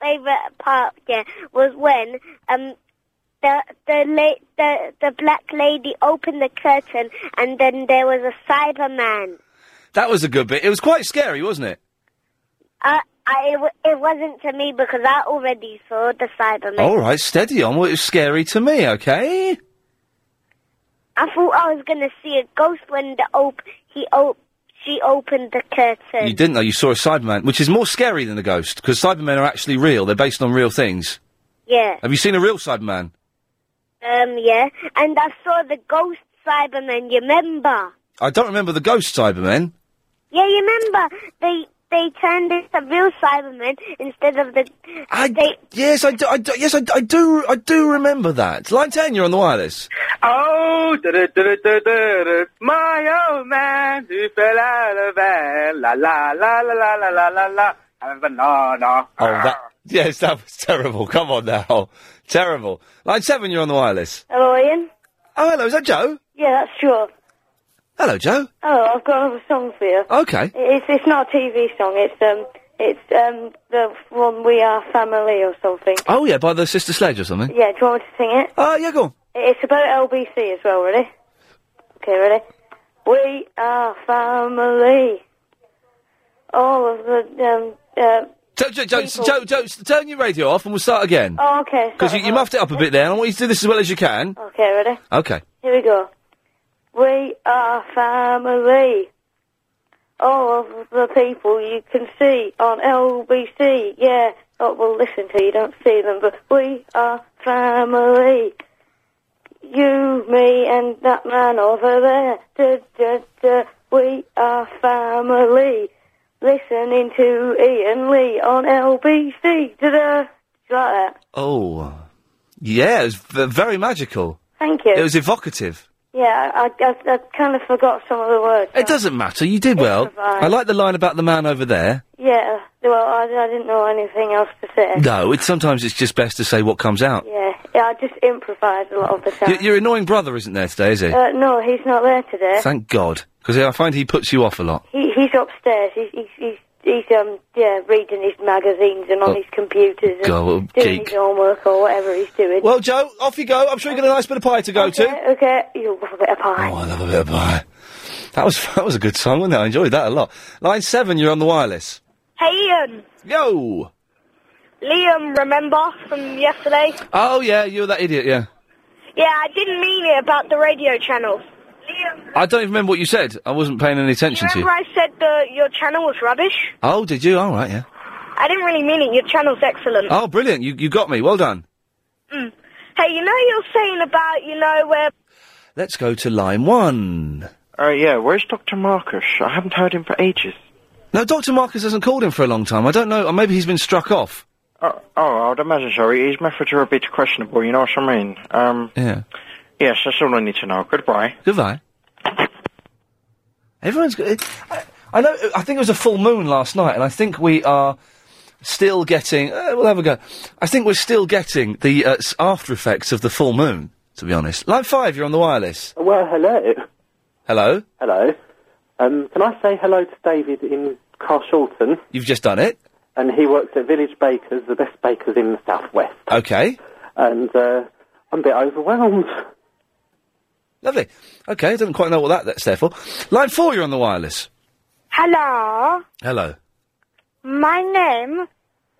[SPEAKER 12] favourite part yeah was when um the the la- the the black lady opened the curtain and then there was a Cyberman.
[SPEAKER 1] That was a good bit. It was quite scary, wasn't it?
[SPEAKER 12] I, Uh, I it, w- it wasn't to me because I already saw the Cyberman.
[SPEAKER 1] All right, steady on. Well, it was scary to me. Okay.
[SPEAKER 12] I thought I was gonna see a ghost when the op he op she opened the curtain.
[SPEAKER 1] You didn't though. You saw a Cyberman, which is more scary than a ghost because Cybermen are actually real. They're based on real things.
[SPEAKER 12] Yeah.
[SPEAKER 1] Have you seen a real Cyberman?
[SPEAKER 12] Um. Yeah. And I saw the ghost Cyberman. You remember?
[SPEAKER 1] I don't remember the ghost Cybermen.
[SPEAKER 12] Yeah. You remember? They they turned into real Cybermen instead of the.
[SPEAKER 1] I yes, I do. I do yes, I, I do. I do remember that. Line ten, you're on the wireless.
[SPEAKER 18] Oh, da-da-da-da-da-da. my old man who fell out of bed. La la la la la la la la la. I'm a banana.
[SPEAKER 1] Oh, that yes, that was terrible. Come on now, terrible. Line seven, you're on the wireless.
[SPEAKER 34] Hello, Ian.
[SPEAKER 1] Oh, hello. Is that Joe?
[SPEAKER 34] Yeah, that's sure.
[SPEAKER 1] Hello, Joe.
[SPEAKER 34] Oh, I've got another song for you.
[SPEAKER 1] Okay.
[SPEAKER 34] It's it's not a TV song. It's um it's um the one We Are Family or something.
[SPEAKER 1] Oh yeah, by the Sister Sledge or something.
[SPEAKER 34] Yeah, do you want me to sing it?
[SPEAKER 1] Oh yeah, go on.
[SPEAKER 34] It's about LBC as well. Ready? Okay, ready. We are family. All of the um uh.
[SPEAKER 1] Joe, Joe, Joe, Joe, Joe, s- turn your radio off and we'll start again.
[SPEAKER 34] Oh, okay.
[SPEAKER 1] Because you, you muffed it up a bit there, and I want you to do this as well as you can.
[SPEAKER 34] Okay, ready.
[SPEAKER 1] Okay.
[SPEAKER 34] Here we go. We are family. all of the people you can see on LBC. Yeah, oh, well, listen to you don't see them, but we are family. You, me, and that man over there. Duh, duh, duh. We are family. Listening to Ian Lee on LBC. Da-da. Do you like that?
[SPEAKER 1] Oh, yeah, it was v- very magical.
[SPEAKER 34] Thank you.
[SPEAKER 1] It was evocative.
[SPEAKER 34] yeah, I, I, I kind of forgot some of the words.
[SPEAKER 1] It doesn't matter. You did well.
[SPEAKER 34] Improvise.
[SPEAKER 1] I like the line about the man over there.
[SPEAKER 34] Yeah, well, I, I didn't know anything else to say.
[SPEAKER 1] No, it's sometimes it's just best to say what comes out.
[SPEAKER 34] Yeah, yeah, I just improvise a lot of the time.
[SPEAKER 1] Y- your annoying brother isn't there today, is he?
[SPEAKER 34] Uh, no, he's not there today.
[SPEAKER 1] Thank God, because I find he puts you off a lot.
[SPEAKER 34] he, he's upstairs. He's, he's, he's, he's um, yeah, reading his magazines and on
[SPEAKER 1] Oh.
[SPEAKER 34] his computers and
[SPEAKER 1] Go,
[SPEAKER 34] doing
[SPEAKER 1] what a geek.
[SPEAKER 34] his homework or whatever he's doing.
[SPEAKER 1] Well, Joe, off you go. I'm sure you've got a nice bit of pie to go
[SPEAKER 34] okay,
[SPEAKER 1] to.
[SPEAKER 34] Okay, you'll have a bit of pie.
[SPEAKER 1] Oh, I love a bit of pie. That was that was a good song, wasn't it? I enjoyed that a lot. Line seven, you're on the wireless.
[SPEAKER 2] Hey Ian,
[SPEAKER 1] Yo.
[SPEAKER 2] Liam, remember from yesterday?
[SPEAKER 1] Oh yeah, you're that idiot. Yeah.
[SPEAKER 2] Yeah, I didn't mean it about the radio channel.
[SPEAKER 1] I don't even remember what you said. I wasn't paying any attention to you.
[SPEAKER 2] Remember, I said the, your channel was rubbish.
[SPEAKER 1] Oh, did you? All right, yeah.
[SPEAKER 2] I didn't really mean it. Your channel's excellent.
[SPEAKER 1] Oh, brilliant. You you got me. Well done.
[SPEAKER 2] Mm. Hey, you know you're saying about you know where
[SPEAKER 1] Let's go to line one.
[SPEAKER 5] Uh, yeah, where's Dr. Marcus? I haven't heard him for ages.
[SPEAKER 1] No, Dr. Marcus hasn't called him for a long time. I don't know. Or maybe he's been struck off.
[SPEAKER 5] Oh, oh, I'd imagine so. His methods are a bit questionable, you know what I mean? Um,
[SPEAKER 1] Yeah.
[SPEAKER 5] yes, that's all I need to know. Goodbye.
[SPEAKER 1] Goodbye. Everyone's got. I, I know. I think it was a full moon last night, and I think we are still getting. Uh, we'll have a go. I think we're still getting the uh, s- after effects of the full moon. To be honest, line five, you're on the wireless.
[SPEAKER 26] Well, hello.
[SPEAKER 1] Hello.
[SPEAKER 26] Hello. Um, can I say hello to David in Carshalton?
[SPEAKER 1] You've just done it.
[SPEAKER 26] And he works at Village Bakers, the best bakers in the southwest.
[SPEAKER 1] Okay.
[SPEAKER 26] And uh, I'm a bit overwhelmed.
[SPEAKER 1] Lovely. Okay. I don't quite know what that, that's there for. Line four, you're on the wireless.
[SPEAKER 25] Hello,
[SPEAKER 1] Hello.
[SPEAKER 25] my name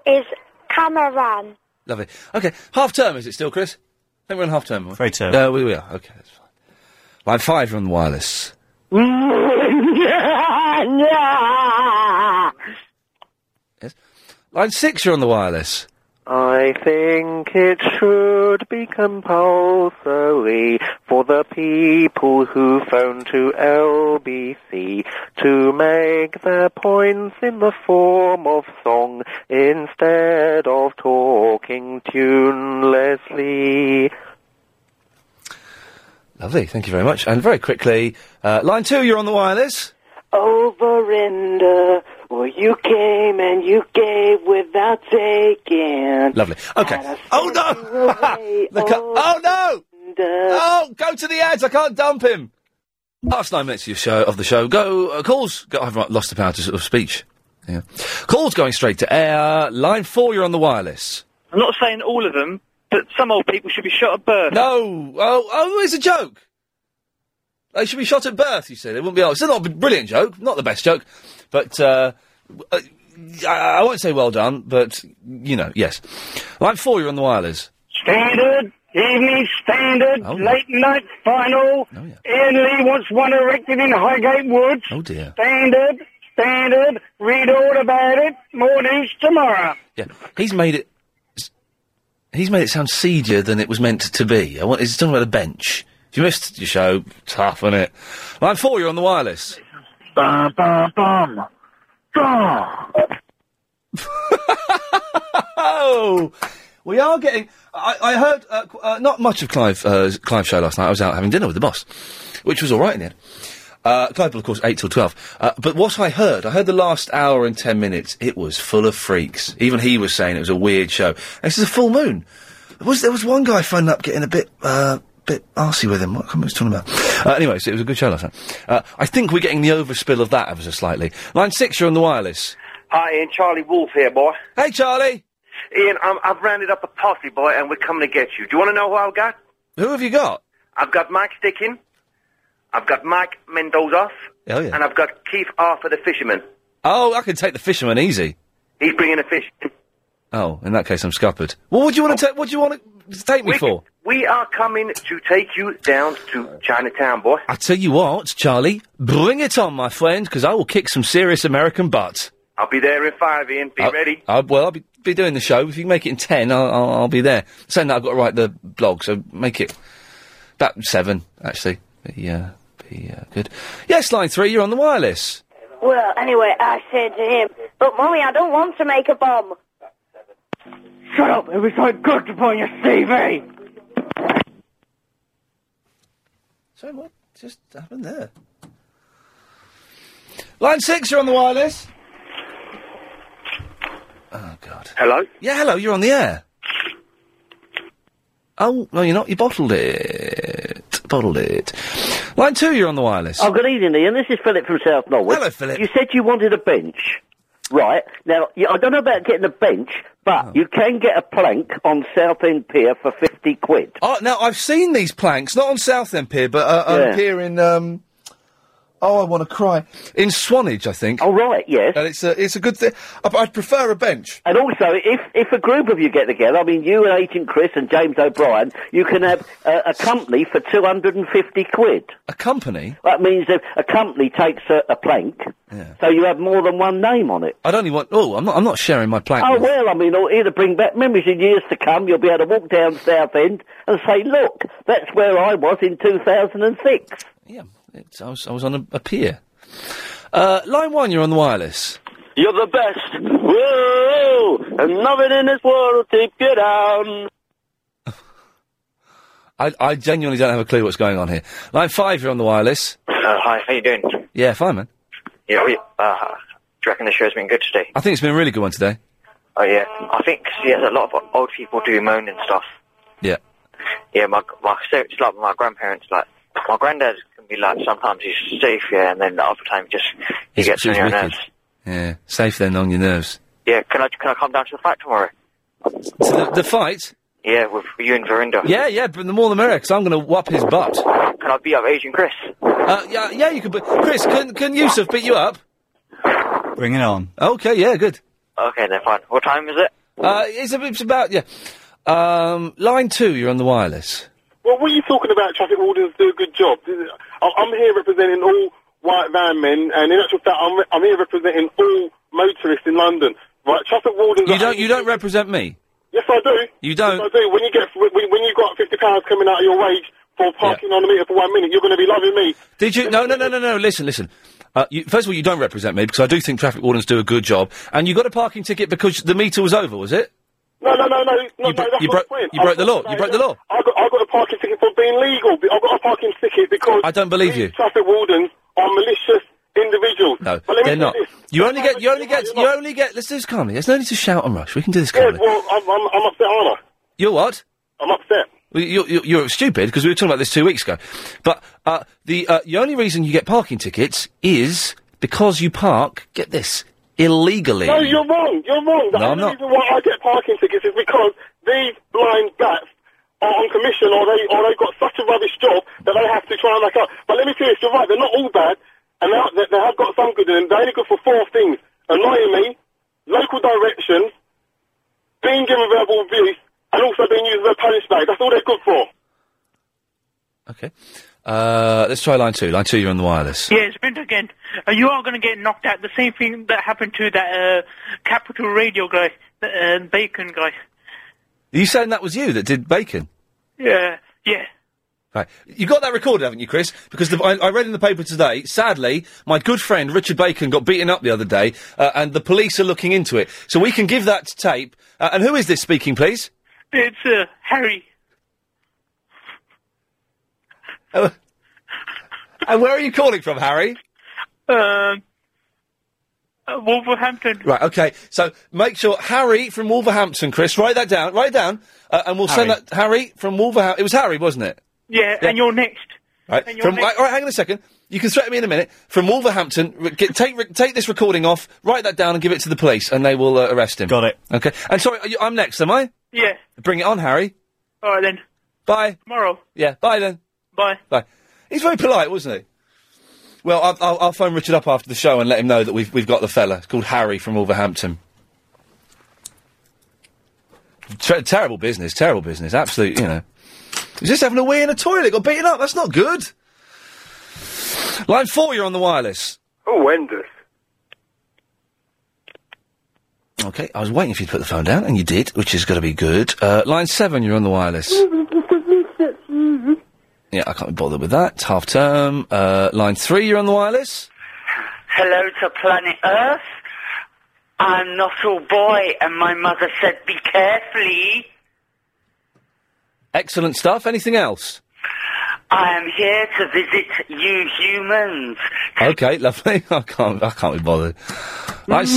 [SPEAKER 25] is Cameron.
[SPEAKER 1] Lovely. Okay. Half term is it still, Chris? I think we're on half term. Free term. Uh, we, we are. Okay. That's fine. Line five, you're on the wireless. Line six, you're on the wireless.
[SPEAKER 11] I think it should be compulsory for the people who phone to LBC to make their points in the form of song instead of talking tunelessly.
[SPEAKER 1] Lovely. Thank you very much. And very quickly, uh, line two, you're on the wireless.
[SPEAKER 35] Over and uh, well, you came and you gave without taking.
[SPEAKER 1] Lovely. Okay. Oh no! The co- oh no! Oh, go to the ads. I can't dump him. Last nine minutes of your show of the show. Go uh, calls. Go, I've lost the power to, of speech. Yeah. Calls going straight to air. Line four, you're on the wireless.
[SPEAKER 36] I'm not saying all of them, but some old people should be shot at birth.
[SPEAKER 1] No. Oh, oh, it's a joke. They should be shot at birth. You said it wouldn't be. It's not a brilliant joke. Not the best joke, but uh, uh, I, I won't say well done. But you know, yes. Line four, you're on the wireless.
[SPEAKER 37] Standard, Evening Standard,
[SPEAKER 1] Oh,
[SPEAKER 37] Late Night Final. Ian Lee wants one erected in Highgate Woods.
[SPEAKER 1] Oh dear.
[SPEAKER 37] Standard, Standard, read all about it. More news tomorrow.
[SPEAKER 1] Yeah, he's made it. He's made it sound seedier than it was meant to be. I want. He's talking about a bench. If you missed your show, tough, isn't it? Line four, you're on the wireless.
[SPEAKER 37] Bum, bum, bum. Bum.
[SPEAKER 1] Oh, we are getting. I, I heard uh, qu- uh, not much of Clive uh, Clive's show last night. I was out having dinner with the boss, which was all right in the end. Uh, Clive, of course, eight till twelve. Uh, but what I heard, I heard the last hour and ten minutes. It was full of freaks. Even he was saying it was a weird show. And this is a full moon. There was there was one guy phoning up getting a bit uh, bit arsey with him. What I was talking about? Uh, anyway, so it was a good show last night. Uh, I think we're getting the overspill of that ever so slightly. Line six, you're on the wireless.
[SPEAKER 36] Hi, Ian. Charlie Wolf here, boy.
[SPEAKER 1] Hey, Charlie.
[SPEAKER 36] Ian, um, I've rounded up a posse, boy, and we're coming to get you. Do you want to know who I've got?
[SPEAKER 1] Who have you got?
[SPEAKER 36] I've got Mike Stickin. I've got Mike Mendoza.
[SPEAKER 1] Oh yeah.
[SPEAKER 36] And I've got Keith Arthur, the fisherman.
[SPEAKER 1] Oh, I can take the fisherman easy.
[SPEAKER 36] He's bringing a fish.
[SPEAKER 1] Oh, in that case, I'm scuppered. Well, what do you want to take? What do you want to? take me for?
[SPEAKER 8] We are coming to take you down to Chinatown, boy.
[SPEAKER 1] I tell you what, Charlie, bring it on, my friend, because I will kick some serious American butt.
[SPEAKER 8] I'll be there in five, Ian. Be
[SPEAKER 1] I'll-
[SPEAKER 8] ready.
[SPEAKER 1] I'll, well, I'll be, be doing the show. If you can make it in ten, I'll, I'll, I'll be there. Saying that, I've got to write the blog, so make it about seven, actually. Be, uh, be uh, good. Yes, line three, you're on the wireless.
[SPEAKER 34] Well, anyway, I said to him, but Mummy, I don't want to make a bomb.
[SPEAKER 38] Shut up! It was so good to put on your CV.
[SPEAKER 1] So what just happened there? Line six, you're on the wireless. Oh God.
[SPEAKER 8] Hello.
[SPEAKER 1] Yeah, hello. You're on the air. Oh no, you're not. You bottled it. Bottled it. Line two, you're on the wireless.
[SPEAKER 21] Oh, good evening, Ian. This is Philip from South Norwood. Hello, Philip. You said you wanted a bench. Right. Now, you, I don't know about getting a bench, but you can get a plank on Southend Pier for 50 quid.
[SPEAKER 1] Oh, now I've seen these planks, not on Southend Pier, but uh, um,
[SPEAKER 21] Yeah.
[SPEAKER 1] here in. Um, oh, I want to cry in Swanage, I think.
[SPEAKER 21] Oh right, yes.
[SPEAKER 1] And it's a it's a good thing. I'd prefer a bench.
[SPEAKER 21] And also, if, if a group of you get together, I mean, you and Agent Chris and James O'Brien, you can have uh, a company for 250 quid.
[SPEAKER 1] A company?
[SPEAKER 21] That means if a company takes a, a plank, so you have more than one name on it.
[SPEAKER 1] I'd only want. Oh, I'm not. I'm not sharing my plank.
[SPEAKER 21] Oh
[SPEAKER 1] with-
[SPEAKER 21] well, I mean, it'll either bring back memories in years to come. You'll be able to walk down South End and say, "Look, that's where I was in 2006."
[SPEAKER 1] It's- I was I was on a, a pier. Uh, line one, you're on the wireless.
[SPEAKER 23] You're the best. Whoa! And Oh, nothing in this world will keep you down.
[SPEAKER 1] I, I genuinely don't have a clue what's going on here. Line five, you're on the wireless.
[SPEAKER 28] Uh, hi, how you doing?
[SPEAKER 1] Yeah, fine, man.
[SPEAKER 28] Yeah, we, uh, do you reckon the show's been good today?
[SPEAKER 1] I think it's been a really good one today.
[SPEAKER 28] Oh yeah, I think 'cause, yeah, a lot of old people do moan and stuff.
[SPEAKER 1] Yeah.
[SPEAKER 28] Yeah, my my so it's like my grandparents like my granddad can be like sometimes he's safe yeah, and then the other time just he
[SPEAKER 1] It's-
[SPEAKER 28] gets
[SPEAKER 1] she
[SPEAKER 28] on
[SPEAKER 1] was
[SPEAKER 28] your
[SPEAKER 1] wicked.
[SPEAKER 28] nerves.
[SPEAKER 1] Yeah, safe then on your nerves.
[SPEAKER 28] Yeah, can I can I come down to the fight tomorrow?
[SPEAKER 1] So the, the fight?
[SPEAKER 28] Yeah, with you and Verinda.
[SPEAKER 1] Yeah, yeah, but the more the merrier, 'cause I'm going to whop his butt.
[SPEAKER 28] Can I beat up Agent Chris?
[SPEAKER 1] Uh, yeah, yeah, you can. But Chris, can can Yusuf beat you up?
[SPEAKER 39] Bring it on.
[SPEAKER 1] Okay, yeah, good.
[SPEAKER 28] Okay, then fine. What time is it?
[SPEAKER 1] Uh, it's, a- it's about yeah. Um, line two, you're on the wireless.
[SPEAKER 40] Well, what are you talking about? Traffic wardens do a good job. I- I'm here representing all white van men, and in actual fact, I'm, I'm here representing all motorists in London. Right, traffic wardens.
[SPEAKER 1] You
[SPEAKER 40] are-
[SPEAKER 1] don't you don't represent me.
[SPEAKER 40] Yes, I do.
[SPEAKER 1] You don't.
[SPEAKER 40] Yes, I do. When you get when, when you got fifty pounds coming out of your wage for parking on the meter for one minute, you're going to be loving me.
[SPEAKER 1] Did you? No, no, no, no, no. Listen, listen. Uh, you, first of all, you don't represent me because I do think traffic wardens do a good job. And you got a parking ticket because the meter was over, was it?
[SPEAKER 40] No, no, no, no. no, no that's
[SPEAKER 1] you
[SPEAKER 40] not
[SPEAKER 1] broke-
[SPEAKER 40] the point.
[SPEAKER 1] you broke the
[SPEAKER 40] I'm
[SPEAKER 1] law.
[SPEAKER 40] talking
[SPEAKER 1] You
[SPEAKER 40] about-
[SPEAKER 1] broke the law.
[SPEAKER 40] I got, I got a parking ticket for being legal. I got a parking ticket because
[SPEAKER 1] I don't believe you.
[SPEAKER 40] traffic wardens are malicious individuals.
[SPEAKER 1] No,
[SPEAKER 40] But let me
[SPEAKER 1] they're
[SPEAKER 40] say
[SPEAKER 1] not.
[SPEAKER 40] this.
[SPEAKER 1] You only get. You only get. You only get. Let's do this calmly. There's no need to shout and rush. We can do this calmly.
[SPEAKER 40] Well, I'm, I'm, I'm upset, aren't I?
[SPEAKER 1] You're what?
[SPEAKER 40] I'm upset.
[SPEAKER 1] Well, You're, you're, you're stupid because we were talking about this two weeks ago. But uh, the uh, the only reason you get parking tickets is because you park. Get this illegally.
[SPEAKER 40] No, you're wrong. You're wrong. The
[SPEAKER 1] No, I'm
[SPEAKER 40] only
[SPEAKER 1] not.
[SPEAKER 40] reason why I get parking tickets is because these blind blacks are on commission, or they or they've got such a rubbish job that they have to try and make up. But let me tell you, this, you're right. They're not all bad, and they, are- they, they have got some good in them. They're only good for four things: annoying me, local directions, being given verbal abuse, and also being used as a punch bag. That's all they're good for.
[SPEAKER 1] Okay. Uh, let's try line two. Line two, you're on the wireless.
[SPEAKER 17] Yeah, it's Vince again. Uh, you are going to get knocked out. The same thing that happened to that uh, Capital Radio guy, the uh, Bacon guy.
[SPEAKER 1] Are you saying that was you that did bacon?
[SPEAKER 17] Yeah, yeah.
[SPEAKER 1] Right. You got that recorded, haven't you, Chris? Because the, I, I read in the paper today, sadly, my good friend Richard Bacon got beaten up the other day, uh, and the police are looking into it. So we can give that tape. Uh, and who is this speaking, please?
[SPEAKER 17] It's uh, Harry.
[SPEAKER 1] Oh. and where are you calling from, Harry?
[SPEAKER 17] Um, uh, Wolverhampton.
[SPEAKER 1] Right, okay. So make sure Harry from Wolverhampton, Chris, write that down, write it down, uh, and we'll send
[SPEAKER 17] Harry.
[SPEAKER 1] that. Harry from Wolverhampton. It was Harry, wasn't it?
[SPEAKER 17] Yeah, and you're next.
[SPEAKER 1] Right.
[SPEAKER 17] And your
[SPEAKER 1] From,
[SPEAKER 17] next-
[SPEAKER 1] right, all right, hang on a second. You can threaten me in a minute. From Wolverhampton, re- get, take re- take this recording off, write that down, and give it to the police, and they will uh, arrest him. Got it. Okay. And sorry, are you, I'm next, am I?
[SPEAKER 17] Yeah.
[SPEAKER 1] Bring it on, Harry.
[SPEAKER 17] All right then.
[SPEAKER 1] Bye.
[SPEAKER 17] Tomorrow.
[SPEAKER 1] Yeah. Bye then.
[SPEAKER 17] Bye.
[SPEAKER 1] Bye. He's very polite, wasn't he? Well, I'll, I'll, I'll phone Richard up after the show and let him know that we've we've got the fella. It's called Harry from Wolverhampton. Ter- terrible business, terrible business. Absolute, you know. He's just having a wee in a toilet, got beaten up. That's not good. Line four, you're on the wireless.
[SPEAKER 22] Oh, Enders.
[SPEAKER 1] Okay, I was waiting for you to put the phone down, and you did, which has got to be good. Uh, line seven, you're on the wireless. Yeah, I can't be bothered with that. It's half term. Uh, line three, you're on the wireless.
[SPEAKER 26] Hello to planet Earth. I'm not all boy, and my mother said, be carefully.
[SPEAKER 1] Excellent stuff. Anything else?
[SPEAKER 26] I am here to visit you humans.
[SPEAKER 1] Okay, lovely. I can't. I can't be bothered. I s-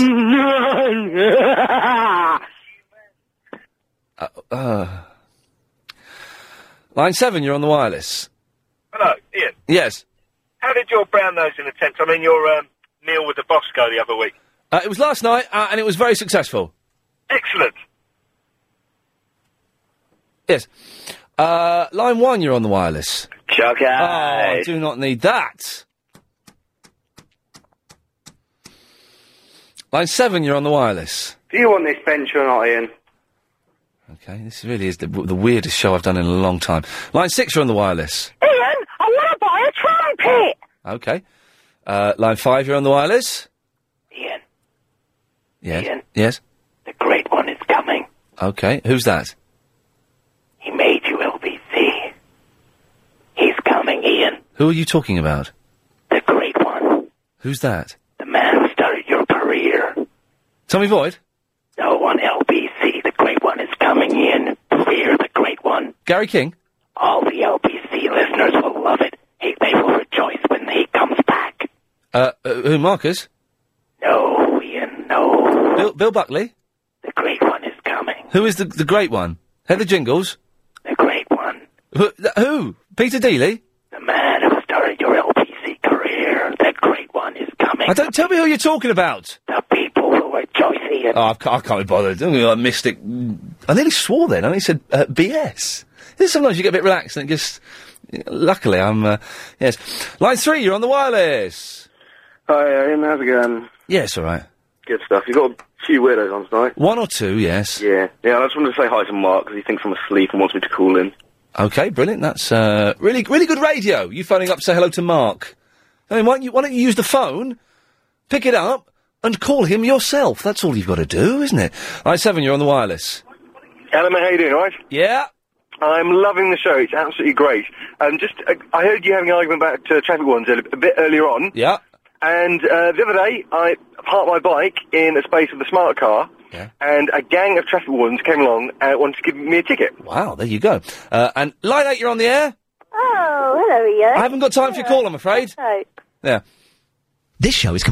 [SPEAKER 1] uh, uh. Line seven, you're on the wireless.
[SPEAKER 8] Hello, Ian.
[SPEAKER 1] Yes,
[SPEAKER 8] How did your brown nosing attempt, I mean your um, meal with the boss go the other week?
[SPEAKER 1] uh, it was last night, uh, and it was very successful.
[SPEAKER 8] Excellent.
[SPEAKER 1] Yes. Uh, line one, you're on the wireless.
[SPEAKER 26] Chuck
[SPEAKER 1] Oh, I do not need that. Line seven, you're on the wireless.
[SPEAKER 22] Do you want this bench or not, Ian?
[SPEAKER 1] Okay, this really is the, the weirdest show I've done in a long time. Line six, you're on the wireless.
[SPEAKER 19] Ian, I want to buy a trumpet.
[SPEAKER 1] Okay. Uh, line five, you're on the wireless.
[SPEAKER 22] Ian,
[SPEAKER 1] Yes.
[SPEAKER 22] Ian.
[SPEAKER 1] Yes.
[SPEAKER 22] the great one is coming.
[SPEAKER 1] Okay. Who's that?
[SPEAKER 22] He made you LBC. He's coming, Ian.
[SPEAKER 1] Who are you talking about?
[SPEAKER 22] The great one.
[SPEAKER 1] Who's that?
[SPEAKER 22] The man who started your career.
[SPEAKER 1] Tommy Void.
[SPEAKER 22] No one LBC. The great one is coming, Ian. Fear the great one.
[SPEAKER 1] Gary King.
[SPEAKER 22] All the LBC listeners will love it. He, they will rejoice when he comes back.
[SPEAKER 1] Uh, uh, who? Marcus.
[SPEAKER 22] No, Ian, no.
[SPEAKER 1] Bill, Bill Buckley.
[SPEAKER 22] The great one is coming.
[SPEAKER 1] Who is the the great one? Heather Jingles.
[SPEAKER 22] The great one.
[SPEAKER 1] Who? th- who? Peter Deely.
[SPEAKER 22] The man who started your LBC career. The great one is coming.
[SPEAKER 1] I don't tell me who you're talking about.
[SPEAKER 22] The people who rejoice, Ian.
[SPEAKER 1] Oh, I can't, I can't be bothered. I'm a mystic. I nearly swore then. I nearly said uh, BS. This- Sometimes you get a bit relaxed and it just. Luckily, I'm. Uh, yes. Line three, you're on the wireless.
[SPEAKER 22] Hi, Ian. How's it going?
[SPEAKER 1] Yes, all right.
[SPEAKER 22] Good stuff. You got a few weirdos on tonight.
[SPEAKER 1] One or two, yes.
[SPEAKER 22] Yeah, yeah. I just wanted to say hi to Mark because he thinks I'm asleep and wants me to call in.
[SPEAKER 1] Okay, brilliant. That's uh, really, really good radio. You phoning up to say hello to Mark. I mean, why don't you, why don't you use the phone, pick it up, and call him yourself? That's all you've got to do, isn't it? I seven, you're on the wireless.
[SPEAKER 22] Adam, how you doing, all right?
[SPEAKER 1] Yeah.
[SPEAKER 22] I'm loving the show. It's absolutely great. Um, just, uh, I heard you having an argument about uh, traffic ones a, a bit earlier on.
[SPEAKER 1] Yeah.
[SPEAKER 22] And uh, the other day, I parked my bike in a space of the smart car, and a gang of traffic wardens came along and wanted to give me a ticket.
[SPEAKER 1] Wow, there you go. Uh, and line eight, you're on the air.
[SPEAKER 19] Oh, hello, Ian.
[SPEAKER 1] I haven't got time for your call, I'm afraid.
[SPEAKER 19] No.
[SPEAKER 1] Yeah. This show is. Com-